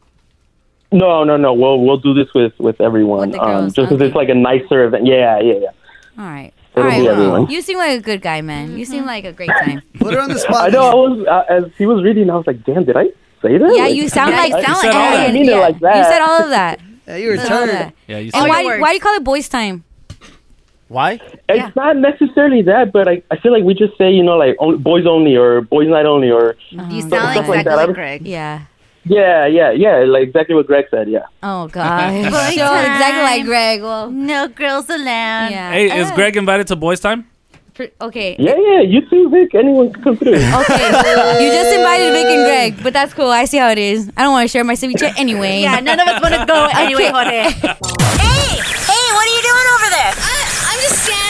Speaker 17: No, no, no. We'll we'll do this with with everyone. um, just 'cause it's like a nicer event. Yeah, yeah, yeah.
Speaker 2: All right,
Speaker 17: It'll
Speaker 2: all right.
Speaker 17: be everyone.
Speaker 2: You seem like a good guy, man. You seem like a great time.
Speaker 5: Put her on the spot.
Speaker 17: I know. I was uh, as he was reading, I was like, "Damn, did I say that?"
Speaker 2: Yeah,
Speaker 17: Like,
Speaker 2: you sound
Speaker 17: I-
Speaker 2: like
Speaker 17: I-
Speaker 2: sound
Speaker 17: I
Speaker 2: like,
Speaker 17: didn't mean it
Speaker 2: yeah.
Speaker 17: like that.
Speaker 2: You said all of that.
Speaker 5: Yeah, you were
Speaker 2: said all of
Speaker 5: turned.
Speaker 2: that.
Speaker 3: Yeah, you
Speaker 2: And
Speaker 17: said-
Speaker 2: why, why do you call it boys time?
Speaker 6: Why?
Speaker 17: It's not necessarily that, but I, I feel like we just say, you know, like on, boys only or boys night only or
Speaker 2: You
Speaker 4: Uh-huh.
Speaker 17: sound Stuff like exactly that. like
Speaker 2: Greg. Yeah.
Speaker 17: yeah, yeah, yeah, like exactly what Greg said. Yeah.
Speaker 2: Oh gosh.
Speaker 4: Boy
Speaker 2: so
Speaker 4: time.
Speaker 2: exactly like Greg. Well,
Speaker 4: No girls allowed.
Speaker 2: Yeah.
Speaker 3: Hey, is Greg invited to boys' time?
Speaker 2: pr- okay.
Speaker 17: Yeah, yeah. You too, Vic. Anyone can come through.
Speaker 2: Okay. you just invited Vic and Greg, but that's cool. I see how it is. I don't want to share my ceviche anyway.
Speaker 4: Yeah, none of us wanna
Speaker 2: Oh,
Speaker 4: go anyway, Jorge.
Speaker 9: Hey, what are you doing over there? I, I'm just standing.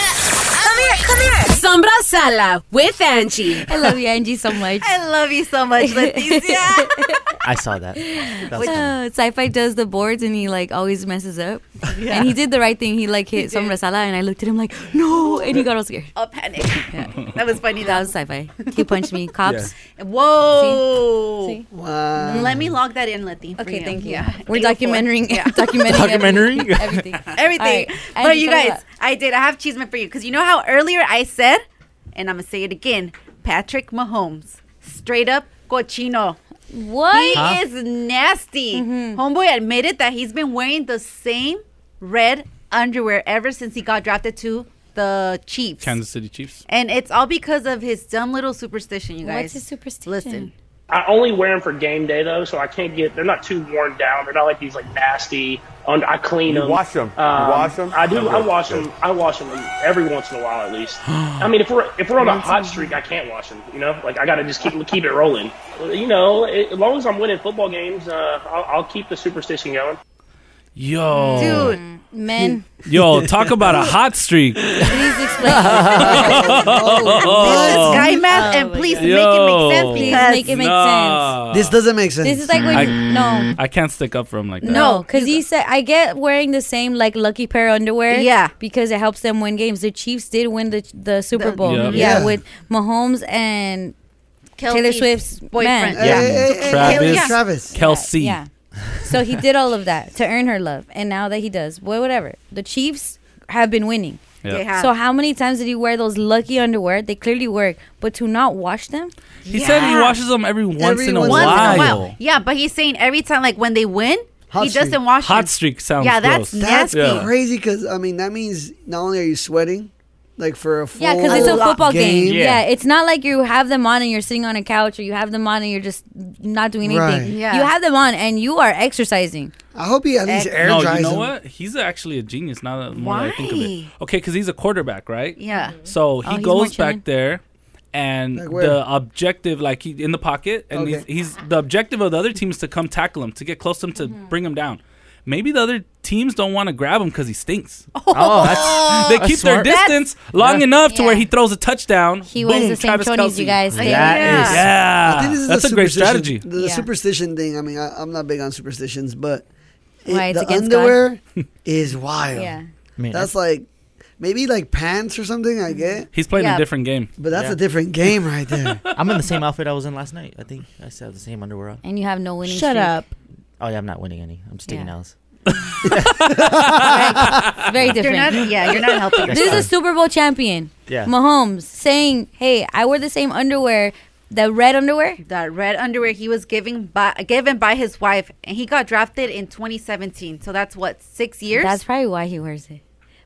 Speaker 9: Come here, come here.
Speaker 18: Sombra Sala with Angie.
Speaker 2: I love you, Angie, so much.
Speaker 4: I love you so much, Leticia.
Speaker 6: I saw that. That was funny.
Speaker 2: Uh, Sci-fi does the boards and he like always messes up. And he did the right thing. He like hit some rasala and I looked at him like no, and he got all scared.
Speaker 4: Oh, panic. That was funny.
Speaker 2: That was sci-fi. He punched me. Cops.
Speaker 4: Uh, Whoa.
Speaker 5: Wow.
Speaker 4: Let me log that in, Leti. Okay, thank you. Yeah.
Speaker 2: We're documenting. documenting.
Speaker 6: Documentary?
Speaker 2: Everything.
Speaker 4: Everything.
Speaker 2: All right,
Speaker 4: But
Speaker 2: Angie,
Speaker 4: you
Speaker 2: tell me
Speaker 4: guys, I did. I have cheese for you because you know how earlier I said and I'm gonna say it again, Patrick Mahomes, straight up cochino.
Speaker 2: What? Mm-hmm.
Speaker 4: He
Speaker 2: Huh?
Speaker 4: is nasty. Homeboy admitted that he's been wearing the same red underwear ever since he got drafted to the Chiefs.
Speaker 3: Kansas City Chiefs.
Speaker 4: And it's all because of his dumb little superstition, you guys. What's his superstition? Listen.
Speaker 19: I only wear them for game day though, so I can't get. They're not too worn down. They're not like these like nasty. Und- I clean
Speaker 20: You
Speaker 19: them. Um,
Speaker 20: wash 'em? You wash 'em?
Speaker 19: I do. I
Speaker 20: Okay,
Speaker 19: wash
Speaker 20: good.
Speaker 19: them. I wash them every once in a while at least. I mean, if we're if we're on a hot streak, I can't wash them. You know, like I gotta just keep keep it rolling. You know, it, as long as I'm winning football games, uh, I'll, I'll keep the superstition going.
Speaker 3: Yo.
Speaker 2: Dude, men.
Speaker 3: Yo, talk about a hot streak.
Speaker 2: Please explain.
Speaker 3: Oh.
Speaker 4: Guy math, and please make it make sense.
Speaker 3: Yo.
Speaker 4: Because
Speaker 2: make it make
Speaker 3: Nah.
Speaker 5: This doesn't make sense.
Speaker 2: This is like when
Speaker 3: I,
Speaker 2: no.
Speaker 3: I can't stick up for him like that.
Speaker 2: No, because he said I get wearing the same like lucky pair of underwear. Yeah, because it helps them win games. The Chiefs did win the the Super Bowl.
Speaker 3: Yep.
Speaker 2: Yeah.
Speaker 3: Yeah.
Speaker 2: with Mahomes and Taylor
Speaker 4: Kelsey's
Speaker 2: Swift's
Speaker 4: boyfriend.
Speaker 2: man.
Speaker 5: Hey, hey, hey, hey,
Speaker 3: Travis,
Speaker 5: Yeah. Travis.
Speaker 3: Kelsey.
Speaker 2: Yeah. So he did all of that to earn her love, and now that he does, boy, whatever. The Chiefs have been winning.
Speaker 3: Yeah. They have.
Speaker 2: So how many times did he wear those lucky underwear? They clearly work, but to not wash them.
Speaker 3: He said he washes them every once, in, a
Speaker 2: once in a
Speaker 3: while.
Speaker 2: while.
Speaker 4: Yeah, but he's saying every time, like when they win, he doesn't wash
Speaker 3: Hot
Speaker 4: it.
Speaker 3: streak sounds
Speaker 4: Yeah, that's
Speaker 3: gross.
Speaker 5: That's
Speaker 3: Yeah.
Speaker 5: crazy because I mean that means not only are you sweating, like for a full
Speaker 2: Yeah, because it's a football game. Yeah.
Speaker 5: Yeah.
Speaker 2: it's not like you have them on and you're sitting on a couch, or you have them on and you're just not doing anything.
Speaker 5: Right. Yeah.
Speaker 2: You have them on and you are exercising.
Speaker 5: I hope he at
Speaker 2: least
Speaker 5: air
Speaker 3: no,
Speaker 5: dries
Speaker 3: you know
Speaker 5: them.
Speaker 3: what? He's actually a genius. Now that more that I think of it, okay, because he's a quarterback, right?
Speaker 4: Yeah.
Speaker 3: So
Speaker 4: Oh,
Speaker 3: he
Speaker 4: he's more
Speaker 3: goes
Speaker 4: chilling.
Speaker 3: back there, and
Speaker 4: Like where?
Speaker 3: the objective, like he in the pocket, and
Speaker 5: Okay.
Speaker 3: he's, he's the objective of the other team is to come tackle him, to get close to him, to bring him down. Maybe the other teams don't want to grab him because he stinks.
Speaker 6: Oh, that's-
Speaker 3: they
Speaker 6: that's
Speaker 3: keep their
Speaker 6: smart. That's-
Speaker 3: distance long
Speaker 6: Yeah.
Speaker 3: enough to where he throws a touchdown.
Speaker 2: He wears the same chonies, you guys. That
Speaker 3: yeah.
Speaker 2: is-
Speaker 3: yeah.
Speaker 5: I think this is
Speaker 3: that's
Speaker 5: the
Speaker 3: a great
Speaker 5: superstition-
Speaker 3: strategy.
Speaker 5: The superstition thing. I mean, I, I'm not big on superstitions, but it-
Speaker 2: Why, it's
Speaker 5: the
Speaker 2: against God?
Speaker 5: underwear is wild.
Speaker 2: Yeah.
Speaker 6: Man,
Speaker 5: that's like maybe like pants or something. I get.
Speaker 3: He's playing a Yeah. different game.
Speaker 5: But that's
Speaker 6: Yeah.
Speaker 5: a different game right there.
Speaker 6: I'm in the same outfit I was in last night. I think I still have the same underwear on.
Speaker 2: And you have no winning.
Speaker 7: Shut
Speaker 2: streak.
Speaker 7: up.
Speaker 6: Oh yeah, I'm not winning any. I'm sticking out.
Speaker 2: Right. Very
Speaker 4: You're
Speaker 2: different.
Speaker 4: not- yeah, you're not helping
Speaker 2: This is a Super Bowl champion.
Speaker 6: Yeah.
Speaker 2: Mahomes saying, "Hey, I wear the same underwear, the red underwear."
Speaker 4: That red underwear he was giving by given by his wife, and he got drafted in 2017. So that's what six years.
Speaker 2: That's probably why he wears it.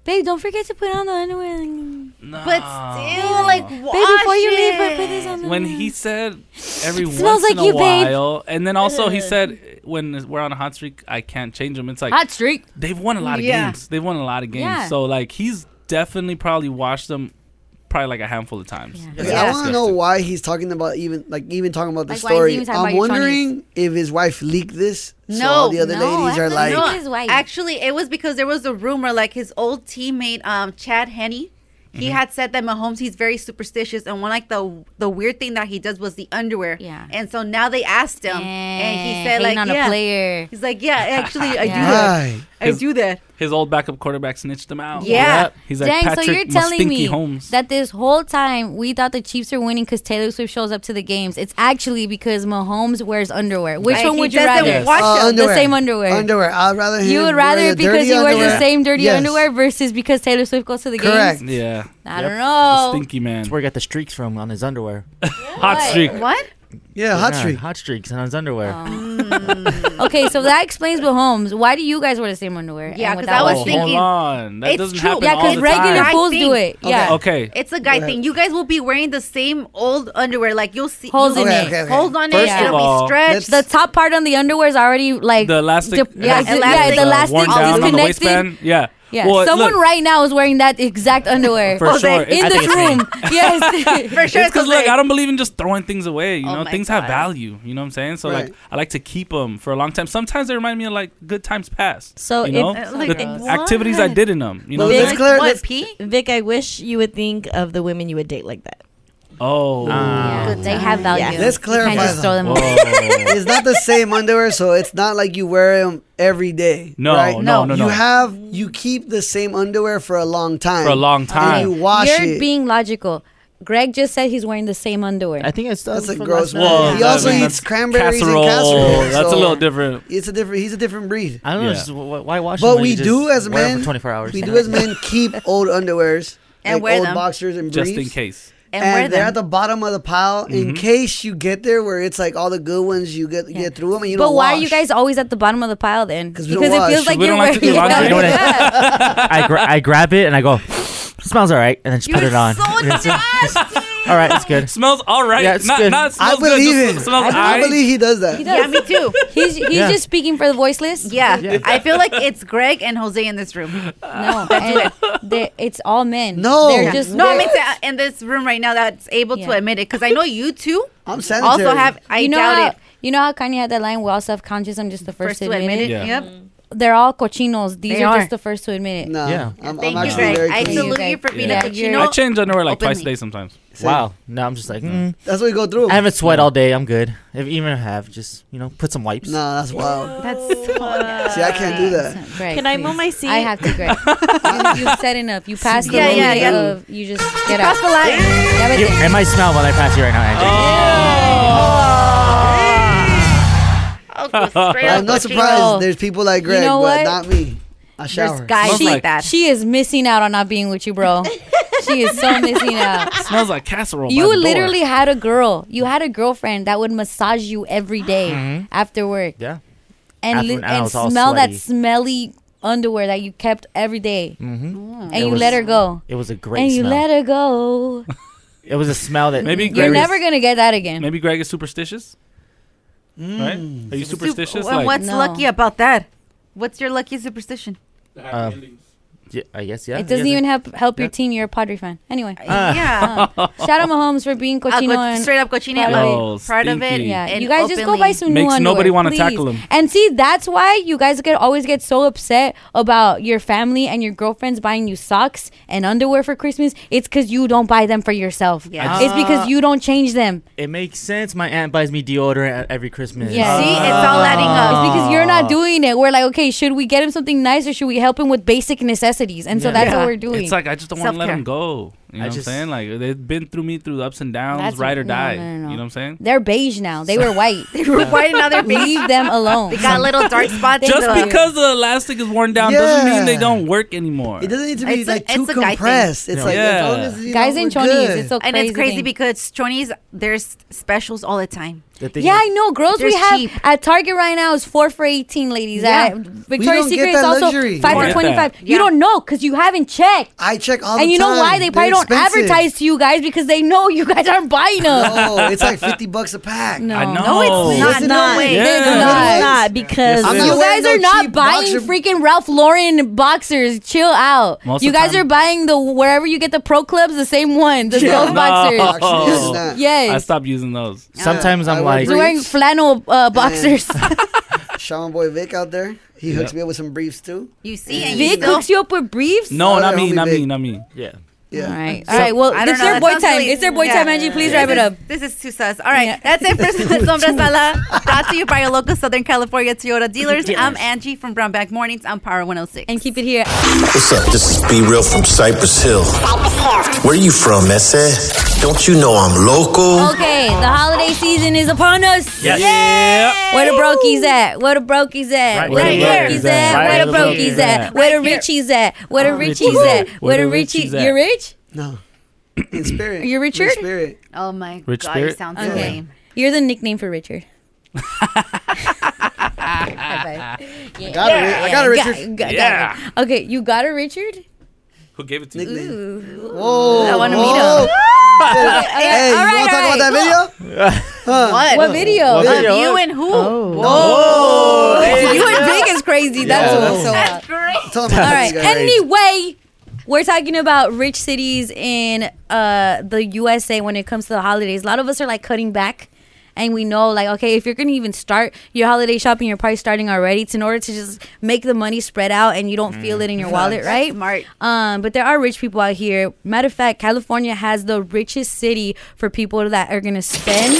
Speaker 2: Babe, don't forget to put on the underwear.
Speaker 4: But still, like,
Speaker 2: Babe,
Speaker 4: wash
Speaker 2: before you leave,
Speaker 4: it.
Speaker 2: put this on.
Speaker 3: when he said every
Speaker 2: Smells
Speaker 3: once
Speaker 2: like
Speaker 3: in a
Speaker 2: you, babe.
Speaker 3: while, and then also he said when we're on a hot streak, I can't change them. It's like
Speaker 2: Hot streak.
Speaker 3: They've won a lot of
Speaker 2: Yeah.
Speaker 3: games. They've won a lot of games.
Speaker 2: Yeah.
Speaker 3: So like he's definitely probably watched them probably like a handful of times.
Speaker 5: Like, I want to know why he's talking about even like even talking about the
Speaker 2: Like, why is he
Speaker 5: story.
Speaker 2: even
Speaker 5: I'm
Speaker 2: talking about your
Speaker 5: wondering if his wife leaked this. so
Speaker 4: No,
Speaker 5: all the other ladies are like,
Speaker 4: actually, it was because there was a rumor, like his old teammate, um, Chad Henney, he
Speaker 5: Mhm.
Speaker 3: Mm-hmm.
Speaker 4: had said that Mahomes he's very superstitious, and one like the the weird thing that he does was the underwear. Yeah, and so now they asked him, and he said
Speaker 2: Eh, hating
Speaker 4: like,
Speaker 2: on a
Speaker 4: yeah,
Speaker 2: player.
Speaker 4: he's like, yeah, actually, I do that. I
Speaker 3: His-
Speaker 4: do that.
Speaker 3: His old backup quarterback snitched him out.
Speaker 2: Yeah.
Speaker 3: He's like Patrick
Speaker 2: so you're telling
Speaker 3: Mustinky
Speaker 2: me
Speaker 3: Holmes.
Speaker 2: that this whole time we thought the Chiefs are winning because Taylor Swift shows up to the games. It's actually because Mahomes wears underwear. Which
Speaker 4: Like,
Speaker 2: one
Speaker 4: he
Speaker 2: would you
Speaker 4: doesn't
Speaker 2: rather?
Speaker 4: wash
Speaker 5: Uh, them.
Speaker 2: The same underwear.
Speaker 5: Underwear. I'd rather him
Speaker 2: You would
Speaker 5: wear
Speaker 2: rather
Speaker 5: the
Speaker 2: it because he
Speaker 5: dirty
Speaker 2: wears the
Speaker 5: underwear.
Speaker 2: same dirty
Speaker 5: Yes.
Speaker 2: underwear versus because Taylor Swift goes to the games.
Speaker 3: Yeah.
Speaker 2: I don't know.
Speaker 3: stinky man.
Speaker 6: That's where he got the streaks from on his underwear.
Speaker 3: hot
Speaker 2: What? Oh,
Speaker 3: streak.
Speaker 4: What?
Speaker 5: Yeah, hot streak.
Speaker 6: Hot streaks on his underwear.
Speaker 2: okay, so that explains Mahomes. Why do you guys wear the same underwear?
Speaker 4: Yeah,
Speaker 2: and
Speaker 4: 'cause
Speaker 2: without
Speaker 4: I was
Speaker 2: washing?
Speaker 4: thinking-
Speaker 3: Hold on. That
Speaker 4: It's
Speaker 3: doesn't
Speaker 4: true.
Speaker 3: happen
Speaker 2: Yeah,
Speaker 3: all
Speaker 2: 'cause
Speaker 3: the
Speaker 2: regular
Speaker 3: time.
Speaker 2: fools do it.
Speaker 3: Okay.
Speaker 2: Yeah.
Speaker 3: Okay.
Speaker 4: It's a guy
Speaker 3: Go ahead.
Speaker 4: thing. You guys will be wearing the same old underwear. Like you'll see
Speaker 2: Holes
Speaker 4: you'll-
Speaker 2: in Okay, it. okay, okay.
Speaker 4: Holes on
Speaker 3: First
Speaker 4: it.
Speaker 3: of
Speaker 4: It'll
Speaker 3: all,
Speaker 4: be stretched.
Speaker 2: The top part on the underwear is already like
Speaker 3: The elastic,
Speaker 2: dip- yeah,
Speaker 3: uh,
Speaker 2: the- yeah, the
Speaker 3: uh,
Speaker 2: elastic
Speaker 3: worn down on the
Speaker 2: disconnected.
Speaker 3: waistband. Yeah,
Speaker 2: Yeah,
Speaker 3: Well,
Speaker 2: someone
Speaker 3: look,
Speaker 2: right now is wearing that exact underwear.
Speaker 3: For Oh, sure. they-
Speaker 2: in
Speaker 3: I think
Speaker 2: this
Speaker 3: it's me.
Speaker 2: room. yes,
Speaker 3: It's because look, I don't believe in just throwing things
Speaker 4: Oh
Speaker 3: away. You know,
Speaker 2: my
Speaker 3: things
Speaker 2: God.
Speaker 3: have value. You know what I'm saying? So like,
Speaker 2: Right.
Speaker 3: I like to keep them for a long time. Sometimes they remind me of like good times past.
Speaker 7: So
Speaker 3: you
Speaker 4: Oh
Speaker 3: know,
Speaker 7: if- Uh,
Speaker 3: the
Speaker 7: like,
Speaker 3: th-
Speaker 7: what?
Speaker 3: activities I did in them. You know, what I'm
Speaker 7: Vic,
Speaker 3: saying?
Speaker 7: what, Vic, I wish you would think of the women you would date like that.
Speaker 3: Oh,
Speaker 4: Ah.
Speaker 2: They have value.
Speaker 5: Let's clarify.
Speaker 2: You can't just throw them
Speaker 5: though.
Speaker 2: away.
Speaker 5: it's not the same underwear, so it's not like you wear them every day.
Speaker 3: No,
Speaker 5: right?
Speaker 3: no, no,
Speaker 5: You
Speaker 3: no.
Speaker 5: have you keep the same underwear for a long time.
Speaker 3: For a long
Speaker 5: And
Speaker 3: time.
Speaker 5: you wash
Speaker 2: You're
Speaker 5: it.
Speaker 2: being logical. Greg just said he's wearing the same underwear. I
Speaker 6: think it's
Speaker 5: that's a gross one.
Speaker 3: Well,
Speaker 5: he also
Speaker 3: that-
Speaker 5: eats
Speaker 3: that's
Speaker 5: cranberries
Speaker 3: casserole.
Speaker 5: and casseroles.
Speaker 3: That's a
Speaker 5: so
Speaker 3: little different.
Speaker 5: It's a different. He's a different breed.
Speaker 6: I don't know. Just, wh- why wash? 'em
Speaker 5: But
Speaker 6: when you
Speaker 5: we
Speaker 6: just
Speaker 5: do as
Speaker 6: wear 'em
Speaker 5: men.
Speaker 6: for 24 hours.
Speaker 5: We do as men keep old underwears
Speaker 4: And
Speaker 5: like
Speaker 4: wear
Speaker 5: old
Speaker 4: them.
Speaker 5: boxers and
Speaker 3: Just
Speaker 5: briefs,
Speaker 3: in case. Mm-hmm.
Speaker 4: And
Speaker 5: and,
Speaker 4: wear
Speaker 5: they're
Speaker 4: them.
Speaker 5: at the bottom of the pile in
Speaker 2: Mhm.
Speaker 5: case you get there where it's like all the good ones you get get through them and you
Speaker 2: but
Speaker 5: don't
Speaker 2: why
Speaker 5: wash.
Speaker 2: are you guys always at the bottom of the pile then?
Speaker 5: we don't
Speaker 2: Because it feels
Speaker 5: wash.
Speaker 2: like
Speaker 5: We
Speaker 2: you're
Speaker 5: don't
Speaker 2: wearing
Speaker 5: like to do laundry.
Speaker 2: Yeah.
Speaker 6: I, gra- I grab it and I go, smells all right, and then just put it on. all right, it's good.
Speaker 3: Smells all right.
Speaker 6: Yeah, it's
Speaker 3: not,
Speaker 6: good.
Speaker 3: not
Speaker 6: I
Speaker 3: smells
Speaker 6: believe
Speaker 3: good, just
Speaker 6: it.
Speaker 3: Smells
Speaker 5: I
Speaker 3: all right.
Speaker 5: believe he does that.
Speaker 2: He does.
Speaker 4: Yeah, me too.
Speaker 2: He's he's
Speaker 3: Yeah.
Speaker 2: just speaking for the voiceless.
Speaker 4: Yeah. I feel like it's Greg and Jose in this room.
Speaker 2: no, and they- it's all men.
Speaker 4: No.
Speaker 2: they're just
Speaker 4: no, I
Speaker 2: they're-
Speaker 4: mean to- in this room right now that's able to admit it because I know you two also have. I
Speaker 2: you know
Speaker 4: doubt
Speaker 2: how,
Speaker 4: it.
Speaker 2: You know how Kanye had that line, "We all self conscious. I'm just the first,
Speaker 4: First to admit it, Yeah. yep.
Speaker 2: Mm-hmm. They're all cochinos. These
Speaker 4: They
Speaker 2: are,
Speaker 4: are.
Speaker 2: just the first to admit it.
Speaker 5: No, Yeah. I'm-
Speaker 4: Thank I'm you, actually Greg. very I clean. salute you for being a Yeah, you're- cochino.
Speaker 3: I change underwear like
Speaker 4: Open
Speaker 3: twice
Speaker 4: me.
Speaker 3: a day sometimes.
Speaker 6: Wow. No, I'm just like, mm.
Speaker 5: That's what you go through.
Speaker 6: I haven't sweat all day. I'm good. If even if I have, just you know, put some wipes.
Speaker 5: No, that's wild.
Speaker 4: That's
Speaker 5: See, I can't do that.
Speaker 2: Greg,
Speaker 7: Can I
Speaker 2: please.
Speaker 7: move my seat?
Speaker 2: I have to, Greg. you, have said enough. You passed the
Speaker 7: Yeah,
Speaker 2: yeah,
Speaker 7: yeah, yeah.
Speaker 2: of you just get out. Yeah, but
Speaker 6: You- I might smell while I pass you right now, Andrew.
Speaker 2: Oh.
Speaker 5: I'm not
Speaker 2: Cochino.
Speaker 5: surprised. There's people like
Speaker 2: You
Speaker 5: Greg,
Speaker 2: know what?
Speaker 5: but not me. I shower.
Speaker 2: she, She is missing out on not being with you, bro. she is so missing out.
Speaker 3: Smells like casserole. by the
Speaker 2: You
Speaker 3: door.
Speaker 2: literally had a girl. You had a girlfriend that would massage you every day
Speaker 3: Mhm.
Speaker 2: after work.
Speaker 6: Mm-hmm. Yeah.
Speaker 2: And,
Speaker 6: After-
Speaker 2: li-
Speaker 6: and I
Speaker 2: and
Speaker 6: was all
Speaker 2: smell that
Speaker 6: sweaty.
Speaker 2: smelly underwear that you kept every day.
Speaker 6: Mm-hmm.
Speaker 2: And you let her go.
Speaker 6: It was a great
Speaker 2: and you
Speaker 6: smell.
Speaker 2: let her go.
Speaker 6: it was a smell that
Speaker 3: Maybe
Speaker 2: You're
Speaker 3: Greg is-
Speaker 2: never gonna get that again.
Speaker 3: Maybe Greg is superstitious. Right? Are you superstitious?
Speaker 4: Well,
Speaker 3: like,
Speaker 4: what's lucky about that? What's your lucky superstition?
Speaker 6: Uh, yeah, I guess yeah.
Speaker 2: it doesn't
Speaker 6: yeah,
Speaker 2: even help help your team. You're a Padre fan. Anyway.
Speaker 6: Ah.
Speaker 4: Yeah.
Speaker 2: Uh, shout out Mahomes for being
Speaker 4: Uh,
Speaker 2: cochino
Speaker 4: co-
Speaker 2: and
Speaker 4: straight up cochino.
Speaker 2: proud of it.
Speaker 3: Oh, Proud of it stinky.
Speaker 2: Yeah,
Speaker 4: and
Speaker 2: you guys just go
Speaker 4: openly.
Speaker 2: buy some new
Speaker 3: Makes
Speaker 2: underwear,
Speaker 3: nobody wanna
Speaker 2: please.
Speaker 3: tackle 'em.
Speaker 2: And see, that's why you guys get always get so upset about your family and your girlfriends buying you socks and underwear for Christmas. It's because you don't buy them for yourself.
Speaker 6: Yeah.
Speaker 2: it's because you don't change them.
Speaker 6: It makes sense. My aunt buys me deodorant at every Christmas. Ah.
Speaker 2: Yeah. See,
Speaker 4: it's all adding up.
Speaker 2: It's because you're not doing it. We're like, okay, should we get him something nice or should we help him with basic necessities? And so
Speaker 3: Yeah.
Speaker 2: that's what we're doing.
Speaker 3: It's like I just don't want to let
Speaker 2: Self-care.
Speaker 3: them go. You know
Speaker 6: I
Speaker 3: what I'm
Speaker 6: just-
Speaker 3: saying? Like they've been through me through the ups and downs,
Speaker 2: That's-
Speaker 3: ride or
Speaker 2: no,
Speaker 3: die.
Speaker 2: no, no, no.
Speaker 3: You know what I'm saying?
Speaker 2: They're beige now. They were white. they
Speaker 4: were white and now they're beige.
Speaker 2: Leave them alone.
Speaker 4: They got little dark spots.
Speaker 3: Just
Speaker 4: in the-
Speaker 3: because the elastic is worn down doesn't mean they
Speaker 5: Yeah.
Speaker 3: don't work anymore.
Speaker 5: It doesn't need to be
Speaker 4: It's a-
Speaker 5: like
Speaker 4: it's
Speaker 5: too
Speaker 4: a guy thing.
Speaker 5: compressed. It's like as long as you know, we're good.
Speaker 4: And it's crazy
Speaker 2: thing.
Speaker 4: because chonies, there's specials all the time.
Speaker 2: Yeah, I know. Girls,
Speaker 4: They're
Speaker 2: we have
Speaker 4: cheap.
Speaker 2: at Target right now is four for eighteen, ladies.
Speaker 4: Yeah.
Speaker 2: At
Speaker 4: We
Speaker 2: Victoria's
Speaker 4: don't get
Speaker 2: Secret is
Speaker 4: that
Speaker 2: also
Speaker 4: luxury.
Speaker 2: five
Speaker 4: We
Speaker 2: for
Speaker 4: don't
Speaker 2: twenty
Speaker 4: get
Speaker 2: five.
Speaker 4: that.
Speaker 2: You don't know because you haven't checked.
Speaker 5: I check all
Speaker 2: And
Speaker 5: the
Speaker 2: you know why
Speaker 5: time.
Speaker 2: they probably
Speaker 5: They're
Speaker 2: don't
Speaker 5: expensive.
Speaker 2: advertise to you guys because they know you guys aren't buying them.
Speaker 5: No, it's like 50 bucks a pack.
Speaker 2: No,
Speaker 5: I
Speaker 2: No, it's not.
Speaker 5: Yes, it
Speaker 2: not.
Speaker 5: is.
Speaker 2: It's not. because
Speaker 5: I'm not
Speaker 2: you guys
Speaker 5: wearing no
Speaker 2: are not
Speaker 5: cheap
Speaker 2: buying
Speaker 5: boxer-
Speaker 2: freaking Ralph Lauren boxers. Chill out.
Speaker 3: Most
Speaker 2: you
Speaker 3: of the
Speaker 2: guys
Speaker 3: time-
Speaker 2: are buying the wherever you get the pro clubs, the same one, the yeah.
Speaker 3: No.
Speaker 2: boxers.
Speaker 3: I
Speaker 2: Yes.
Speaker 3: stopped using those.
Speaker 6: Sometimes I'm like,
Speaker 2: You're wearing flannel uh, boxers.
Speaker 5: Shawn Boy Vic out there. He hooks me up with some briefs too.
Speaker 4: You see,
Speaker 2: and you Vic still- hooks you up with briefs?
Speaker 3: No,
Speaker 5: Oh,
Speaker 3: not
Speaker 5: that
Speaker 3: me,
Speaker 5: homie
Speaker 3: not me,
Speaker 5: Vic.
Speaker 3: not me.
Speaker 6: Yeah.
Speaker 5: Yeah.
Speaker 2: All right. All right. Well,
Speaker 4: I don't
Speaker 2: it's
Speaker 4: know,
Speaker 2: their
Speaker 4: that
Speaker 2: boy
Speaker 4: sounds
Speaker 2: time.
Speaker 4: really-
Speaker 2: It's their boy
Speaker 4: yeah.
Speaker 2: time, Angie. Please
Speaker 4: This
Speaker 2: wrap it
Speaker 4: is-
Speaker 2: up.
Speaker 4: This is too sus. All right, that's it for Sombra Sala. Brought to you by your local Southern California Toyota dealers. I'm Angie from Brownback Mornings. I'm Power 106.
Speaker 2: And keep it here.
Speaker 1: What's up? This is Be Real from Cypress Hill. Where you from, Messe? Don't you know I'm local?
Speaker 2: Okay, the holiday season is upon us.
Speaker 1: Yes.
Speaker 2: Yeah. Where the brokies at? Where the brokies at?
Speaker 1: Right
Speaker 2: Where the
Speaker 1: here.
Speaker 2: brokies at?
Speaker 1: Right
Speaker 2: Where the
Speaker 1: here.
Speaker 2: brokies at? Where the Richies at? Where the Richies
Speaker 5: Richie.
Speaker 2: at? Where the
Speaker 5: Where the
Speaker 2: Richie?
Speaker 5: Richies at?
Speaker 2: You're rich?
Speaker 5: No. In spirit.
Speaker 2: You're Richard?
Speaker 5: In spirit.
Speaker 4: Oh my
Speaker 5: Rich
Speaker 4: god, you
Speaker 5: spirit?
Speaker 4: sound
Speaker 5: Yeah.
Speaker 4: so lame.
Speaker 2: You're the nickname for Richard.
Speaker 5: I got it. Ri- I got it, Richard.
Speaker 2: yeah. Okay, you got it, Richard.
Speaker 3: Who gave it to you?
Speaker 5: Whoa.
Speaker 2: I wanna meet
Speaker 5: whoa.
Speaker 2: him.
Speaker 5: Hey,
Speaker 2: Okay,
Speaker 5: hey, you
Speaker 2: all
Speaker 5: want
Speaker 2: right,
Speaker 5: to talk
Speaker 2: all
Speaker 5: about that
Speaker 2: right.
Speaker 5: video?
Speaker 2: What? What video?
Speaker 5: What
Speaker 2: Of
Speaker 5: video?
Speaker 2: you
Speaker 4: and who?
Speaker 2: Oh,
Speaker 5: Hey.
Speaker 2: you and Vic is crazy. That's
Speaker 5: Yeah,
Speaker 2: what
Speaker 5: that's-
Speaker 2: so
Speaker 4: uh,
Speaker 2: wild.
Speaker 5: Tell
Speaker 2: All
Speaker 5: him about
Speaker 2: right.
Speaker 5: this guy.
Speaker 2: Anyway, we're talking about rich cities in uh, the USA when it comes to the holidays. A lot of us are like cutting back. And we know, like, okay, if you're gonna even start your holiday shopping, you're probably starting already. It's in order to just make the money spread out and you don't feel it in
Speaker 5: Mm.
Speaker 2: your wallet,
Speaker 4: Facts.
Speaker 2: right?
Speaker 4: Smart.
Speaker 2: Um, but there are rich people out here. Matter of fact, California has the richest city for people that are gonna spend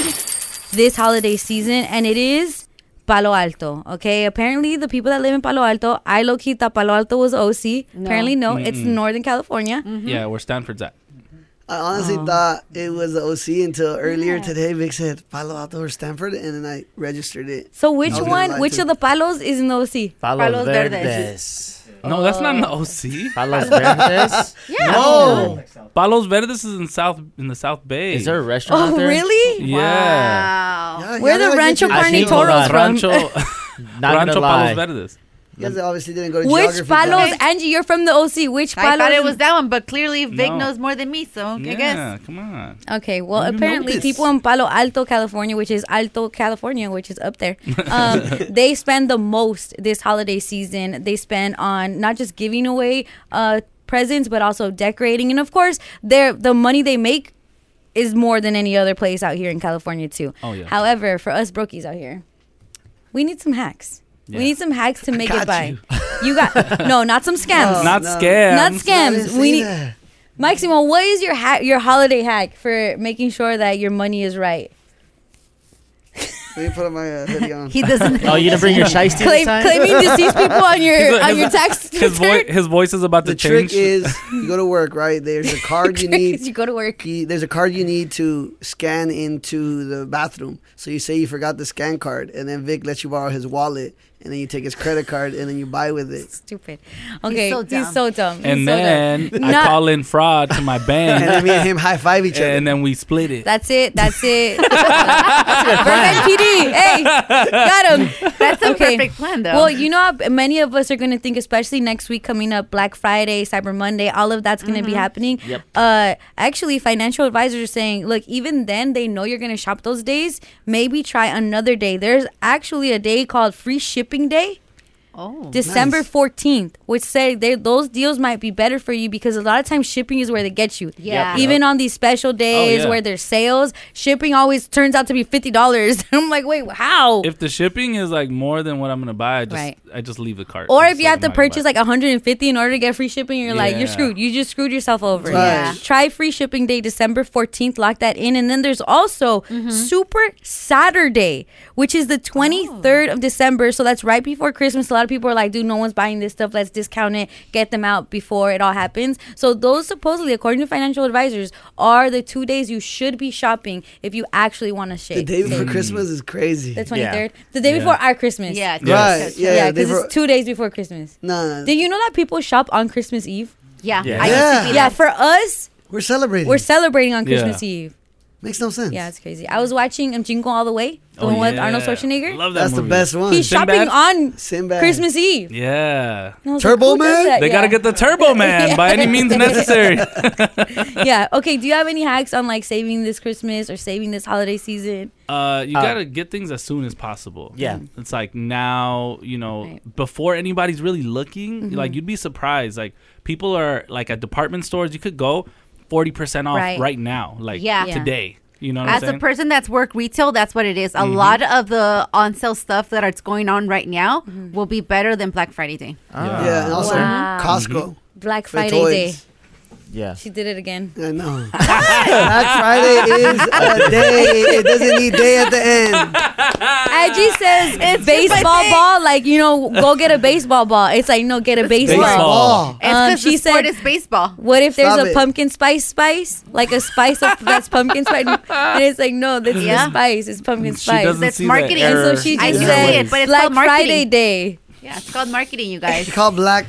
Speaker 2: this holiday season, and it is Palo Alto. Okay, apparently the people that live in Palo Alto, I low key thought Palo Alto was OC. Apparently, no, it's
Speaker 3: Mm-mm.
Speaker 2: Northern California.
Speaker 4: Mm-hmm.
Speaker 3: Yeah, where Stanford's at.
Speaker 5: I honestly
Speaker 6: Uh-huh.
Speaker 5: thought it was the OC until earlier today. Vic said Palo Alto or Stanford, and then I registered it.
Speaker 2: So which one, which of the palos is in the OC?
Speaker 6: Palos Palos Verdes. Verdes.
Speaker 3: No, that's not in the OC.
Speaker 6: Palos Verdes?
Speaker 3: yeah.
Speaker 6: No.
Speaker 3: Palos Verdes is in South in the South Bay.
Speaker 6: Is there a restaurant out there?
Speaker 2: Oh, really?
Speaker 3: Yeah.
Speaker 5: Yeah,
Speaker 2: Where
Speaker 5: yeah,
Speaker 2: the
Speaker 5: like
Speaker 2: Rancho
Speaker 5: you- I
Speaker 2: Carne
Speaker 5: think-
Speaker 2: Toro's from?
Speaker 3: Rancho,
Speaker 6: Not
Speaker 3: Rancho
Speaker 6: gonna lie.
Speaker 3: Palos Verdes.
Speaker 5: You guys obviously didn't go to
Speaker 2: Which
Speaker 5: geography
Speaker 2: palos,
Speaker 5: class.
Speaker 2: Angie? You're from the OC. Which
Speaker 4: I
Speaker 2: palos?
Speaker 4: thought it was that one, but clearly Vic
Speaker 2: No.
Speaker 4: knows more than me, so I guess.
Speaker 3: come on.
Speaker 2: Okay, well,
Speaker 4: You
Speaker 2: apparently,
Speaker 4: noticed.
Speaker 2: people in Palo Alto, California, which is Alto California, which is up there, um, they spend the most this holiday season. They spend on not just giving away uh, presents, but also decorating, and of course, their the money they make is more than any other place out here in California too.
Speaker 9: Oh, yeah.
Speaker 2: However, for us brokies out here, we need some hacks.
Speaker 9: Yeah.
Speaker 2: We need some hacks to make it
Speaker 9: got
Speaker 2: by. You. got no, not some scams.
Speaker 3: Not No, no. scams.
Speaker 2: Not
Speaker 3: I didn't
Speaker 2: scams.
Speaker 3: say
Speaker 2: We need.
Speaker 3: that.
Speaker 2: Maximo, what is your ha- your holiday hack for making sure that your money is right?
Speaker 5: Let me put on my uh, hoodie on.
Speaker 2: He doesn't-
Speaker 6: Oh, you didn't bring your shiesty this
Speaker 2: Claim,
Speaker 6: time?
Speaker 2: claiming deceased people on your on your tax
Speaker 3: His voice, his voice is about
Speaker 5: the
Speaker 3: to change.
Speaker 5: trick is you go to work, right? There's a card you need.
Speaker 2: you go to work.
Speaker 5: there's a card you need to scan into the bathroom. So you say you forgot the scan card, and then Vic lets you borrow his wallet, and then you take his credit card, and then you buy with it.
Speaker 2: Stupid. Okay,
Speaker 4: so
Speaker 2: he's so dumb. He's
Speaker 3: and
Speaker 2: so
Speaker 3: then
Speaker 2: dumb.
Speaker 3: I
Speaker 2: Not-
Speaker 3: call in fraud to my bank.
Speaker 5: And then me and him high five each other.
Speaker 3: And then we split it.
Speaker 2: That's it. That's it. Burbank PD. Hey, got him. That's
Speaker 4: a perfect plan, though.
Speaker 2: Well, you know, how many of us are going to think, especially next week coming up, Black Friday, Cyber Monday, all of that's going to be
Speaker 4: Mhm.
Speaker 2: happening.
Speaker 4: Yep.
Speaker 2: Uh, actually, financial advisors are saying, look, even then, they know you're going to shop those days. Maybe try another day. There's actually a day called Free Shipping Day.
Speaker 4: Oh,
Speaker 2: December
Speaker 4: nice.
Speaker 2: 14th, which say they, those deals might be better for you because a lot of times shipping is where they get you.
Speaker 4: Yeah. Yep. Oh,
Speaker 2: Even on these special days
Speaker 3: yeah.
Speaker 2: where there's sales, shipping always turns out to be $50. I'm like, wait, how?
Speaker 3: If the shipping is like more than what I'm gonna buy, I just
Speaker 2: Right.
Speaker 3: I just leave the cart.
Speaker 2: or
Speaker 3: It's
Speaker 2: if you
Speaker 3: like,
Speaker 2: have to
Speaker 3: I'm not gonna buy
Speaker 2: purchase like 150 in order to get free shipping, you're like,
Speaker 3: Yeah.
Speaker 2: you're screwed. You just screwed yourself over.
Speaker 3: Right. Yeah.
Speaker 2: Try free shipping day, December 14th. Lock that in. And then there's also
Speaker 5: Mm-hmm.
Speaker 2: Super Saturday, which is the 23rd
Speaker 5: Oh.
Speaker 2: of December. So that's right before Christmas. A lot of people are like, dude, no one's buying this stuff. Let's discount it, get them out before it all happens. So those supposedly, according to financial advisors, are the two days you should be shopping if you actually want to shake.
Speaker 5: The day before
Speaker 2: save.
Speaker 5: Christmas is crazy.
Speaker 2: The 23rd? The day before our Christmas.
Speaker 4: Yeah,
Speaker 5: Right. Yeah.
Speaker 2: Yeah,
Speaker 5: the day
Speaker 2: because
Speaker 5: before-
Speaker 2: it's two days before Christmas.
Speaker 5: No, no.
Speaker 2: Did you know that people shop on Christmas Eve?
Speaker 4: Yeah.
Speaker 5: Yeah. I used to
Speaker 2: yeah.
Speaker 5: be
Speaker 2: for us,
Speaker 5: we're celebrating.
Speaker 2: We're celebrating on
Speaker 5: Yeah.
Speaker 2: Christmas Eve.
Speaker 5: Makes no sense.
Speaker 2: Yeah, it's crazy. I was watching um, Jingle All the Way, the
Speaker 3: Oh,
Speaker 2: one with
Speaker 3: yeah.
Speaker 2: Arnold Schwarzenegger.
Speaker 3: Love that
Speaker 5: That's the
Speaker 3: movie.
Speaker 5: best one.
Speaker 2: He's shopping on Christmas Eve.
Speaker 3: Yeah.
Speaker 2: And I was like, who does that?
Speaker 3: They gotta
Speaker 2: Yeah.
Speaker 3: get the Turbo Man by any means necessary.
Speaker 2: yeah. Okay. Do you have any hacks on like saving this Christmas or saving this holiday season?
Speaker 3: Uh, you
Speaker 2: Uh,
Speaker 3: gotta get things as soon as possible.
Speaker 2: Yeah.
Speaker 3: it's like now, you know, before anybody's really looking,
Speaker 2: Mhm.
Speaker 3: like you'd be surprised. Like people are like at department stores, you could go forty percent off
Speaker 4: Right.
Speaker 3: right. now, like
Speaker 4: Yeah. Yeah.
Speaker 3: today. You know, what I'm
Speaker 4: As
Speaker 3: saying?
Speaker 4: a person that's worked retail, that's what it is. A
Speaker 2: Mm-hmm.
Speaker 3: Mhm.
Speaker 4: lot of the on sale stuff that is going on right now
Speaker 2: Mm-hmm.
Speaker 4: will be better than Black Friday Day.
Speaker 5: Yeah. Ah. Yeah, and also Wow. Costco.
Speaker 2: Black
Speaker 5: For
Speaker 2: Friday
Speaker 5: toys.
Speaker 2: Day.
Speaker 6: Yeah.
Speaker 2: She did it again.
Speaker 5: I know. Black Friday is a day. It doesn't need day at the end.
Speaker 2: IG says baseball ball, like you know, go get a baseball ball. It's like no, get a baseball. Um,
Speaker 5: baseball.
Speaker 4: It's 'cause the sport is baseball.
Speaker 2: What if there's
Speaker 4: Stop
Speaker 2: a
Speaker 4: it.
Speaker 2: pumpkin spice spice, like a spice of, that's pumpkin spice? And it's like no, that's
Speaker 4: Yeah.
Speaker 2: the spice. It's pumpkin
Speaker 4: She
Speaker 2: spice.
Speaker 4: doesn't That's see the marketing. error
Speaker 2: so she
Speaker 4: in I
Speaker 2: just
Speaker 4: see
Speaker 2: said
Speaker 4: it, but it's
Speaker 2: Black
Speaker 4: called marketing.
Speaker 2: Friday Day.
Speaker 4: Yeah, it's called marketing, you guys.
Speaker 5: It's called Black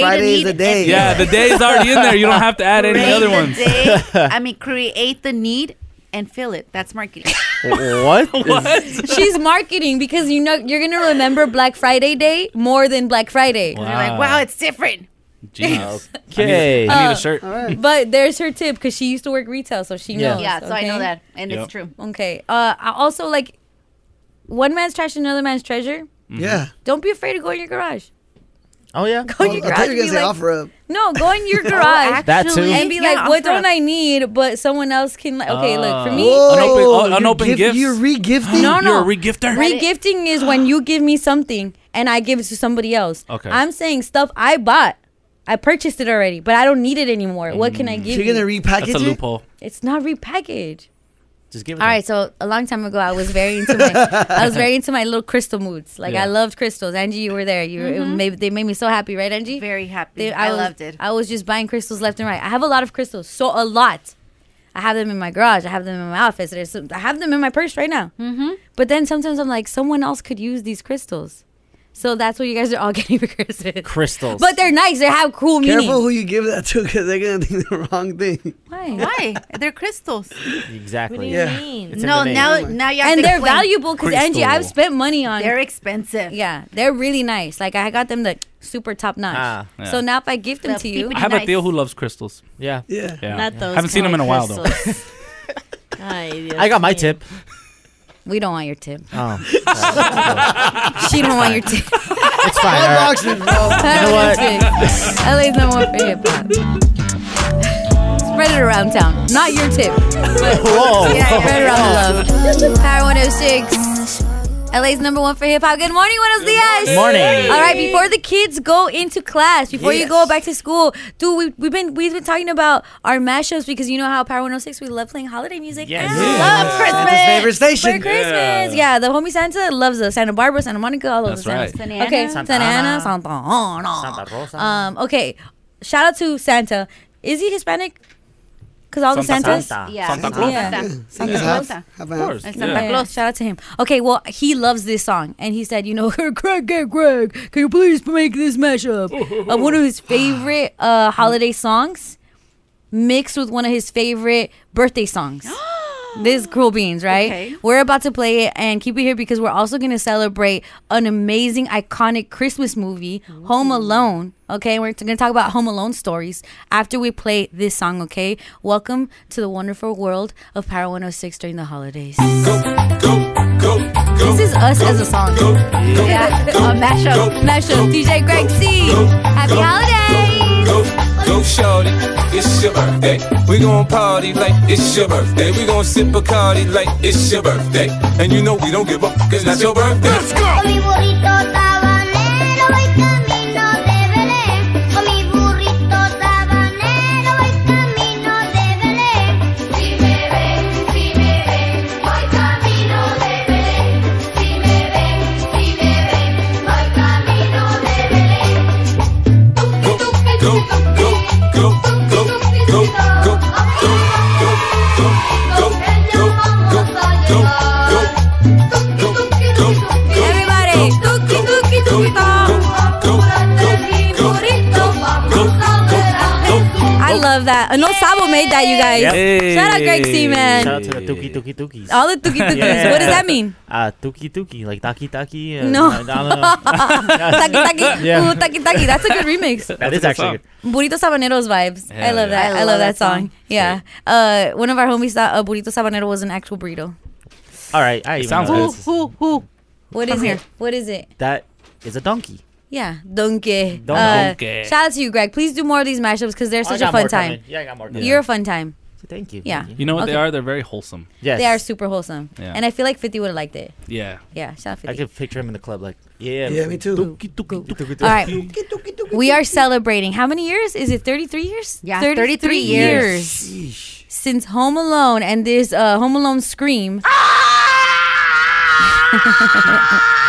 Speaker 4: Friday,
Speaker 5: Friday is
Speaker 4: the
Speaker 5: the day.
Speaker 3: yeah, the day's already in there. You don't have to add any
Speaker 4: Create
Speaker 3: other
Speaker 4: the
Speaker 3: ones.
Speaker 4: day- I mean, create the need and fill it. That's marketing.
Speaker 6: what? what?
Speaker 2: She's marketing because you know you're gonna remember Black Friday Day more than Black Friday.
Speaker 4: You're like, wow, it's different.
Speaker 3: Jeez.
Speaker 6: Okay.
Speaker 3: I need
Speaker 2: Uh,
Speaker 3: a shirt.
Speaker 2: But there's her tip because she used to work retail, so she
Speaker 6: Yeah.
Speaker 2: knows.
Speaker 4: Yeah, so I know
Speaker 2: okay?
Speaker 4: that, and it's Yep. true.
Speaker 2: Okay. Uh, I also like one man's trash, is another man's treasure.
Speaker 5: Yeah.
Speaker 2: Don't be afraid to go in your garage.
Speaker 6: Oh yeah.
Speaker 2: Go in your garage. and be like-
Speaker 5: up.
Speaker 2: No, go in your
Speaker 5: Oh,
Speaker 2: garage.
Speaker 6: That too?
Speaker 2: And be
Speaker 6: Yeah,
Speaker 2: like, what
Speaker 6: offer up.
Speaker 2: don't I need? But someone else can. Like, okay, look for me.
Speaker 5: Whoa,
Speaker 3: Unopened- uh,
Speaker 5: you're
Speaker 3: unopened
Speaker 5: gift-
Speaker 3: gifts?
Speaker 5: You're regifting.
Speaker 2: No, no.
Speaker 3: Uh, You're a regifter.
Speaker 2: Regifting is when you give me something and I give it to somebody else.
Speaker 3: Okay.
Speaker 2: I'm saying stuff I bought. I purchased it already, but I don't need it anymore. What can I give
Speaker 5: you're gonna
Speaker 2: you?
Speaker 5: repackage
Speaker 3: Mm. That's a
Speaker 5: it?
Speaker 3: loophole.
Speaker 2: It's not repackaged.
Speaker 6: Just give
Speaker 2: All right, so a long time ago, I was very into my, I was very into my little crystal moods. Like I
Speaker 4: Yeah.
Speaker 2: loved crystals. Angie, you were there. You were, it
Speaker 4: Mhm.
Speaker 2: made, they made me so happy, right, Angie?
Speaker 4: Very happy.
Speaker 2: They-
Speaker 4: I
Speaker 2: was-
Speaker 4: loved it.
Speaker 2: I was just buying crystals left and right. I have a lot of crystals, so a lot. I have them in my garage. I have them in my office. There's some, I have them in my purse right now. Mm-hmm. But then sometimes I'm like, someone else could use these crystals. So that's what you guys are all getting for Christmas.
Speaker 6: Crystals.
Speaker 2: But they're nice. They have cool meaning.
Speaker 5: Careful who you give that to because they're going to think the wrong thing.
Speaker 4: Why? Why? They're crystals.
Speaker 6: Exactly.
Speaker 5: do you Yeah. mean? It's in
Speaker 4: no,
Speaker 5: the name.
Speaker 4: Oh, now now you have
Speaker 2: and
Speaker 4: to
Speaker 2: they're
Speaker 4: explain.
Speaker 2: valuable because Angie, I've spent money on.
Speaker 4: They're expensive.
Speaker 2: Yeah, they're really nice. Like I got them the super top notch.
Speaker 3: Ah, yeah.
Speaker 2: So now if I gift them
Speaker 4: The
Speaker 2: to you,
Speaker 3: I have a Theo who loves crystals.
Speaker 6: Yeah.
Speaker 5: Yeah.
Speaker 2: Not those
Speaker 3: Haven't seen him in a while, though.
Speaker 6: I got my tip.
Speaker 2: We don't want your tip.
Speaker 6: Oh.
Speaker 2: she don't want your tip.
Speaker 6: It's fine. all right.
Speaker 2: That's it. LA's number one for hip hop. Spread it around town. Not your tip. But
Speaker 6: Whoa.
Speaker 2: Yeah, spread it around the
Speaker 9: Whoa.
Speaker 2: love. Power 106. LA's number one for hip hop. Good morning, Buenos Dias.
Speaker 9: morning. Morning.
Speaker 2: All right, before the kids go into class, before you go back to school, dude, we, we've been we've been talking about our mashups because you know how Power 106 we love playing holiday music. Yes. Love
Speaker 5: Santa's
Speaker 2: Christmas.
Speaker 5: favorite station.
Speaker 2: For
Speaker 11: Uh,
Speaker 2: Christmas, yeah. the homie Santa loves us. Santa Barbara, Santa Monica, all of
Speaker 5: That's
Speaker 2: those. Santas.
Speaker 5: right.
Speaker 2: Okay,
Speaker 5: Santa
Speaker 2: Santa, Ana,
Speaker 5: Ana.
Speaker 2: Santa Ana.
Speaker 6: Santa Rosa.
Speaker 2: Um, okay, shout out to Santa. Is he Hispanic? Because all
Speaker 6: Santa
Speaker 2: the Santas,
Speaker 6: Santa.
Speaker 2: yeah,
Speaker 6: Santa Claus.
Speaker 2: Yeah.
Speaker 6: Santa.
Speaker 5: Santa's half. Half and half.
Speaker 2: Santa Claus. Shout out to him. Okay, well, he loves this song, and he said, you know, Greg, Greg, Greg, can you please make this mashup of one of his favorite uh, holiday songs mixed with one of his favorite birthday songs. This is Cool Beans, right? We're about to play it and keep it here because we're also going to celebrate an amazing, iconic Christmas movie, Home Alone. Okay, we're going to talk about Home Alone stories after we play this song, okay? Welcome to the wonderful world of Power 106 during the holidays. This is us as a song.
Speaker 4: Yeah, a mashup.
Speaker 2: Mashup. DJ Greg C. Happy holidays.
Speaker 20: Go shorty, it's your birthday. We gon' party like it's your birthday. We gon' sip a cardi like it's your birthday. And you know we don't give up, cause that's your birthday. Let's go!
Speaker 9: Con mi burrito tabanero voy camino de Belén. Con mi burrito tabanero voy camino de Belén. Si me ven, si me ven, voy camino de Belén. Si me ven, si me ven, voy camino de Belén.
Speaker 2: Everybody, tuki tuki tuki I love that. And no Sabo made that, you guys. Shout out Greg C, man.
Speaker 6: Shout out to the Tuki Tuki Tukis.
Speaker 2: All the Tuki Tukis. What does that mean?
Speaker 6: Uh, tuki Tuki, like Taki Taki. Uh,
Speaker 2: No.
Speaker 6: I don't know.
Speaker 2: taki taki.
Speaker 6: Yeah.
Speaker 2: Ooh, taki taki. That's a good remix.
Speaker 6: That is actually good.
Speaker 2: Burrito Sabaneros vibes. I
Speaker 6: Yeah,
Speaker 2: love
Speaker 6: yeah.
Speaker 2: that. I love, that, song. Yeah. Uh, one of our homies thought a burrito sabanero was an actual burrito.
Speaker 6: All right. I even
Speaker 2: sounds
Speaker 6: know
Speaker 2: good.
Speaker 6: this.
Speaker 2: Who? Who? What
Speaker 6: Come
Speaker 2: is
Speaker 6: here.
Speaker 2: it? What is it?
Speaker 6: That is a donkey.
Speaker 2: Yeah, donkey.
Speaker 6: Don- Donkey.
Speaker 2: Shout out to you, Greg. Please do more of these mashups because they're
Speaker 6: I
Speaker 2: such a
Speaker 6: got
Speaker 2: fun
Speaker 6: more
Speaker 2: time.
Speaker 6: coming. Yeah, I got more coming.
Speaker 2: You're a fun time.
Speaker 6: Thank you.
Speaker 2: Yeah.
Speaker 3: You know what they
Speaker 2: Okay.
Speaker 3: are? They're very wholesome.
Speaker 2: They are super wholesome.
Speaker 3: Yeah.
Speaker 2: And I feel like 50 would have liked it.
Speaker 3: Yeah.
Speaker 2: Yeah, shout out 50.
Speaker 6: I could picture him in the club, like, yeah.
Speaker 5: Yeah, me too.
Speaker 6: Tuki Tuki Tuki
Speaker 2: All right. we are celebrating. How many years? Is it 33 years?
Speaker 4: Yeah, 33 years.
Speaker 2: Since Home Alone and this uh, Home Alone scream.
Speaker 6: Ah!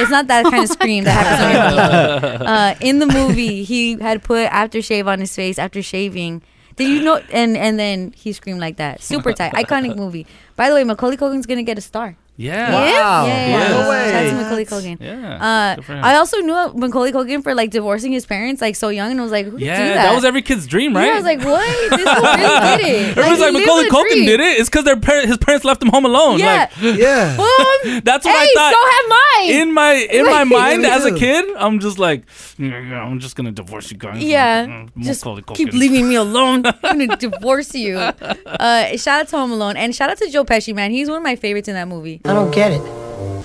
Speaker 2: it's not that kind of scream that happens when you're alone. Uh, in the movie, he had put aftershave on his face after shaving. Did you know? And and then he screamed like that. Super tight, iconic movie. By the way, Macaulay Culkin's gonna get a star.
Speaker 3: Yeah.
Speaker 2: Yeah.
Speaker 3: Wow.
Speaker 2: Yeah.
Speaker 3: Yes.
Speaker 2: yeah.
Speaker 3: No way.
Speaker 2: Shout out to Macaulay Culkin.
Speaker 3: Yeah. Good for
Speaker 2: Uh,
Speaker 3: him.
Speaker 2: I also knew Macaulay Culkin for like divorcing his parents like so young, and I was like, who
Speaker 3: Yeah,
Speaker 2: do that?
Speaker 3: that? was every kid's dream,
Speaker 2: Yeah,
Speaker 3: right?
Speaker 2: I was like, what? This fool really did it.
Speaker 3: Everyone's like,
Speaker 2: he
Speaker 3: Macaulay
Speaker 2: lived the
Speaker 3: Culkin
Speaker 2: dream.
Speaker 3: did it. It's because their par- his parents left him home alone.
Speaker 2: Yeah.
Speaker 3: like,
Speaker 5: yeah.
Speaker 2: Boom.
Speaker 3: That's what
Speaker 2: Hey,
Speaker 3: I thought.
Speaker 2: so have mine.
Speaker 3: In my in my
Speaker 2: Like-
Speaker 3: mind
Speaker 2: Yeah, me
Speaker 3: as a
Speaker 2: too.
Speaker 3: kid, I'm just like, "Mm, yeah, I'm just gonna divorce you guys.
Speaker 2: Yeah,
Speaker 3: Mm,
Speaker 2: just
Speaker 3: Macaulay
Speaker 2: keep
Speaker 3: Culkin.
Speaker 2: leaving me alone. I'm gonna divorce you. Uh, shout out to Home Alone and shout out to Joe Pesci, man. He's one of my favorites in that movie.
Speaker 21: I don't get it.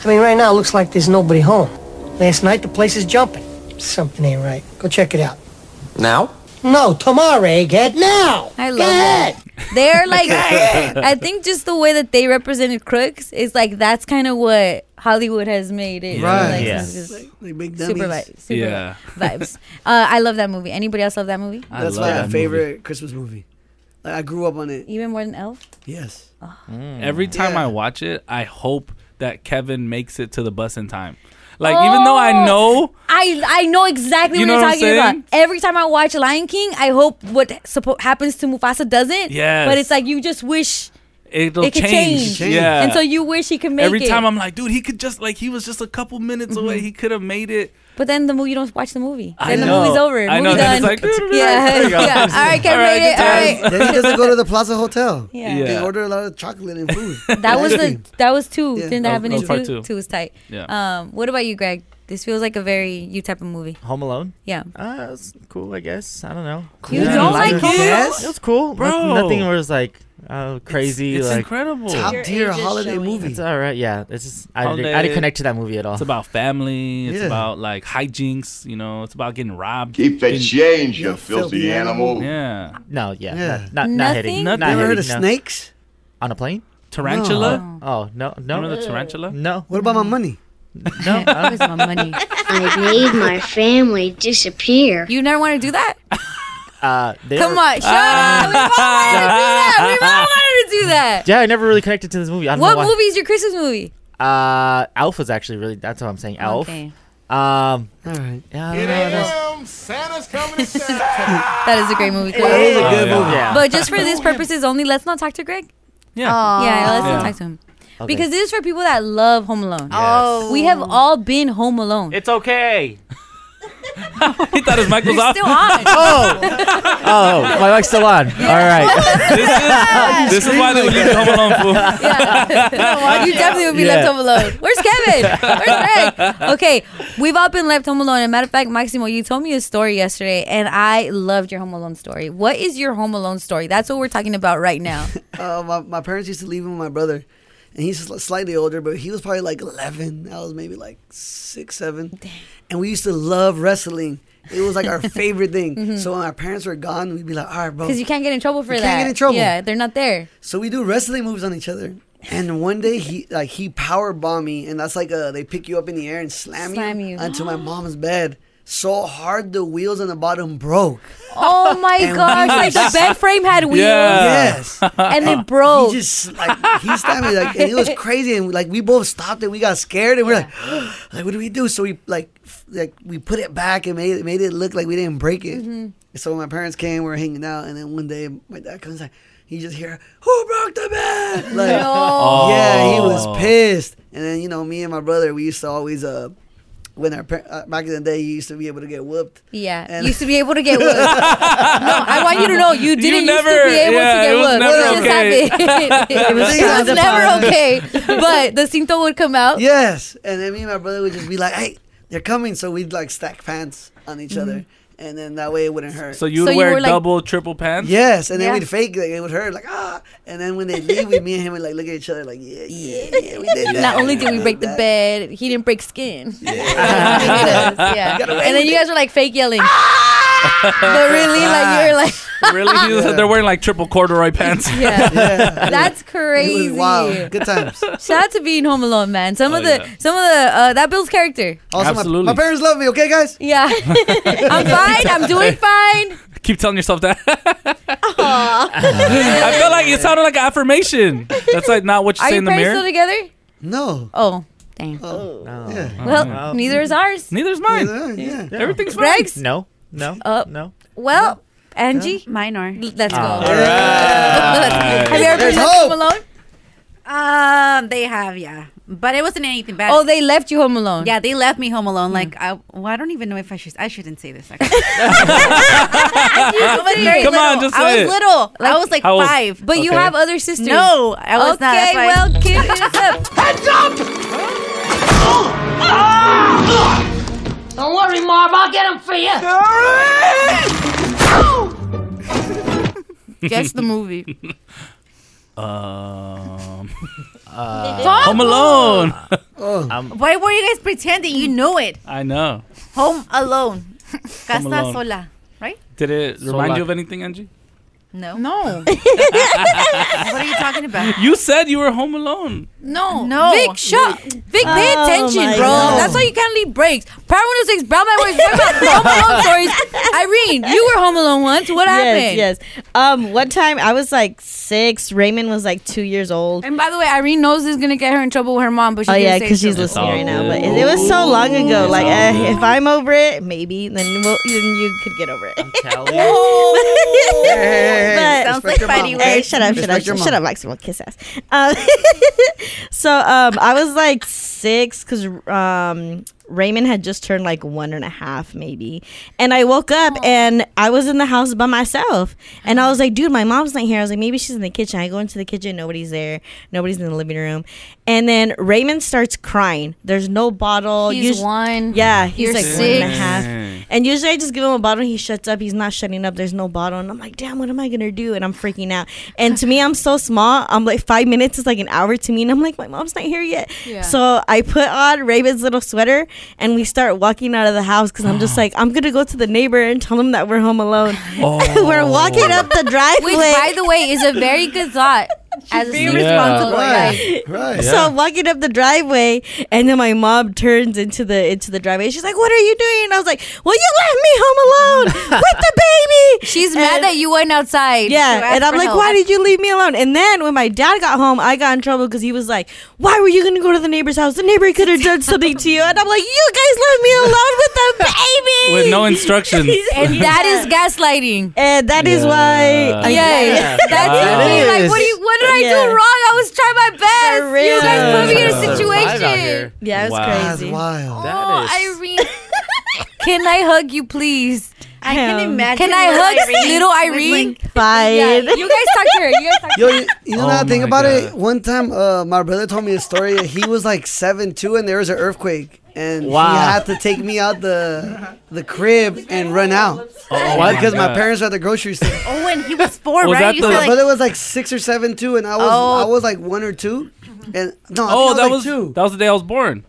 Speaker 21: I mean, right now it looks like there's nobody home. Last night the place is jumping. Something ain't right. Go check it out.
Speaker 1: Now?
Speaker 21: No, tomorrow, egghead. Now.
Speaker 2: I love that. They're like, I think just the way that they represented crooks is like that's kind of what Hollywood has made it.
Speaker 5: Right.
Speaker 2: Like,
Speaker 5: Yeah.
Speaker 2: it's just
Speaker 5: Like- like big
Speaker 2: super
Speaker 5: dummies.
Speaker 2: vibes. Super
Speaker 5: Yeah.
Speaker 2: vibes. Uh, I love that movie. Anybody else love that movie?
Speaker 5: That's my favorite Christmas movie. Like I grew up on it.
Speaker 2: Even more than Elf.
Speaker 5: Yes.
Speaker 3: Every time I watch it, I hope that Kevin makes it to the bus in time. Like even though I
Speaker 2: Oh.
Speaker 3: know
Speaker 2: I I know exactly
Speaker 3: You
Speaker 2: what
Speaker 3: know
Speaker 2: you're
Speaker 3: what I'm
Speaker 2: talking
Speaker 3: saying?
Speaker 2: about. Every time I watch Lion King, I hope what suppo- happens to Mufasa doesn't.
Speaker 3: Yes.
Speaker 2: But it's like you just wish
Speaker 3: it'll
Speaker 2: it could
Speaker 3: change.
Speaker 2: change.
Speaker 3: Yeah.
Speaker 2: And so you wish he could make
Speaker 3: Every
Speaker 2: it.
Speaker 3: time I'm like, dude, he could just like he was just a couple minutes away. He could have made it.
Speaker 2: But then the movie, you don't watch the movie.
Speaker 3: I
Speaker 2: then
Speaker 3: know.
Speaker 2: the movie's over.
Speaker 3: I know.
Speaker 2: Movie
Speaker 3: Then
Speaker 2: done.
Speaker 3: it's like,
Speaker 2: yeah,
Speaker 3: there you go.
Speaker 2: yeah. All right, can't
Speaker 3: All right,
Speaker 2: rate it. All right.
Speaker 5: then he doesn't go to the Plaza Hotel.
Speaker 2: Yeah.
Speaker 5: They
Speaker 2: Yeah.
Speaker 5: order a lot of chocolate and food.
Speaker 2: That was
Speaker 5: Ice
Speaker 2: the
Speaker 5: cream.
Speaker 2: that was two.
Speaker 5: Yeah.
Speaker 2: Didn't
Speaker 6: Oh,
Speaker 5: That
Speaker 2: that happen
Speaker 5: was-
Speaker 2: in
Speaker 5: that
Speaker 2: two?
Speaker 5: was part two.
Speaker 2: Two was tight.
Speaker 6: Yeah.
Speaker 2: Um, what about you, Greg? This feels like a very you type of movie.
Speaker 6: Home Alone.
Speaker 2: Yeah.
Speaker 6: Ah, it's cool, I guess. I don't know.
Speaker 2: You don't like Home
Speaker 6: Yes.
Speaker 2: Alone?
Speaker 6: It was cool,
Speaker 2: Bro.
Speaker 6: Bro. nothing was like uh, crazy.
Speaker 3: it's
Speaker 6: like,
Speaker 3: incredible.
Speaker 5: Top tier holiday movie.
Speaker 6: It's all right. Yeah, it's just I didn't, I
Speaker 3: Holiday.
Speaker 6: didn't connect to that movie at all.
Speaker 3: It's about family. It's
Speaker 6: Yeah.
Speaker 3: about like hijinks. You know, it's about getting robbed.
Speaker 8: Keep the
Speaker 3: Getting-
Speaker 8: change, you filthy animal.
Speaker 3: Yeah.
Speaker 6: No, yeah,
Speaker 3: Yeah.
Speaker 6: not not, not
Speaker 3: Nothing?
Speaker 6: hitting.
Speaker 3: Nothing.
Speaker 6: Not
Speaker 3: You ever heard
Speaker 6: hitting,
Speaker 3: of
Speaker 6: no.
Speaker 5: snakes?
Speaker 6: on a plane?
Speaker 3: Tarantula?
Speaker 6: Oh no, no.
Speaker 3: Remember the tarantula?
Speaker 6: No.
Speaker 5: What about my money?
Speaker 6: No, I
Speaker 2: Where's my money?
Speaker 22: I made my family disappear.
Speaker 2: You never want to do that?
Speaker 6: Uh, they
Speaker 2: Come
Speaker 6: were-
Speaker 2: on, shut up. We all wanted to do that. We all wanted to do that.
Speaker 6: Yeah, I never really connected to this movie. I don't
Speaker 2: What
Speaker 6: know why.
Speaker 2: movie is your Christmas movie?
Speaker 6: Uh, Alf was actually really. That's what I'm saying. Alf.
Speaker 2: Okay.
Speaker 6: Um.
Speaker 5: All right.
Speaker 2: Oh,
Speaker 6: Yeah. I don't know, that's-
Speaker 22: am. Santa's coming to
Speaker 2: That is a great movie. Chris.
Speaker 6: It is a good Oh, yeah. movie. Yeah.
Speaker 2: But just for these purposes only, let's not talk to Greg.
Speaker 3: Yeah.
Speaker 2: Yeah, let's
Speaker 3: Yeah.
Speaker 2: not talk to him.
Speaker 3: Okay.
Speaker 2: Because this is for people that love Home Alone.
Speaker 3: Oh.
Speaker 2: We have all been Home Alone.
Speaker 3: It's okay. he thought his mic was off.
Speaker 2: Still on.
Speaker 6: Oh, my mic's still on. All right.
Speaker 3: this is why they would leave you home alone, fool.
Speaker 2: Oh, you definitely would be
Speaker 6: Yeah.
Speaker 2: left home alone. Where's Kevin? Where's Greg? Okay, we've all been left home alone. And matter of fact, Maximo, you told me a story yesterday, and I loved your home alone story. What is your home alone story? That's what we're talking about right now.
Speaker 5: uh, my, my parents used to leave him with my brother, and he's sli- slightly older, but he was probably like 11. I was maybe like six, seven. And we used to love wrestling. It was like our favorite thing.
Speaker 2: Mhm.
Speaker 5: So when our parents were gone, we'd be like, all right, bro.
Speaker 2: Because you can't get in trouble for
Speaker 5: You
Speaker 2: that.
Speaker 5: can't get in trouble.
Speaker 2: Yeah, they're not there.
Speaker 5: So we do wrestling moves on each other. And one day he like he power bombed me, and that's like uh they pick you up in the air and slam,
Speaker 2: Slam you.
Speaker 5: you onto my mom's bed so hard the wheels on the bottom broke.
Speaker 2: Oh my
Speaker 5: And
Speaker 2: gosh!
Speaker 5: we
Speaker 2: Like the
Speaker 5: just-
Speaker 2: bed frame had wheels.
Speaker 5: Yes.
Speaker 2: And it broke.
Speaker 5: He just like he stabbed me like and it was crazy and like we both stopped and we got scared and we're like, like what do we do? So we like f- like we put it back and made it made it look like we didn't break it.
Speaker 2: Mhm.
Speaker 5: So when my parents came, we were hanging out, and then one day my dad comes like he just hear who broke the bed? Like
Speaker 2: No.
Speaker 5: yeah, he
Speaker 2: Oh.
Speaker 5: was pissed. And then you know me and my brother, we used to always uh when our par- uh, back in the day, you used to be able to get whooped.
Speaker 2: Yeah,
Speaker 5: And-
Speaker 2: used to be able to get whooped. no, I want you to know you
Speaker 5: You
Speaker 2: didn't used
Speaker 5: never-
Speaker 2: to be able to
Speaker 5: yeah,
Speaker 2: get
Speaker 5: it was
Speaker 2: whooped.
Speaker 5: never
Speaker 2: It just
Speaker 5: okay.
Speaker 2: happened. it was,
Speaker 5: Everything was
Speaker 2: never
Speaker 5: fine.
Speaker 2: okay, but the cinto would come out.
Speaker 5: Yes. And then me and my brother would just be like, hey, they're coming. So we'd like stack pants on each other.
Speaker 2: Mm-hmm.
Speaker 5: And then that way it wouldn't hurt.
Speaker 3: So you would wear double, triple pants?
Speaker 5: Yes. And then
Speaker 3: Yeah.
Speaker 5: we'd fake like, it would hurt. Like, ah. And then when they leave with me and him, we like look at each other like, yeah, yeah, yeah. We did that.
Speaker 2: Not only did we break the bed, he didn't break skin. Yes, yeah.
Speaker 5: Got away
Speaker 2: And then
Speaker 5: with
Speaker 2: you guys were like fake yelling.
Speaker 5: Ah.
Speaker 2: but really, like you're like
Speaker 3: Ah. really? He was- They're wearing like triple corduroy pants.
Speaker 2: Yeah. That's crazy.
Speaker 5: wild. Good times.
Speaker 2: Shout out to being home alone, man. Some of
Speaker 5: Oh,
Speaker 2: the
Speaker 5: yeah.
Speaker 2: some of the uh, that builds character.
Speaker 5: Also, my, my parents love me, okay, guys?
Speaker 2: Yeah. I'm fine. I'm doing fine.
Speaker 3: Keep telling yourself that. I feel like it sounded like an affirmation. That's like not what you
Speaker 2: Are
Speaker 3: say
Speaker 2: your
Speaker 3: in the
Speaker 2: parents
Speaker 3: mirror.
Speaker 2: still together?
Speaker 5: No.
Speaker 2: Oh, dang.
Speaker 9: Mm-hmm.
Speaker 6: Yeah.
Speaker 2: Well,
Speaker 6: Well,
Speaker 2: neither is ours.
Speaker 3: Neither's mine.
Speaker 5: yeah.
Speaker 3: Everything's
Speaker 2: fine. Greg's?
Speaker 6: No. No.
Speaker 2: Oh.
Speaker 6: No.
Speaker 2: Well, Angie,
Speaker 4: mine are.
Speaker 2: Let's go.
Speaker 6: All
Speaker 2: Have you ever been
Speaker 4: There's
Speaker 2: left
Speaker 4: hope.
Speaker 2: home alone?
Speaker 4: Um, they have, yeah, but it wasn't anything bad.
Speaker 2: Oh, they left you home alone. Hmm.
Speaker 4: Yeah, they left me home alone. Like, I, well, I don't even know if I should. I shouldn't say this. Actually. I was very
Speaker 2: Come on,
Speaker 4: little.
Speaker 2: just
Speaker 4: I
Speaker 2: say
Speaker 4: was
Speaker 2: it.
Speaker 4: little. I was like
Speaker 2: How old?
Speaker 4: five.
Speaker 2: But you Okay. have other sisters.
Speaker 4: No, I was not.
Speaker 2: Okay,
Speaker 4: That's why-
Speaker 2: well, give it up.
Speaker 9: Heads up! Don't worry, Marv. I'll get him for you.
Speaker 4: Guess the movie.
Speaker 3: Um,
Speaker 4: Fuck!
Speaker 3: Home Alone.
Speaker 4: Um, Why were you guys pretending? You know it.
Speaker 3: I know.
Speaker 4: Home alone. Casa
Speaker 3: Home Alone.
Speaker 4: sola. Right?
Speaker 3: Did it remind
Speaker 6: like-
Speaker 3: you of anything, Angie?
Speaker 4: No. No. what are you talking about?
Speaker 3: You said you were home alone.
Speaker 2: No,
Speaker 4: no.
Speaker 2: Vic, shut. Vic, pay
Speaker 4: Oh
Speaker 2: attention,
Speaker 4: my
Speaker 2: bro.
Speaker 4: God.
Speaker 2: That's why you can't leave breaks. Power 106, Brown Bag Boys, Brown Bag- Home Alone stories. Irene, you were home alone once. What happened?
Speaker 7: Yes, yes. Um, one time I was like six. Raymond was like two years old.
Speaker 2: And by the way, Irene knows this is gonna get her in trouble with her mom, but she
Speaker 7: oh
Speaker 2: didn't
Speaker 7: yeah,
Speaker 2: say
Speaker 7: because she's
Speaker 2: so.
Speaker 7: listening right now. But it, it was so long ago. like uh, if I'm over it, maybe then we'll, then you could get over it. but,
Speaker 9: Sounds like fighting
Speaker 7: Hey,
Speaker 9: words.
Speaker 7: shut up, shut up,
Speaker 9: Respect your
Speaker 7: shut,
Speaker 9: mom.
Speaker 7: up, Maximo, kiss ass. Um, so um, I was like six because um, Raymond had just turned like one and a half, maybe. And I woke up and I was in the house by myself. And
Speaker 2: Mm.
Speaker 7: I was like, dude, my mom's not here. I was like, maybe she's in the kitchen. I go into the kitchen, nobody's there, nobody's in the living room. And then Raymond starts crying. There's no bottle.
Speaker 2: He's one.
Speaker 7: Yeah, he's
Speaker 2: You're
Speaker 7: like one and a
Speaker 2: six.
Speaker 7: half.
Speaker 2: Mm.
Speaker 7: And usually I just give him a bottle. He shuts up. He's not shutting up. There's no bottle. And I'm like, damn, what am I going to do? And I'm freaking out. And to me, I'm so small. I'm like, five minutes is like an hour to me. And I'm like, my mom's not here yet.
Speaker 9: Yeah.
Speaker 7: So I put on Raven's little sweater and we start walking out of the house because I'm just like, I'm going to go to the neighbor and tell him that we're home alone. we're walking up the driveway.
Speaker 2: Oh. Which, by the way, is a very good thought. As a senior responsible.
Speaker 7: Right.
Speaker 3: Oh,
Speaker 5: Right.
Speaker 7: So I'm walking up the driveway, and then my mom turns into the into the driveway. She's like, "What are you doing?" And I was like, "Well, you left me home alone with the baby."
Speaker 2: She's mad that you went outside. to
Speaker 7: Yeah,
Speaker 2: ask
Speaker 7: and I'm
Speaker 2: for
Speaker 7: like,
Speaker 2: help.
Speaker 7: "Why did you leave me alone?" And then when my dad got home, I got in trouble because he was like, "Why were you going to go to the neighbor's house? The neighbor could have done something to you." And I'm like, "You guys left me alone with the baby
Speaker 3: With no instructions.
Speaker 2: And that is gaslighting.
Speaker 7: And that is why.
Speaker 2: Yes. That's
Speaker 3: Wow.
Speaker 2: the thing. Like, what, do you, what did I do wrong? I was trying my best. You guys put me in a situation.
Speaker 7: Yeah, it was
Speaker 5: Wow. That's
Speaker 7: crazy.
Speaker 5: wild.
Speaker 2: Oh, Irene. Can I hug you, please?
Speaker 4: I can
Speaker 2: Um,
Speaker 4: imagine
Speaker 2: Can I
Speaker 4: little
Speaker 2: hug
Speaker 4: Irene
Speaker 2: little
Speaker 4: with,
Speaker 2: Irene?
Speaker 7: Fine.
Speaker 2: Yeah, you guys talk to her. You guys talk
Speaker 5: Yo, you, you know,
Speaker 7: Oh
Speaker 5: now I think
Speaker 7: my
Speaker 5: about it. One time, uh, my brother told me a story. He was like seven two, and there was an earthquake, and
Speaker 9: Wow.
Speaker 5: he had to take me out the the crib and run out.
Speaker 9: Oh
Speaker 5: Why?
Speaker 9: my
Speaker 5: Because my
Speaker 9: God.
Speaker 5: parents were at the grocery store.
Speaker 4: Oh, and he was four,
Speaker 5: My
Speaker 4: right? You said, like,
Speaker 5: brother was like six or seven too, and I was I was like one or two, and no, I
Speaker 3: oh,
Speaker 5: think I was
Speaker 3: that
Speaker 5: like
Speaker 3: was
Speaker 5: two.
Speaker 3: that was the day I was born.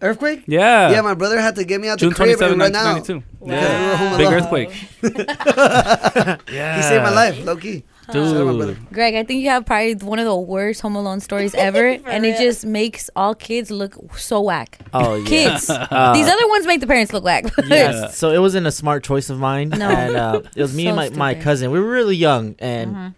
Speaker 5: Earthquake?
Speaker 3: Yeah.
Speaker 5: Yeah, my brother had to get me out
Speaker 3: June
Speaker 5: the crib
Speaker 3: 27,
Speaker 5: and run out.
Speaker 3: 1992.
Speaker 5: because we were home
Speaker 3: Big
Speaker 5: alone.
Speaker 3: earthquake. yeah.
Speaker 5: He saved my life, low key.
Speaker 3: Dude.
Speaker 2: Greg, I think you have probably one of the worst Home Alone stories ever, and it just makes all kids look so whack.
Speaker 6: Oh, yeah.
Speaker 2: kids!
Speaker 6: Uh,
Speaker 2: These other ones make the parents look whack.
Speaker 6: Yeah. So it wasn't a smart choice of mine.
Speaker 2: No.
Speaker 6: And uh, it was me
Speaker 2: So
Speaker 6: and my, my
Speaker 2: stupid. Mm-hmm.
Speaker 6: cousin. We were really young. And,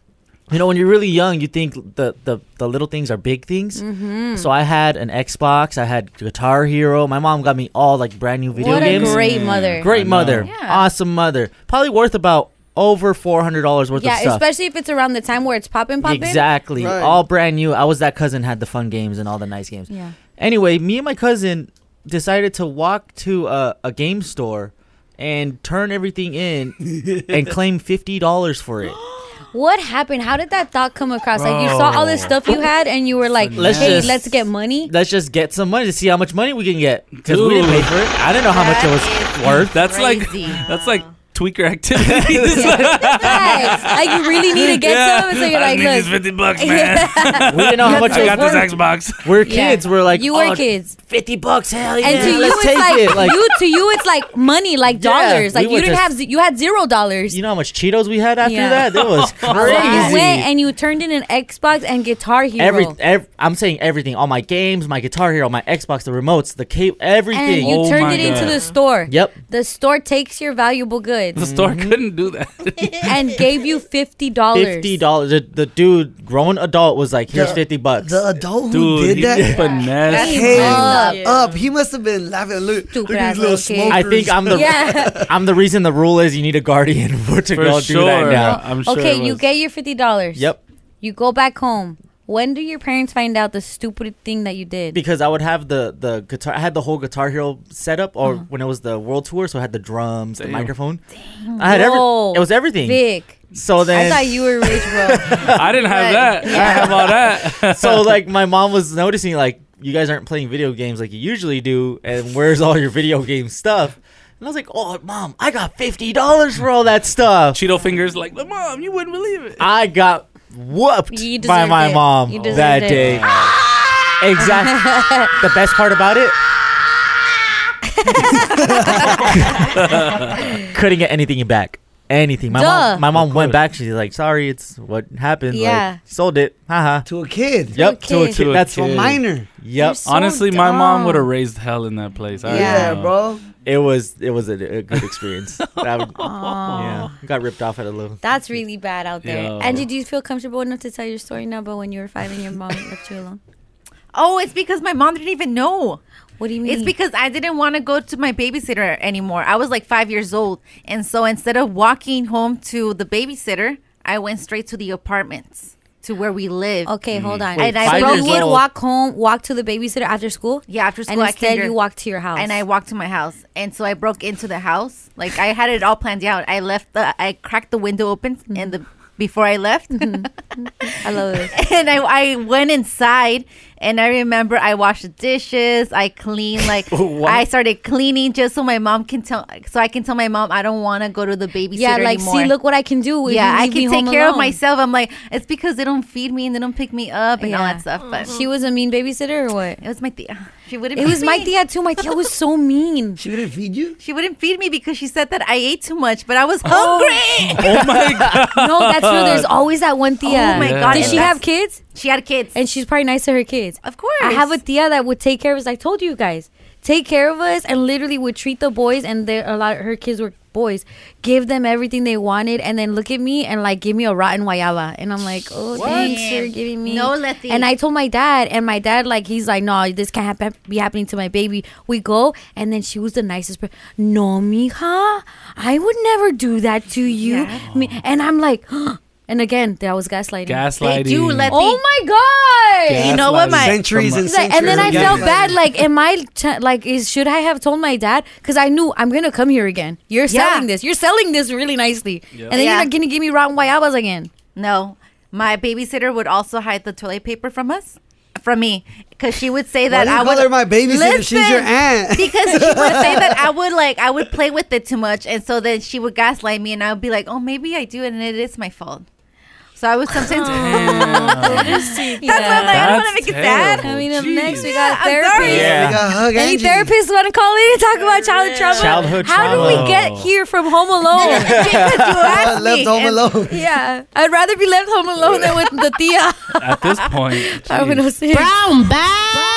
Speaker 6: you know, when you're really young, you think the, the, the little things are big things.
Speaker 2: Mhm.
Speaker 6: So I had an Xbox. I had Guitar Hero. My mom got me all, like, brand new video
Speaker 2: What a
Speaker 6: games.
Speaker 2: great mother. I
Speaker 6: Great
Speaker 2: know.
Speaker 6: mother. Awesome mother. Probably worth about over $400 worth of
Speaker 2: yeah,
Speaker 6: stuff.
Speaker 2: especially if it's around the time where it's popping, popping.
Speaker 6: Exactly. All brand new. I was that cousin had the fun games and all the nice games.
Speaker 2: Yeah.
Speaker 6: Anyway, me and my cousin decided to walk to a, a game store and turn everything in and claim fifty dollars for it.
Speaker 2: What happened? How did that thought come across? Like you saw all this
Speaker 6: Bro.
Speaker 2: stuff you had, and you were like,
Speaker 6: Oh. Let's
Speaker 2: "Hey,
Speaker 6: just-
Speaker 2: let's get money."
Speaker 6: Let's just get some money to see how much money we can get because we didn't pay
Speaker 3: Dude.
Speaker 6: for it. I didn't know how much it was worth.
Speaker 3: That's like that's like tweaker activities.
Speaker 2: like you really need to get
Speaker 3: Yeah.
Speaker 2: some. And so you're
Speaker 3: I
Speaker 2: like,
Speaker 3: need
Speaker 2: look,
Speaker 3: these 50 bucks, man.
Speaker 6: we didn't know how much
Speaker 3: I got this
Speaker 6: worth.
Speaker 3: Xbox.
Speaker 6: We're
Speaker 2: Yeah.
Speaker 6: kids. We're like
Speaker 2: you were
Speaker 6: "Oh,
Speaker 2: kids.
Speaker 6: Fifty bucks, hell
Speaker 2: And to
Speaker 6: yeah,
Speaker 2: you,
Speaker 6: let's
Speaker 2: it's
Speaker 6: take
Speaker 2: like,
Speaker 6: it, like-
Speaker 2: you to you, it's like money, like
Speaker 6: Yeah,
Speaker 2: dollars. Like you
Speaker 6: we were
Speaker 2: didn't
Speaker 6: just-
Speaker 2: have z- you had zero dollars.
Speaker 6: You know how much Cheetos we had after
Speaker 2: Yeah.
Speaker 6: that? That was
Speaker 2: You
Speaker 6: crazy.
Speaker 2: went and you turned in an Xbox and Guitar Hero.
Speaker 6: Every, ev- I'm saying everything. All my games, my Guitar Hero, my Xbox, the remotes, the cape, everything.
Speaker 2: And you
Speaker 3: Oh
Speaker 2: turned it into the store. Mm-hmm.
Speaker 6: Yep.
Speaker 2: The store takes your valuable goods.
Speaker 6: The store
Speaker 3: couldn't do that.
Speaker 2: and gave you fifty dollars.
Speaker 6: Fifty dollars. The, the dude, grown adult, was like, "Here's
Speaker 5: The-
Speaker 6: fifty bucks."
Speaker 5: The adult who
Speaker 6: Dude,
Speaker 5: did
Speaker 6: he
Speaker 5: that
Speaker 6: did finesse,
Speaker 5: That
Speaker 6: man.
Speaker 5: came up. He must have been laughing. Look, look at
Speaker 2: ass
Speaker 5: these little
Speaker 2: little
Speaker 5: smokers.
Speaker 6: I think I'm the I'm the reason the rule is you need a guardian for to
Speaker 3: For
Speaker 6: go do that
Speaker 3: sure.
Speaker 6: now.
Speaker 3: I'm
Speaker 2: okay, you get your fifty dollars.
Speaker 6: Yep.
Speaker 2: You go back home. When do your parents find out the stupid thing that you did?
Speaker 6: because I would have the the guitar. I had the whole Guitar Hero setup, or
Speaker 5: Uh-huh.
Speaker 6: when it was the world tour, so I had the drums, the microphone. I had every.
Speaker 2: Whoa,
Speaker 6: It was everything.
Speaker 2: Big.
Speaker 6: So then
Speaker 2: I thought you were rich, bro.
Speaker 3: I didn't have that. I have all that.
Speaker 6: so like my mom was noticing like you guys aren't playing video games like you usually do, and where's all your video game stuff? And I was like, oh mom, I got fifty dollars for all that stuff.
Speaker 3: Cheeto fingers, like "But mom, you wouldn't believe it.
Speaker 6: I got whooped
Speaker 3: You
Speaker 6: by
Speaker 3: deserved
Speaker 6: my
Speaker 3: it.
Speaker 6: mom
Speaker 3: You deserved
Speaker 6: that
Speaker 3: it.
Speaker 6: day. exactly. the best part about it. Couldn't get anything back. Anything. My
Speaker 2: Duh.
Speaker 6: mom, my mom went back. She's like, "Sorry, it's what happened.
Speaker 2: Yeah.
Speaker 6: Like, sold it. Haha.
Speaker 5: To a kid.
Speaker 6: Yep. To a kid. That's
Speaker 5: To a minor.
Speaker 6: Yep.
Speaker 3: Honestly, my mom would have raised hell in that place. I
Speaker 5: Yeah,
Speaker 3: know.
Speaker 5: bro.
Speaker 6: It was it was a, a good experience. That would- yeah, got ripped off at a little.
Speaker 2: That's really bad out there.
Speaker 6: Yo.
Speaker 2: Angie, do you feel comfortable enough to tell your story now about when you were five and your mom left you alone?
Speaker 4: Oh, it's because my mom didn't even know.
Speaker 2: What do you
Speaker 4: It's because I didn't want to go to my babysitter anymore. I was like five years old. And so instead of walking home to the babysitter, I went straight to the apartments to where we live.
Speaker 2: Okay, hold on.
Speaker 4: And I
Speaker 2: and I
Speaker 4: broke
Speaker 2: you
Speaker 4: it
Speaker 2: would walk home, walk to the babysitter after school.
Speaker 4: Yeah, after school,
Speaker 2: And
Speaker 4: I
Speaker 2: instead,
Speaker 4: came here.
Speaker 2: you walked to your house.
Speaker 4: And I walked to my house, and so I broke into the house. Like I had it all planned out. I left the, I cracked the window open, and the
Speaker 2: Mm-hmm.
Speaker 4: before I left,
Speaker 2: I love it.
Speaker 4: and I, I went inside, and I remember I washed the dishes, I cleaned, like
Speaker 2: What?
Speaker 4: I started cleaning just so my mom can tell, so I can tell my mom I don't want to go to the babysitter
Speaker 2: Yeah, like
Speaker 4: anymore.
Speaker 2: see, look what I can do. if
Speaker 4: yeah,
Speaker 2: you
Speaker 4: I
Speaker 2: leave me
Speaker 4: can take
Speaker 2: home
Speaker 4: care of
Speaker 2: alone.
Speaker 4: myself. I'm like, it's because they don't feed me and they don't pick me up and all
Speaker 2: Yeah.
Speaker 4: that stuff. But
Speaker 2: She was a mean babysitter or what?
Speaker 4: It was my tia. She wouldn't.
Speaker 2: It
Speaker 4: feed
Speaker 2: was my
Speaker 4: me.
Speaker 2: tia too. My tia was so mean.
Speaker 5: She wouldn't feed you.
Speaker 4: She wouldn't feed me because she said that I ate too much, but I was hungry.
Speaker 3: Oh my god.
Speaker 2: No, that's true. There's always that one tia.
Speaker 4: Oh my God,
Speaker 2: Did
Speaker 4: and
Speaker 2: she
Speaker 4: that's-
Speaker 2: have kids?
Speaker 4: She had kids,
Speaker 2: and she's probably nice to her kids.
Speaker 4: Of course.
Speaker 2: I have a tia that would take care of us. I told you guys, take care of us, and literally would treat the boys, and there a lot of her kids were boys, give them everything they wanted, and then look at me and like give me a rotten guayaba, and I'm like, oh,
Speaker 4: What?
Speaker 2: thanks for giving me.
Speaker 4: No, Letty.
Speaker 2: And I told my dad, and my dad like he's like, no, this can't happen, be happening to my baby. We go, and then she was the nicest person. No, mija, I would never do that to you. Me- and I'm like. And again, that was gaslighting.
Speaker 3: Gaslighting. They do, Letty.
Speaker 2: Oh my god!
Speaker 3: You know what, my- Gaslighting. Centuries and
Speaker 2: He's like- and then I
Speaker 3: centuries
Speaker 2: felt
Speaker 3: of gaslighting.
Speaker 2: bad. Like, am I t- like? Is should I have told my dad? Because I knew I'm gonna come here again. You're
Speaker 4: Yeah.
Speaker 2: selling this. You're selling this really nicely,
Speaker 4: Yeah.
Speaker 2: and then
Speaker 4: Yeah.
Speaker 2: you're not gonna give me rotten guayabas again.
Speaker 4: No, my babysitter would also hide the toilet paper from us, from me, because she would say that
Speaker 5: Why do you
Speaker 4: I
Speaker 5: call
Speaker 4: would.
Speaker 5: her my babysitter? She's your aunt.
Speaker 4: because she would say that I would like I would play with it too much, and so then she would gaslight me, and I would be like, "Oh, maybe I do, and it is my fault." So I would sometimes. That's why I'm like, I don't want to make it sad.
Speaker 2: Coming up next, we
Speaker 4: Yeah,
Speaker 2: got
Speaker 4: I'm
Speaker 2: therapy.
Speaker 4: sorry.
Speaker 6: Yeah. We got
Speaker 5: Hug
Speaker 2: Any
Speaker 5: Angie.
Speaker 2: therapists want to call in and talk about childhood trauma?
Speaker 6: Childhood
Speaker 2: How do
Speaker 6: trauma. Oh.
Speaker 2: we get here from Home Alone?
Speaker 4: because you asked
Speaker 5: left
Speaker 4: me,
Speaker 5: home
Speaker 4: and-
Speaker 5: alone.
Speaker 2: yeah, I'd rather be left home alone than with the tia.
Speaker 3: At this point.
Speaker 2: I would
Speaker 3: jeez.
Speaker 2: Brown bag.